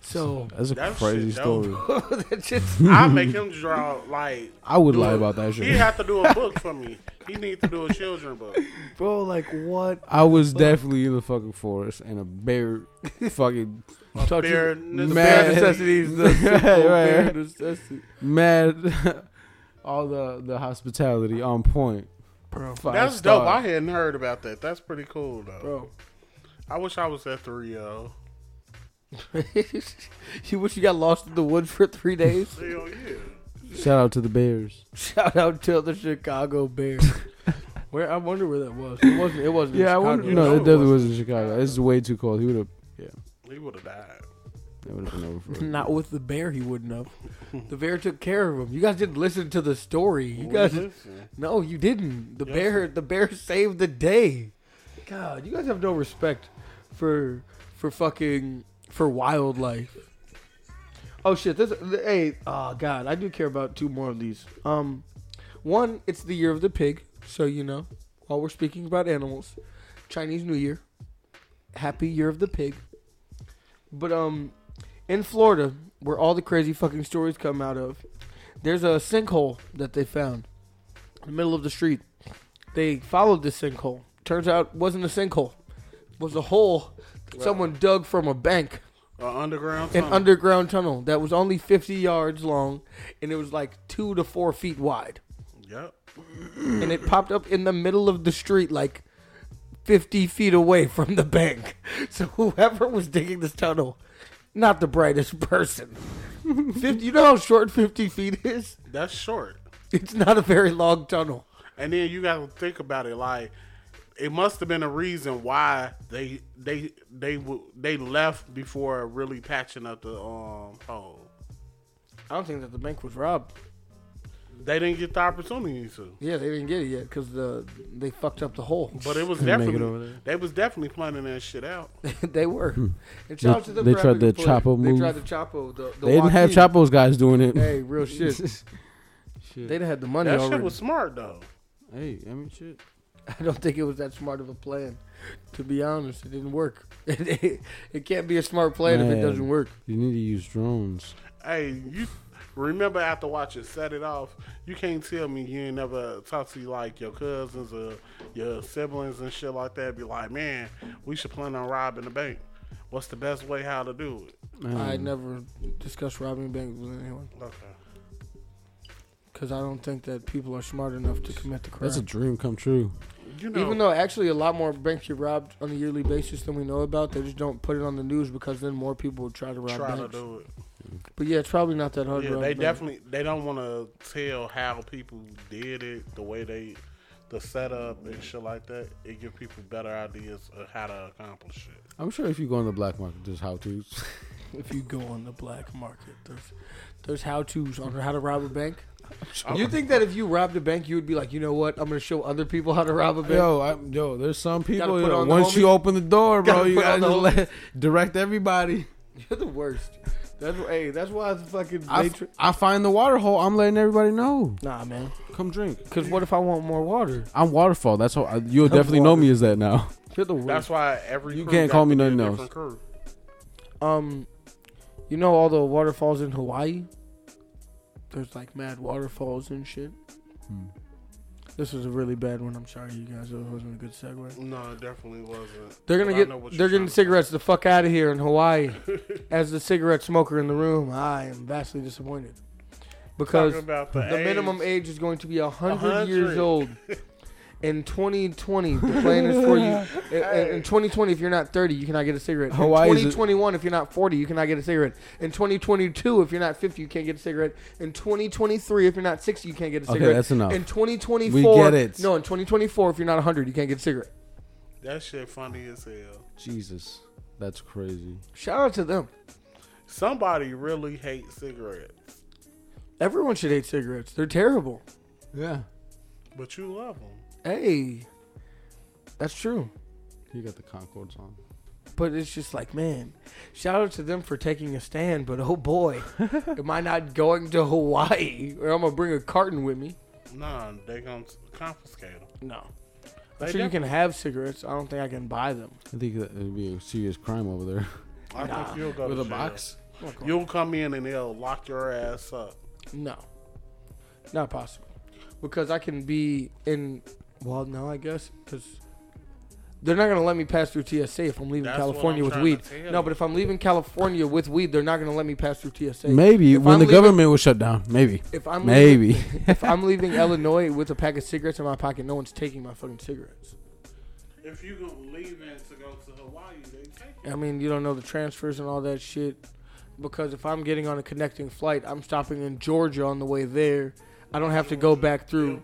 [SPEAKER 1] So,
[SPEAKER 3] That's a
[SPEAKER 2] That
[SPEAKER 3] crazy
[SPEAKER 2] shit dope.
[SPEAKER 3] story.
[SPEAKER 1] that shit's.
[SPEAKER 2] I make him draw like
[SPEAKER 3] I would lie about that
[SPEAKER 2] he
[SPEAKER 3] shit.
[SPEAKER 2] have to do a book for me. He needs to do a children book.
[SPEAKER 1] Bro, like, what?
[SPEAKER 3] I was definitely in the fucking forest and a bear fucking
[SPEAKER 1] Touch
[SPEAKER 2] Bare
[SPEAKER 1] you-
[SPEAKER 2] necessities.
[SPEAKER 1] Bare necessities. The simple
[SPEAKER 3] Right,
[SPEAKER 1] bare
[SPEAKER 3] right.
[SPEAKER 1] necessities.
[SPEAKER 3] mad all the the hospitality on point.
[SPEAKER 1] Bro.
[SPEAKER 3] Five
[SPEAKER 2] That's
[SPEAKER 3] star.
[SPEAKER 2] dope. I hadn't heard about that. That's pretty cool though.
[SPEAKER 1] Bro.
[SPEAKER 2] I wish I was at oh. the Rio.
[SPEAKER 1] you wish you got lost in the woods for three days?
[SPEAKER 2] Hell yeah.
[SPEAKER 3] Shout out to the bears.
[SPEAKER 1] Shout out to the Chicago Bears. where I wonder where that was. It wasn't. It wasn't. in
[SPEAKER 3] Yeah, I
[SPEAKER 1] Chicago.
[SPEAKER 3] wonder.
[SPEAKER 2] No,
[SPEAKER 3] No,
[SPEAKER 2] it
[SPEAKER 3] it definitely
[SPEAKER 2] wasn't.
[SPEAKER 3] was in Chicago. It's way too cold. He would have. Yeah,
[SPEAKER 2] He would have died.
[SPEAKER 3] it would have been over. For
[SPEAKER 1] Not with the bear, he wouldn't have. The bear took care of him. You guys didn't listen to the story. You guys,
[SPEAKER 2] Listen.
[SPEAKER 1] no, you didn't. The
[SPEAKER 2] Yes,
[SPEAKER 1] bear, the bear saved the day. God, you guys have no respect for for fucking for wildlife. Oh shit! This th- hey, oh god, I do care about two more of these. Um, one, it's the year of the pig, so you know. While we're speaking about animals, Chinese New Year, Happy Year of the Pig. But um, in Florida, where all the crazy fucking stories come out of, there's a sinkhole that they found in the middle of the street. They followed this sinkhole. Turns out, it wasn't a sinkhole, it was a hole that someone dug from a bank
[SPEAKER 2] An underground
[SPEAKER 1] an
[SPEAKER 2] tunnel.
[SPEAKER 1] underground tunnel that was only 50 yards long and it was like two to four feet wide
[SPEAKER 2] yep.
[SPEAKER 1] and it popped up in the middle of the street like 50 feet away from the bank so whoever was digging this tunnel not the brightest person 50, you know how short 50 feet is
[SPEAKER 2] That's short.
[SPEAKER 1] it's not a very long tunnel
[SPEAKER 2] And then you got to think about it. Like it must have been a reason why they they they w- they left before really patching up the um hole.
[SPEAKER 1] i don't think that the bank was robbed
[SPEAKER 2] They didn't get the opportunity to.
[SPEAKER 1] yeah they didn't get it yet because the, they fucked up the hole
[SPEAKER 2] But it was
[SPEAKER 3] Couldn't make it
[SPEAKER 2] definitely
[SPEAKER 3] over there.
[SPEAKER 2] they was definitely planning that shit out.
[SPEAKER 1] they were and shout out to them
[SPEAKER 3] Hmm. They
[SPEAKER 1] for
[SPEAKER 3] tried
[SPEAKER 1] having
[SPEAKER 3] the
[SPEAKER 1] to play-
[SPEAKER 3] Chapo
[SPEAKER 1] they
[SPEAKER 3] move.
[SPEAKER 1] tried the chapo the, the
[SPEAKER 3] they didn't have
[SPEAKER 1] Joaquin.
[SPEAKER 3] Chapo's guys doing it.
[SPEAKER 1] Hey, real shit.
[SPEAKER 3] Shit.
[SPEAKER 1] They'd had the money
[SPEAKER 2] That
[SPEAKER 1] already.
[SPEAKER 2] shit was smart though.
[SPEAKER 3] Hey, I mean, shit.
[SPEAKER 1] I don't think it was that smart of a plan. To be honest, it didn't work. it can't be a smart plan if it
[SPEAKER 3] Man.
[SPEAKER 1] doesn't work.
[SPEAKER 3] You need to use drones.
[SPEAKER 2] Hey, you Remember after watching Set It Off, you can't tell me you ain't never talked to like your cousins or your siblings and shit like that. Be like, man, we should plan on robbing the bank. What's the best way how to do it?
[SPEAKER 1] I
[SPEAKER 3] Hmm.
[SPEAKER 1] never discussed robbing banks with anyone
[SPEAKER 2] Okay.
[SPEAKER 1] because I don't think that people are smart enough to commit the crime.
[SPEAKER 3] That's a dream come true.
[SPEAKER 2] You know,
[SPEAKER 1] Even though actually a lot more banks get robbed on a yearly basis than we know about, they just don't put it on the news because then more people would try to rob
[SPEAKER 2] try to
[SPEAKER 1] banks.
[SPEAKER 2] do it.
[SPEAKER 1] But yeah, it's probably not that hard. to
[SPEAKER 2] Yeah,
[SPEAKER 1] rob
[SPEAKER 2] they
[SPEAKER 1] a bank.
[SPEAKER 2] definitely they don't want to tell how people did it, the way they, the setup and shit like that. It give people better ideas of how to accomplish it.
[SPEAKER 3] I'm sure if you go on the black market, there's how to's.
[SPEAKER 1] If you go on the black market, there's there's how tos on how to rob a bank. You think that if you robbed a bank, you would be like, you know what? I'm gonna show other people how to rob a bank.
[SPEAKER 3] Yo, I, yo, there's some people.
[SPEAKER 1] put
[SPEAKER 3] yo,
[SPEAKER 1] on the
[SPEAKER 3] once you
[SPEAKER 1] homie.
[SPEAKER 3] open the door, bro,
[SPEAKER 1] Gotta
[SPEAKER 3] you
[SPEAKER 1] put
[SPEAKER 3] gotta
[SPEAKER 1] on the
[SPEAKER 3] just
[SPEAKER 1] homie.
[SPEAKER 3] let, direct everybody.
[SPEAKER 1] You're the worst. That's hey. That's why it's fucking.
[SPEAKER 3] I,
[SPEAKER 1] they
[SPEAKER 3] f-
[SPEAKER 1] tr-
[SPEAKER 3] I find the water hole. I'm letting everybody know.
[SPEAKER 1] nah, man.
[SPEAKER 3] Come drink.
[SPEAKER 1] Because what if I want more water?
[SPEAKER 3] I'm waterfall. That's how I, you'll definitely know me as that now.
[SPEAKER 1] You're the worst.
[SPEAKER 2] That's why every
[SPEAKER 3] You
[SPEAKER 2] crew
[SPEAKER 3] can't
[SPEAKER 2] got
[SPEAKER 3] call me
[SPEAKER 2] to be a
[SPEAKER 3] nothing else.
[SPEAKER 2] different crew.
[SPEAKER 1] Um, you know all the waterfalls in Hawaii. There's like mad waterfalls and shit.
[SPEAKER 3] Hmm.
[SPEAKER 1] This was a really bad one. I'm sorry, you guys. It wasn't a good segue.
[SPEAKER 2] No, it definitely wasn't.
[SPEAKER 1] They're
[SPEAKER 2] But
[SPEAKER 1] gonna
[SPEAKER 2] I know what
[SPEAKER 1] get they're getting
[SPEAKER 2] you're trying to say.
[SPEAKER 1] cigarettes the fuck out of here in Hawaii. As the cigarette smoker in the room, I am vastly disappointed because
[SPEAKER 2] Talking about
[SPEAKER 1] the minimum age is going to be hundred
[SPEAKER 2] 100.
[SPEAKER 1] years old. In 2020, the plan is for you. in- In 2020, if you're not 30, you cannot get a cigarette. In
[SPEAKER 3] Hawaii is a-
[SPEAKER 1] 2021, if you're not 40, you cannot get a cigarette. In 2022, if you're not 50, you can't get a cigarette. In 2023, if you're not 60, you can't get a
[SPEAKER 3] Okay,
[SPEAKER 1] cigarette.
[SPEAKER 3] that's enough.
[SPEAKER 1] In 2024,
[SPEAKER 3] We get it.
[SPEAKER 1] No, in 2024, if you're not 100, you can't get a cigarette.
[SPEAKER 2] That shit funny as hell.
[SPEAKER 3] Jesus, that's crazy.
[SPEAKER 1] Shout out to them.
[SPEAKER 2] Somebody really hates cigarettes,
[SPEAKER 1] Everyone should hate cigarettes. They're terrible.
[SPEAKER 3] Yeah,
[SPEAKER 2] but you love them.
[SPEAKER 1] Hey, that's true.
[SPEAKER 3] you got the Concords on.
[SPEAKER 1] But it's just like, man, shout out to them for taking a stand. But oh boy, am I not going to Hawaii? Or I'm gonna bring a carton with me?
[SPEAKER 2] Nah, they gonna confiscate them.
[SPEAKER 1] No.
[SPEAKER 2] They
[SPEAKER 1] I'm sure you can have cigarettes. I don't think I can buy them.
[SPEAKER 3] I think that would be a serious crime over there.
[SPEAKER 2] I think you'll go
[SPEAKER 3] With
[SPEAKER 2] to
[SPEAKER 3] a
[SPEAKER 2] jail.
[SPEAKER 3] box.
[SPEAKER 1] I'm not going-
[SPEAKER 2] You'll come in and they'll lock your ass up.
[SPEAKER 1] No, not possible. Because I can be in. Well, no, I guess because they're not gonna let me pass through TSA if I'm leaving
[SPEAKER 2] That's what
[SPEAKER 1] California
[SPEAKER 2] I'm
[SPEAKER 1] with
[SPEAKER 2] trying
[SPEAKER 1] weed.
[SPEAKER 2] to tell
[SPEAKER 1] No, but
[SPEAKER 2] you.
[SPEAKER 1] if I'm leaving California with weed, they're not gonna let me pass through TSA.
[SPEAKER 3] Maybe
[SPEAKER 1] If
[SPEAKER 3] when
[SPEAKER 1] I'm
[SPEAKER 3] the
[SPEAKER 1] leaving-
[SPEAKER 3] government was shut down. Maybe.
[SPEAKER 1] If I'm leaving-
[SPEAKER 3] Maybe.
[SPEAKER 1] if I'm leaving Illinois with a pack of cigarettes in my pocket, no one's taking my fucking cigarettes.
[SPEAKER 2] If you gonna leave and to go to Hawaii, they take
[SPEAKER 1] I mean, you don't know the transfers and all that shit. Because if I'm getting on a connecting flight, I'm stopping in Georgia on the way there. I don't have to go back through.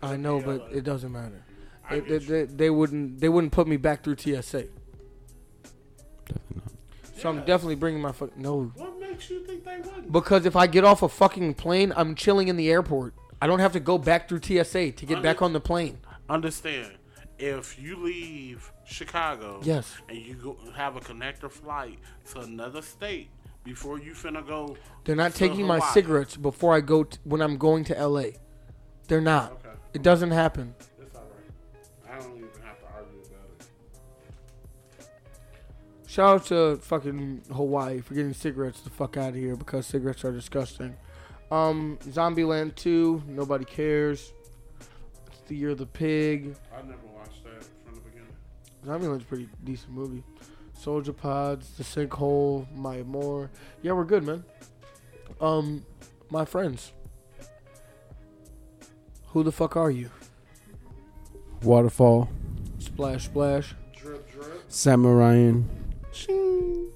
[SPEAKER 1] I know, but it doesn't matter. They, they, they, they wouldn't they wouldn't put me back through TSA.
[SPEAKER 3] Definitely not.
[SPEAKER 1] So I'm
[SPEAKER 2] Yeah.
[SPEAKER 1] definitely bringing my fuck no.
[SPEAKER 2] What makes you think they wouldn't?
[SPEAKER 1] Because if I get off a fucking plane, I'm chilling in the airport. I don't have to go back through TSA to get back on the plane.
[SPEAKER 2] Understand? If you leave Chicago,
[SPEAKER 1] Yes.
[SPEAKER 2] and you go have a connector flight to another state before you finna go,
[SPEAKER 1] They're not
[SPEAKER 2] to
[SPEAKER 1] taking my
[SPEAKER 2] Hawaii.
[SPEAKER 1] cigarettes before I go t- when I'm going to LA. They're not.
[SPEAKER 2] Okay.
[SPEAKER 1] It doesn't happen.
[SPEAKER 2] It's all right. I don't even have to argue about it.
[SPEAKER 1] Shout out to fucking Hawaii for getting cigarettes the fuck out of here because cigarettes are disgusting. Um, Zombieland 2, nobody cares. It's the year of the pig.
[SPEAKER 2] I never watched that from the beginning.
[SPEAKER 1] Zombieland's a pretty decent movie. Soldier Pods, The Sinkhole, My More. Yeah, we're good, man. Um, my friends. Who the fuck are you?
[SPEAKER 3] Waterfall,
[SPEAKER 1] Splash, splash.
[SPEAKER 2] Drip drip.
[SPEAKER 3] Samurayan,
[SPEAKER 2] Ching.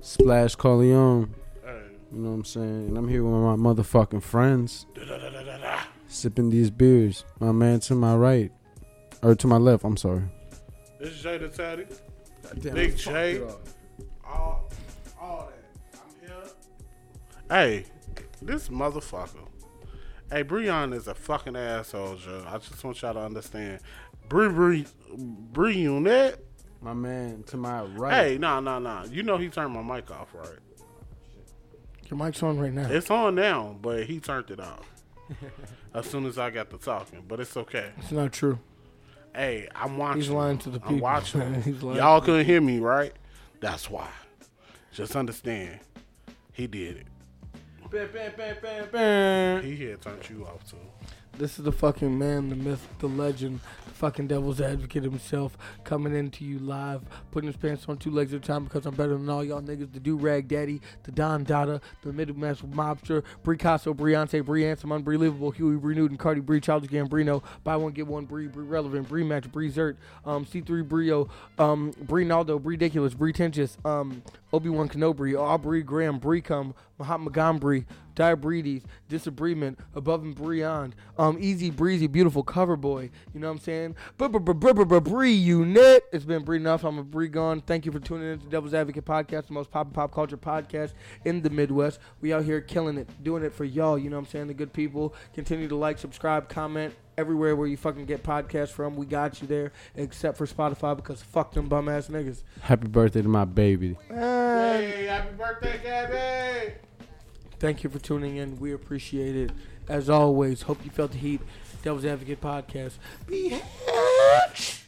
[SPEAKER 3] Splash Corleone.
[SPEAKER 2] Hey.
[SPEAKER 3] You know what I'm saying? And I'm here with my motherfucking friends,
[SPEAKER 2] Da-da-da-da-da.
[SPEAKER 3] sipping these beers. My man to my right, or to my left. I'm sorry.
[SPEAKER 2] This is Jay the Teddy. Big J. All, all that. I'm here. Hey, this motherfucker. Hey, Breon is a fucking asshole, Joe. I just want y'all to understand. Bree Bree Breon.
[SPEAKER 3] My man to my right.
[SPEAKER 2] Hey, nah, nah, nah. You know he turned my mic off, right?
[SPEAKER 1] Your mic's on right now.
[SPEAKER 2] It's on now, but he turned it off. as soon as I got to talking, but it's okay.
[SPEAKER 1] It's not true.
[SPEAKER 2] Hey, I'm watching.
[SPEAKER 1] He's lying to the
[SPEAKER 2] I'm
[SPEAKER 1] people.
[SPEAKER 2] watching.
[SPEAKER 1] He's lying
[SPEAKER 2] Y'all couldn't hear me, right? That's why. Just understand. He did it.
[SPEAKER 3] Bam, bam, bam, bam, bam.
[SPEAKER 2] He had turned you off too.
[SPEAKER 1] This is the fucking man, the myth, the legend, the fucking devil's advocate himself coming into you live, putting his pants on two legs at a time because I'm better than all y'all niggas. The do rag daddy, the Don Dada, the Middlemass mobster, Bricasso, Briante, Briansom, Unbelievable, Huey, Bree Newton, Cardi, Bree, Childish Gambrino, buy one, get one, Bree, Bree Relevant, Bree Match, Bree Zert, um, C3 Brio, um, Bree Naldo, Bree Ridiculous, Bree Tentious, um, Obi Wan Kenobi, Aubrey Graham, Bree Cum, Mahatma Gandhi, Diabetes, Disagreement, Above and Beyond, um, Easy Breezy, Beautiful Cover Boy. You know what I'm saying? Bree Unit. It's been Bree enough. I'm a Bree gone. Thank you for tuning in to Devil's Advocate Podcast, the most pop and pop culture podcast in the Midwest. We out here killing it, doing it for y'all. You know what I'm saying? The good people. Continue to like, subscribe, comment. Everywhere where you fucking get podcasts from, we got you there, except for Spotify because fuck them bum ass niggas.
[SPEAKER 3] Happy birthday to my baby.
[SPEAKER 1] And-
[SPEAKER 2] happy birthday, Gabby!
[SPEAKER 1] Thank you for tuning in. We appreciate it. As always, hope you felt the heat. Devil's Advocate Podcast. Be happy.